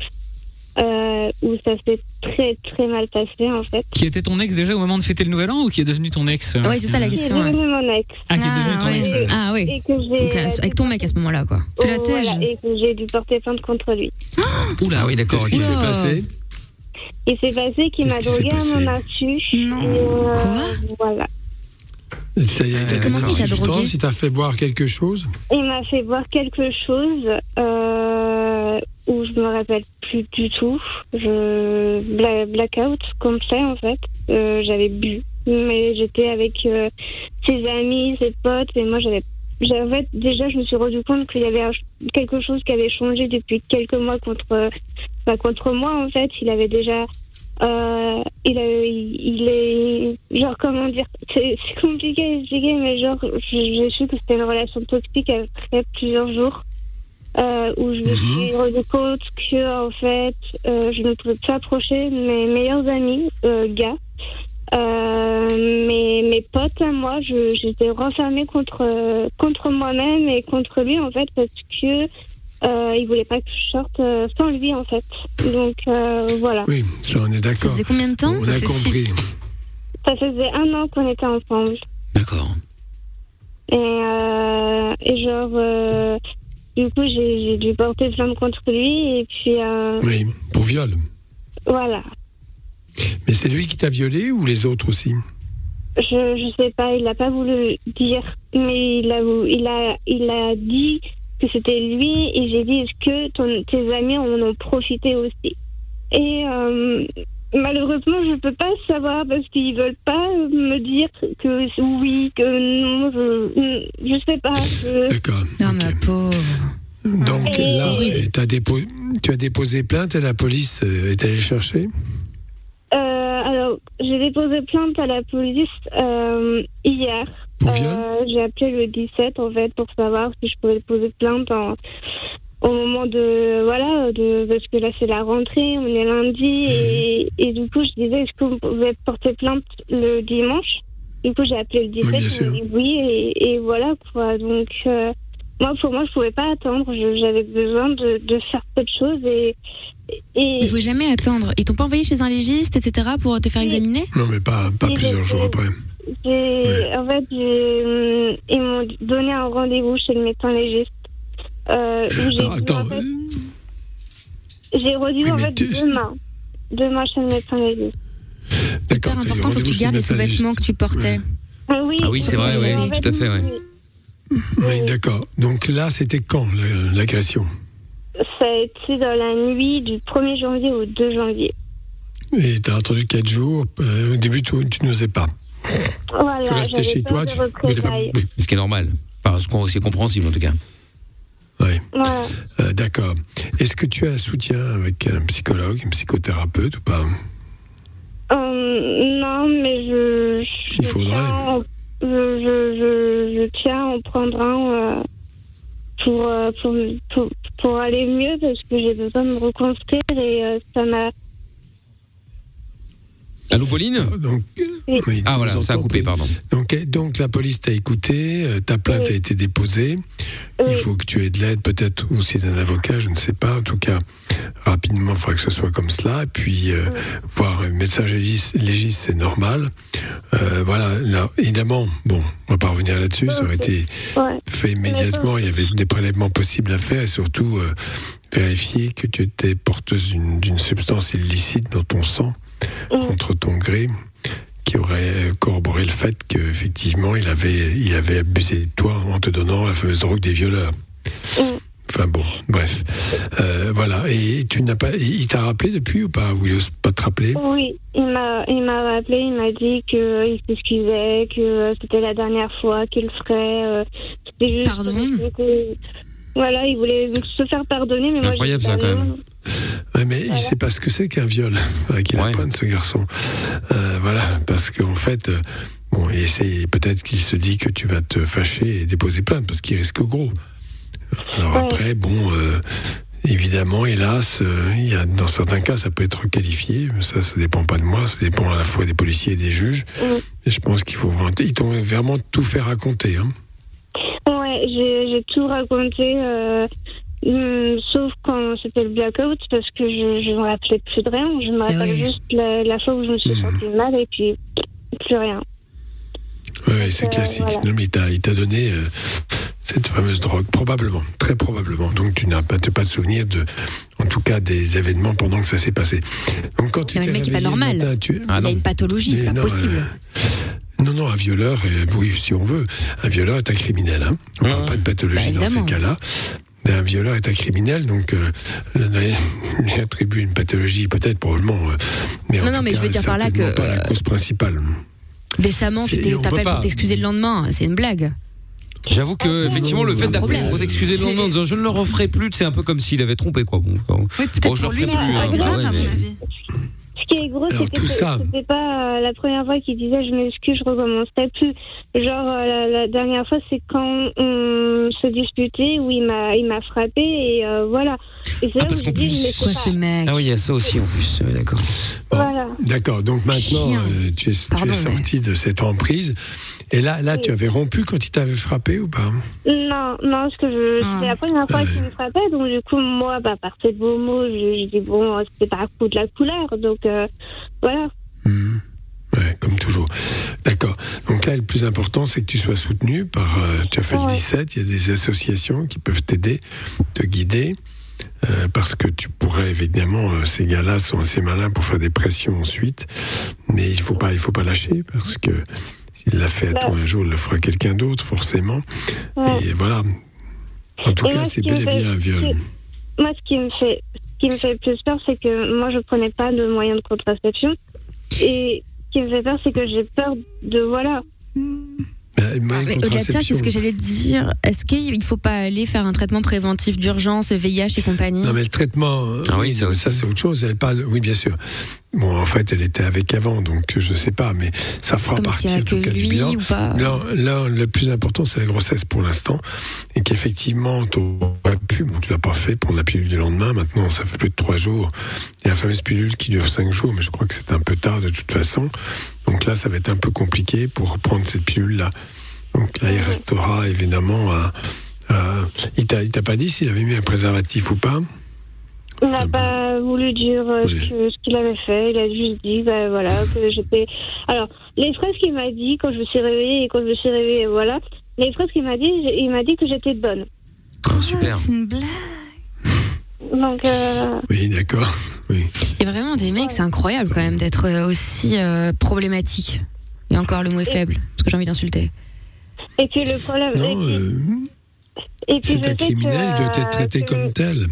O: euh, où ça s'est très très mal passé en fait.
K: Qui était ton ex déjà au moment de fêter le nouvel an ou qui est devenu ton ex euh,
O: Qui est devenu mon ex.
K: Ah, qui est devenu ton ex. ouais.
C: Ah oui.
O: Et que j'ai.
C: Donc, euh, avec ton mec à ce moment-là, quoi.
O: oh, voilà, et que j'ai dû porter plainte contre lui.
B: Oula, oui, d'accord.
E: Qu'est-ce qui
B: ok.
C: Oh.
E: s'est passé
O: Il s'est passé qu'il m'a drogué à mon insu. Quoi euh, Voilà.
E: C'est-à-dire, il t'a
O: Euh, Comment ça,
E: donné
O: il t'a
E: une substance,
O: drogué
E: il t'a fait boire quelque chose
O: Il m'a fait voir quelque chose euh, où je me rappelle plus du tout. Je bla- blackout complet en fait. Euh, j'avais bu, mais j'étais avec euh, ses amis, ses potes, et moi j'avais. j'ai- En fait, déjà, je me suis rendu compte qu'il y avait un ch- quelque chose qui avait changé depuis quelques mois contre, bah, contre moi. En fait, il avait déjà, euh, il, a- il est, genre comment dire, c'est c'est compliqué à expliquer, mais genre, je- j'ai su que c'était une relation toxique après plusieurs jours. euh, où je me suis rendu compte que en fait euh, je ne pouvais pas approcher mes meilleurs amis euh, gars. Euh, mes, mes potes à moi, je- j'étais renfermée contre euh, contre moi-même et contre lui en fait parce que euh, il voulait pas que je sorte euh, sans lui en fait. Donc euh, voilà.
E: Oui, ça on est d'accord.
O: combien de temps
E: On a compris.
O: Ça faisait un an qu'on était ensemble.
B: D'accord.
O: Et, euh, et genre, euh, du coup, j'ai j'ai dû porter plainte contre lui. Et puis, euh,
E: Oui, pour viol.
O: voilà.
E: Mais c'est lui qui t'a violé ou les autres aussi
O: Je, je sais pas, il n'a pas voulu dire, mais il a, vou- il a, il a dit que c'était lui. Et j'ai dit, est-ce que ton- tes amis en ont profité aussi Et euh, malheureusement, je peux pas savoir parce qu'ils veulent pas me dire que oui, que non, je, je sais pas. je-
C: Non, ma pauvre.
E: Donc
O: Et-
E: là, t'as dépo- tu as déposé plainte et la police euh, est allée le chercher
O: Euh, alors, j'ai déposé plainte à la police euh, hier. Euh, j'ai appelé le 17 en fait pour savoir si je pouvais déposer plainte en- au moment de voilà de parce que là c'est la rentrée, on est lundi et, et du coup je disais est-ce que vous pouvez porter plainte le dimanche Du coup j'ai appelé le 17
E: bien
O: ils m'ont dit oui et, et voilà quoi donc euh, moi pour moi je pouvais pas attendre Je- j'avais besoin de, de faire cette chose et
C: Il faut jamais attendre. Ils t'ont pas envoyé chez un légiste, etc. pour te faire examiner
E: Non, mais pas, pas
O: Oui,
E: plusieurs
O: mais-
E: jours après.
O: J'ai- En fait, j'ai, hum, ils m'ont donné un rendez-vous chez le médecin légiste. Euh, où j'ai
E: Alors,
O: dit,
E: attends, euh,
O: en fait- J'ai redit en fait demain. Demain chez le médecin légiste.
E: D'accord,
C: Hyper important, faut que tu gardes les sous-vêtements que tu portais.
O: Ah oui,
E: Ah oui, c'est vrai, oui, tout à fait, oui. Oui, d'accord. Donc là, c'était quand la- l'agression
O: Ça a été dans la nuit du 1er janvier au 2 janvier.
E: Et t'as attendu 4 jours. euh, au début, tu, tu n'osais pas.
O: Voilà,
E: tu restais
O: j'avais
E: chez
O: peur
E: toi.
O: de
E: Tu,
O: représailles.
E: oui.
B: Ce qui est normal. Enfin, ce qu'on- c'est compréhensible en tout cas.
O: Voilà.
E: Euh, d'accord. Est-ce que tu as un soutien avec un psychologue, un psychothérapeute ou pas
O: Hum, non, mais je. je
E: Il faudrait.
O: tiens à en- Je, je, je, je tiens à en prendre un euh, pour, euh, pour, pour, pour aller mieux parce que j'ai besoin de me reconstruire et euh, ça m'a.
B: Allô, Pauline
E: Ah, Donc, oui,
B: Ah,
E: je
B: voilà,
E: vous
B: ça a
E: entends,
B: coupé,
E: Pauline.
B: pardon.
E: Donc, eh, donc la police t'a écouté, euh, ta plainte a été déposée. Il faut que tu aies de l'aide, peut-être aussi d'un avocat, je ne sais pas. En tout cas, rapidement, il faudrait que ce soit comme cela. Et puis, euh, voir un médecin légiste, légiste, c'est normal. Euh, voilà, là, évidemment, bon, on va pas revenir là-dessus, ça aurait été fait immédiatement. Il y avait des prélèvements possibles à faire et surtout euh, vérifier que tu étais porteuse d'une d'une substance illicite dans ton sang
C: Mm.
E: contre ton gré qui aurait corroboré le fait qu'effectivement il avait, il avait abusé de toi en te donnant la fameuse drogue des violeurs.
K: hein.
E: Enfin bon, bref. Euh, voilà. Et tu n'as pas. et Il t'a rappelé depuis ou pas Ou il n'ose pas te rappeler
O: Oui, il m'a il m'a rappelé, il m'a dit qu'il s'excusait, que euh, c'était la dernière fois qu'il le ferait. euh, c'était juste Pardon Voilà, il voulait se faire pardonner, mais moi. j'ai dit, bah, non.
E: Ouais, mais il sait pas ce que c'est qu'un viol. Faudrait qu'il apprenne ce garçon. Euh, voilà, parce qu'en fait, euh, bon, il essaie- peut-être qu'il se dit que tu vas te fâcher et déposer plainte parce qu'il risque gros. Alors après, bon, euh, évidemment, hélas, euh, il y a, dans certains cas, ça peut être qualifié. mais Ça, ça dépend pas de moi. Ça dépend à la fois des policiers et des juges. Et je pense qu'il faut vraiment, ils t'ont vraiment tout fait raconter. Hein.
O: Ouais, j'ai j'ai tout raconté, euh, hum, sauf quand c'était le blackout, parce que je je me rappelais plus de rien. Je
E: Eh
O: me rappelle juste la, la fois où je me
E: Mhm.
O: suis sentie mal et puis plus rien.
E: Oui, c'est classique.
O: voilà.
E: Non, mais il t'a- il t'a donné euh, cette fameuse drogue, probablement, très probablement. Donc tu n'as pas, t'as pas de souvenir de, en tout cas, des événements pendant que ça s'est passé. Donc quand tu t'es
C: Non, mais le mec est
E: réveillé
C: pas
E: le
C: normal.
E: matin,
B: Ah,
E: tu-
C: Il a une pathologie, c'est
E: Mais
C: pas
E: non,
C: possible.
E: euh, non, non, un violeur, euh, oui, si on veut, un violeur est un criminel. Hein. On parle pas de
C: Bah,
E: pathologie dans ces cas-là. Mais un violeur est un criminel, donc euh, lui attribuer une pathologie, peut-être, probablement. euh, mais en
C: Non,
E: tout
C: non, mais je
E: cas,
C: veux dire par là que,
E: certainement pas la
C: euh,
E: cause principale.
C: Décemment, tu
E: C'est-
C: t'es-
E: on peut
C: t'appelles
E: pas.
C: pour t'excuser le lendemain. hein, C'est une blague.
B: J'avoue que effectivement le fait d'appeler pour s'excuser le lendemain en disant je ne le hein. referai plus, c'est un peu comme s'il avait trompé quoi. Bon, bon, je le referai plus. hein, bah ouais, mais-
O: Ce qui est gros,
E: Alors,
O: c'était
E: tout ça-
O: c'était pas euh, la première fois qu'il disait je m'excuse, je recommence pas plus. Genre euh, la, la dernière fois, c'est quand on se disputait où il m'a il m'a frappé et euh, voilà. Et
E: Ah,
O: c'est là où je dis mais c'est pas-
B: Ah oui, il y a ça aussi en plus, ouais, d'accord.
O: Voilà.
E: D'accord, donc maintenant,
O: Chien.
E: euh, tu es, tu es
O: Pardon, mais-
E: sorti de cette emprise. Et là, là tu avais rompu quand il t'avait frappé ou pas
O: Non, non, parce que je,
E: Ah.
O: c'est la première fois qu'il me frappait, donc du coup, moi, bah, par ces beaux mots, je, je dis bon, euh, c'était pas un coup de la couleur, donc euh, voilà.
E: Ouais, comme toujours. D'accord. Donc là, le plus important, c'est que tu sois soutenu par. euh, tu as fait le 17, il y a des associations qui peuvent t'aider, te guider. euh, parce que tu pourrais évidemment, euh, ces gars-là sont assez malins pour faire des pressions ensuite, mais il faut pas, il faut pas lâcher parce que s'il l'a fait à toi un jour, il le fera à quelqu'un d'autre forcément. Et voilà. En tout
O: Et
E: cas,
O: moi, ce
E: c'est
O: qui me
E: bel et
O: fait-
E: bien un viol.
O: Moi, ce qui me fait, ce qui me fait le plus peur, c'est que moi, je prenais pas de moyens de contraception. Et ce qui me fait peur, c'est que j'ai peur de, voilà.
C: Mais au-delà de ça, c'est ce que j'allais te dire. Est-ce qu'il ne faut pas aller faire un traitement préventif d'urgence, VIH et compagnie
E: Non, mais le traitement. Ah oui, ça, ça, c'est autre chose. Elle parle, oui, bien sûr. Bon, en fait, elle était avec avant, donc je sais pas, mais ça fera
C: Comme s'il y
E: partie
C: a
E: en tout
C: que
E: cas du
C: lui
E: bilan.
C: ou pas.
E: Non, là, le plus important, c'est la grossesse pour l'instant, et qu'effectivement, t'aurais pu, bon, tu l'as pas fait pour la pilule du lendemain. Maintenant, ça fait plus de trois jours. Il y a la fameuse pilule qui dure cinq jours, mais je crois que c'est un peu tard de toute façon. Donc là, ça va être un peu compliqué pour reprendre cette pilule là. Donc là, il restera évidemment à. à- Il t'a il t'a pas dit s'il avait mis un préservatif ou pas.
O: Il n'a pas voulu dire euh, ce que- ce qu'il avait fait. Il a juste dit, bah, voilà, que j'étais. Alors, les phrases qu'il m'a dit quand je me suis réveillée et quand je me suis réveillée, voilà. Les phrases qu'il m'a dit, j'ai- il m'a dit que j'étais bonne.
B: super.
O: Donc, euh,
E: Oui, d'accord.
C: Il y a vraiment des mecs, c'est incroyable quand même d'être euh, aussi euh, problématique. Et encore le mot est faible, parce que j'ai envie d'insulter.
O: et puis le problème.
E: Non,
O: et puis
E: C'est
O: je
E: un
O: sais que,
E: criminel, il doit
O: euh,
E: être traité comme tel.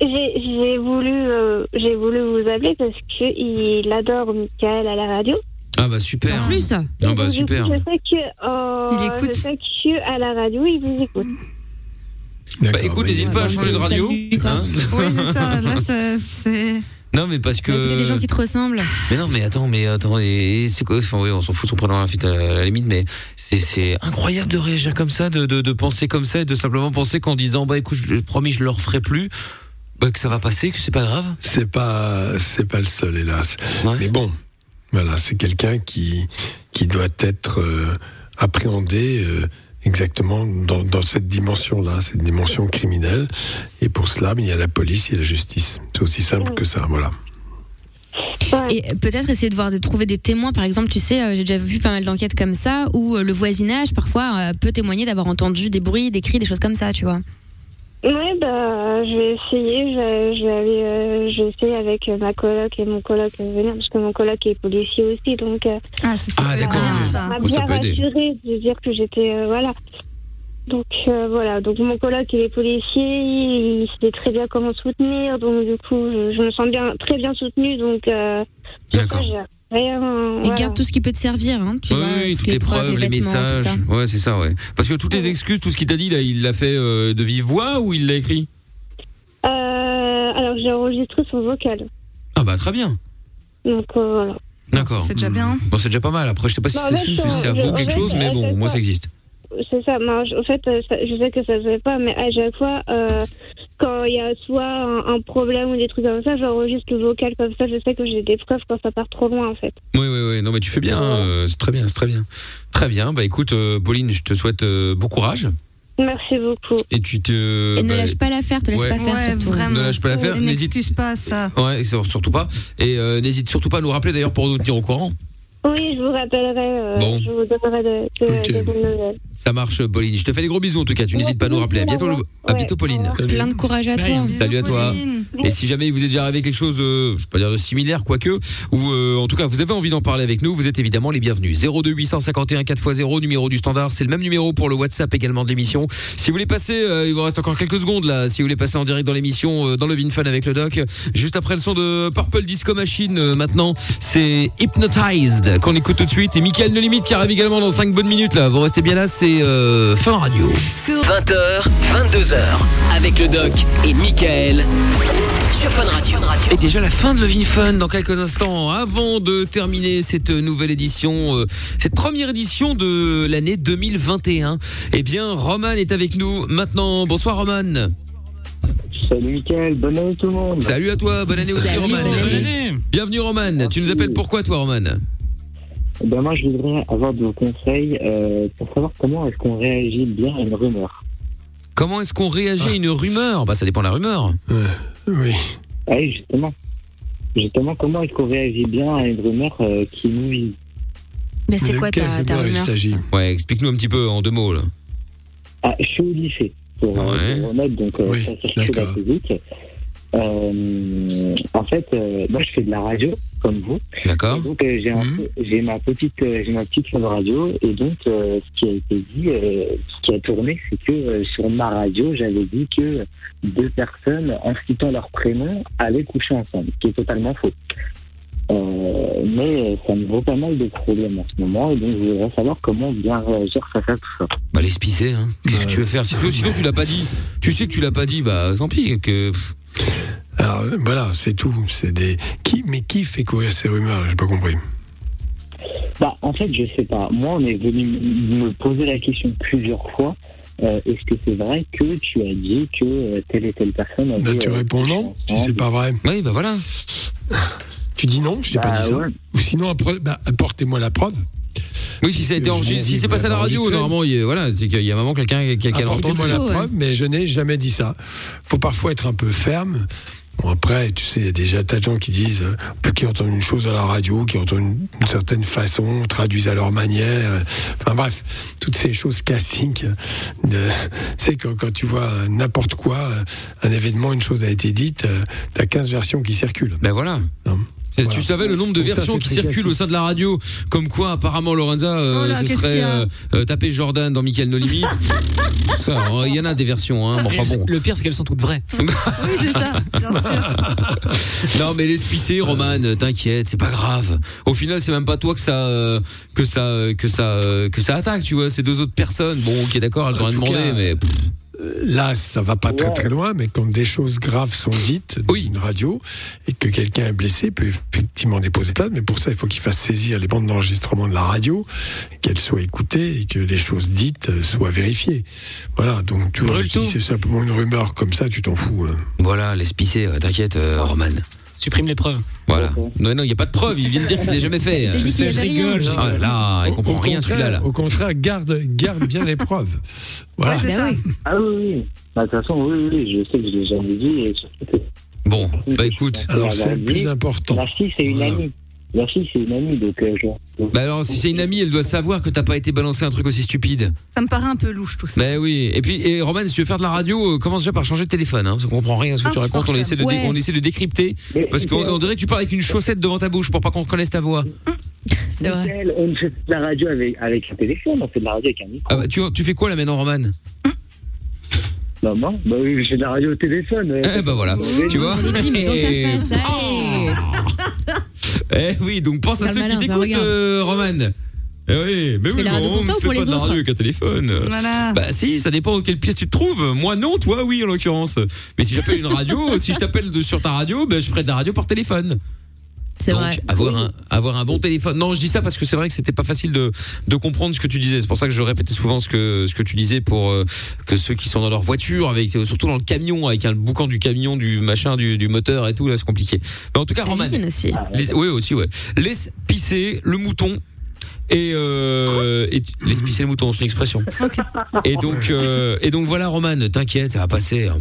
O: J'ai j'ai voulu, euh, j'ai voulu vous appeler parce qu'il adore Michael à la radio.
B: Ah bah super.
C: plus Ah
B: bah
O: Donc, du coup,
B: super.
O: Je sais que, euh,
C: Il écoute.
O: je sais que à la radio, il vous écoute.
B: Bah écoute, n'hésite pas à changer de radio. hein.
P: Ah,
B: Non mais parce que.
C: Il y a des gens qui te ressemblent.
B: Mais non, mais attends, mais attends, et, et c'est quoi enfin, oui, On s'en fout de son prénom à la fête, à la limite, mais c'est- c'est incroyable de réagir comme ça, de, de, de penser comme ça, et de simplement penser qu'en disant bah écoute, je, promis, je le referai plus, bah, que ça va passer, que c'est pas grave.
E: C'est pas, c'est pas le seul, hélas. Mais bon, voilà, c'est quelqu'un qui, qui doit être euh, appréhendé euh, exactement dans, dans cette dimension-là, cette dimension criminelle. Et pour cela, il y a la police et la justice. C'est aussi simple que ça, voilà.
C: Et peut-être essayer de voir de trouver des témoins, par exemple, tu sais, euh, j'ai déjà vu pas mal d'enquêtes comme ça où euh, le voisinage parfois euh, peut témoigner d'avoir entendu des bruits, des cris, des choses comme ça, tu vois.
O: Ouais, bah, je vais essayer. Je, je vais aller, euh, je vais essayer avec ma coloc et mon coloc à venir parce que mon coloc est policier aussi, donc. euh,
B: Ah d'accord.
O: Ça m'a
B: Oh, ça
O: bien
B: peut aider.
O: rassurée de dire que j'étais. euh, voilà. Donc euh, voilà, donc mon coloc il est policier, il sait très bien comment soutenir, donc du coup je, je me sens bien, très bien soutenue, donc euh, sur ça, j'ai rien.
C: Et
O: voilà.
C: garde tout ce qui peut te servir, hein, tu
B: oui,
C: vois,
B: oui,
C: toutes les preuves, les, vêtements, tout ça.
B: Ouais, c'est ça, ouais. Parce que toutes les excuses, tout ce qu'il t'a dit, là, il l'a fait euh, de vive voix ou il l'a écrit
O: Euh, alors j'ai enregistré son vocal,
B: Ah bah très bien.
O: donc euh, voilà.
B: D'accord.
O: C'est déjà bien.
B: Bon, c'est déjà pas mal. Après, je sais pas si
O: Bah, en
B: c'est
O: fait,
B: si
O: euh,
B: ça vaut
O: en
B: quelque
O: fait,
B: chose, mais
O: à
B: bon,
O: chaque
B: moi
O: fois-
B: ça existe.
O: C'est ça, moi, je- en fait, euh, ça- je sais que ça se fait pas, mais à chaque fois, euh, quand il y a soit un, un problème ou des trucs comme ça, j'enregistre le vocal comme ça, je sais que j'ai des preuves quand ça part trop loin en fait.
B: Oui, oui, oui. Non, mais tu fais bien. hein. Euh, C'est très bien, c'est très bien. Très bien. Bah, écoute, euh, Pauline, je te souhaite euh, bon courage.
O: Merci beaucoup.
B: Et tu te.
C: Et ne
B: bah,
C: lâche pas l'affaire, te laisse
B: Ouais.
C: pas faire surtout.
B: Ne lâche pas l'affaire.
D: Et
B: N'hésite.
D: Oh, n'excuse pas ça.
B: Ouais, sur- surtout pas. Et euh, n'hésite surtout pas à nous rappeler d'ailleurs pour nous tenir au courant.
O: Oui, je vous rappellerai, euh,
B: Bon.
O: je vous donnerai de, de, de bonnes nouvelles.
B: Ça marche, Pauline. Je te fais des gros bisous en tout cas. Tu n'hésites pas à nous rappeler. À bientôt, à bientôt Pauline.
C: Plein de courage à toi.
B: Salut à toi. Et si jamais il vous est déjà arrivé quelque chose, euh, je peux pas dire de similaire, quoique, ou euh, en tout cas vous avez envie d'en parler avec nous, vous êtes évidemment les bienvenus. 02 851 4x0, numéro du standard, c'est le même numéro pour le WhatsApp également de l'émission. Si vous voulez passer, euh, il vous reste encore quelques secondes là, si vous voulez passer en direct dans l'émission, euh, dans le VinFun avec le doc, juste après le son de Purple Disco Machine, euh, maintenant c'est Hypnotized qu'on écoute tout de suite, et Michael No Limite qui arrive également dans 5 bonnes minutes là, vous restez bien là, c'est euh, Fun Radio.
H: 20h, 22h, avec le doc et Michael sur Fun Radio.
B: Et déjà la fin de Love in Fun dans quelques instants. Avant de terminer cette nouvelle édition, euh, cette première édition de l'année 2021, eh bien Roman est avec nous maintenant. Bonsoir Roman.
P: Salut Mickaël, bonne année tout le monde.
B: Salut à toi, bonne année aussi
P: Salut,
B: Roman.
P: bonne
K: année.
B: Bienvenue Roman. Tu nous appelles pourquoi toi Roman
P: Eh Ben moi je voudrais avoir de vos conseils euh, pour savoir comment est-ce qu'on réagit bien à une rumeur.
B: Comment est-ce qu'on réagit à une rumeur Bah ça dépend de la rumeur.
E: oui.
P: Ah Oui justement. Justement comment est-ce qu'on réagit bien à une rumeur euh, qui nous nuit
C: Mais c'est quoi ta, ta rumeur
B: Ouais, explique-nous un petit peu en deux mots là.
P: Ah, je suis au lycée, pour, euh, pour remettre, donc euh, ça, c'est sur la physique. Euh, en fait, euh, moi je fais de la radio, comme vous.
B: D'accord.
P: Donc euh, j'ai un peu- j'ai ma petite euh, j'ai ma petite web radio et donc euh, ce qui a été dit, euh, ce qui a tourné, c'est que euh, sur ma radio j'avais dit que deux personnes en citant leur prénom allaient coucher ensemble, ce qui est totalement faux. Euh, mais euh, ça me vaut pas mal de problèmes en ce moment et donc je voudrais savoir comment bien réagir face à tout ça.
B: Bah laisse pisser, hein. Qu'est-ce que tu veux faire si tu, sinon, tu l'as pas dit. Tu sais que tu l'as pas dit, bah tant pis. Que...
E: Alors euh, voilà, c'est tout. C'est des. Qui, mais qui fait courir ces rumeurs J'ai pas compris.
P: Bah, en fait, je sais pas. Moi, on est venu m- me poser la question plusieurs fois. Euh, Est-ce que c'est vrai que tu as dit que euh, telle et telle personne avait.
E: Bah, tu
P: euh,
E: réponds non, si c'est pas vrai.
B: Oui, bah voilà.
E: Tu dis non, je t'ai pas
P: Bah,
E: dit ça.
P: ouais.
E: Ou sinon, après, bah, apportez-moi la preuve.
B: Oui, si ça a été enregistré, si c'est passé à la radio, normalement, il y a- voilà, c'est qu'il y a un moment quelqu'un qui a qui a
E: Apportez-moi
B: l'entendu.
E: la preuve, mais je n'ai jamais dit ça. faut parfois être un peu ferme. Bon, après, tu sais, il y a déjà tas de gens qui disent, euh, puis qui entendent une chose à la radio, qui entendent une, une certaine façon, traduisent à leur manière. euh, Enfin bref, toutes ces choses classiques. euh, de- Tu sais, quand, quand tu vois euh, n'importe quoi, euh, un événement, une chose a été dite, tu as 15 versions qui circulent.
B: Ben voilà. Et Tu savais le nombre de
E: Donc ça,
B: versions
E: c'est
B: qui
E: très
B: circulent au
E: classique.
B: sein de la radio, comme quoi apparemment Lorenza euh,
E: Oh là,
B: se
E: qu'est-ce qu'il
B: serait
E: y a
B: euh, euh, tapé Jordan dans Michael No Limit. Ça, alors, Il y en a des versions, hein, mais enfin bon.
K: Le pire, c'est qu'elles sont toutes vraies.
B: Non mais laisse
E: Euh.
B: pisser, Roman, t'inquiète, c'est pas grave. Au final, c'est même pas toi que ça euh, que ça euh, que ça euh, que ça attaque, tu vois, c'est deux autres personnes. Bon, OK, d'accord, elles ont rien
E: tout
B: demandé
E: cas,
B: mais pff,
E: Là, ça va pas très très loin, mais quand des choses graves sont dites dans une radio et que quelqu'un est blessé, il peut effectivement déposer plainte, mais pour ça, il faut qu'il fasse saisir les bandes d'enregistrement de la radio, qu'elles soient écoutées et que les choses dites euh, soient vérifiées. Voilà, donc tu vois, si c'est simplement une rumeur comme ça, tu t'en fous. hein.
B: voilà, laisse pisser, euh, t'inquiète, euh, Roman.
K: Supprime les preuves.
B: Voilà. Non, non, il n'y a pas de preuve. Il vient de dire qu'il l'a jamais fait.
K: T'as dit qu'il Je avait rien. rigole, je
B: Ah là là, il
E: Au-
B: comprend
E: au
B: rien
E: contraire-
B: celui-là. là.
E: Au contraire, garde, garde bien les preuves. Voilà.
P: Ah oui, oui. Bah, de toute façon, oui, oui, je sais que je l'ai jamais dit. Et surtout que-
B: Bon, bah écoute.
P: Alors, c'est le plus
E: important.
P: La fille, c'est une amie. La fille, c'est une amie, donc euh, genre.
B: Bah alors, si c'est une amie, elle doit savoir que t'as pas été balancé un truc aussi stupide.
D: Ça me paraît un peu louche tout ça.
B: Bah oui. Et puis, et Roman, si tu veux faire de la radio, euh, commence déjà par changer de téléphone. Hein, parce qu'on comprend rien à ce que tu racontes. On essaie de, dé-
D: Ouais.
B: on essaie de décrypter. Parce qu'on on dirait que tu parles avec une chaussette devant ta bouche pour pas qu'on reconnaisse ta voix.
C: C'est
P: vrai. On ne fait pas de la radio avec, avec un téléphone, on fait de la radio avec un micro.
B: Ah bah, tu, tu fais quoi là maintenant, Roman
P: Bah, moi, bah, oui, j'ai de la radio au téléphone. euh.
B: Eh bah voilà.
K: Oh,
B: Tu vois Et- Eh oui, donc pense à
P: Faire le
B: ceux qui
P: malin, ça
B: t'écoutent,
P: regarde.
B: euh, Roman. Eh oui, mais
P: Fais
B: oui, mais
P: la radio
B: on
P: pour
B: ne
P: toi ou
B: fait
P: pour
B: pas
P: les
B: de la
P: autres
B: radio avec un téléphone.
P: Voilà.
B: Bah si, ça dépend auquel pièce tu te trouves. Moi non, toi oui en l'occurrence. Mais si j'appelle une radio, si je t'appelle de- sur ta radio, ben, je ferai de la radio par téléphone.
C: C'est
B: Donc,
C: vrai.
B: Avoir un, avoir un bon téléphone. Non, je dis ça parce que c'est vrai que c'était pas facile de, de comprendre ce que tu disais. C'est pour ça que je répétais souvent ce que, ce que tu disais pour euh, que ceux qui sont dans leur voiture, avec, euh, surtout dans le camion, avec un boucan du camion, du machin, du, du moteur et tout, là, c'est compliqué. Mais en tout cas, Roman.
C: L'usine aussi.
B: Laisse- ouais, aussi, ouais. Laisse pisser le mouton. Et, euh, et tu- laisse pisser le mouton, c'est une expression. Et donc, euh, et donc voilà, Roman, t'inquiète, ça va passer. hein.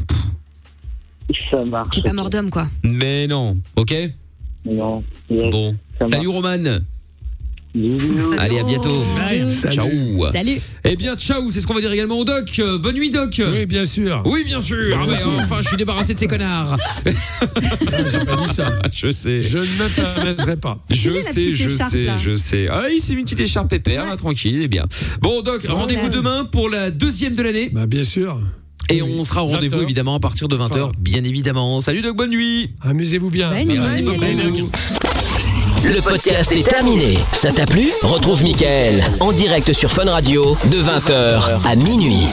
B: Pff,
P: Ça marche.
C: Tu es pas mort d'homme, quoi.
B: Mais non, ok
P: Non.
B: Bon. Salut, Roman. Allez, à bientôt.
C: Bye. Salut.
B: Ciao.
C: Salut.
B: Eh bien, ciao, c'est ce qu'on va dire également au doc. Euh, Bonne nuit, doc. Oui,
E: bien sûr. Ah,
B: Oui, bien sûr. Ah, mais enfin, je suis débarrassé de ces connards.
E: J'ai pas dit ça.
B: Je sais.
E: Je ne me permettrai pas.
B: Je sais, je
E: écharpe,
B: sais,
E: là
B: je sais. Ah, il s'est mis une petite écharpe pépère, là, tranquille, eh bien. Bon, Doc, rendez-vous demain pour la deuxième de l'année.
E: Bah, bien sûr.
B: Et on sera au rendez-vous, évidemment, à partir de 20h, bien évidemment. Salut, Doc, bonne nuit.
E: Amusez-vous bien.
H: Bonne
B: Merci
H: nuit.
B: beaucoup.
H: Le podcast est terminé. Ça t'a plu Retrouve Mickaël en direct sur Fun Radio de 20h à minuit.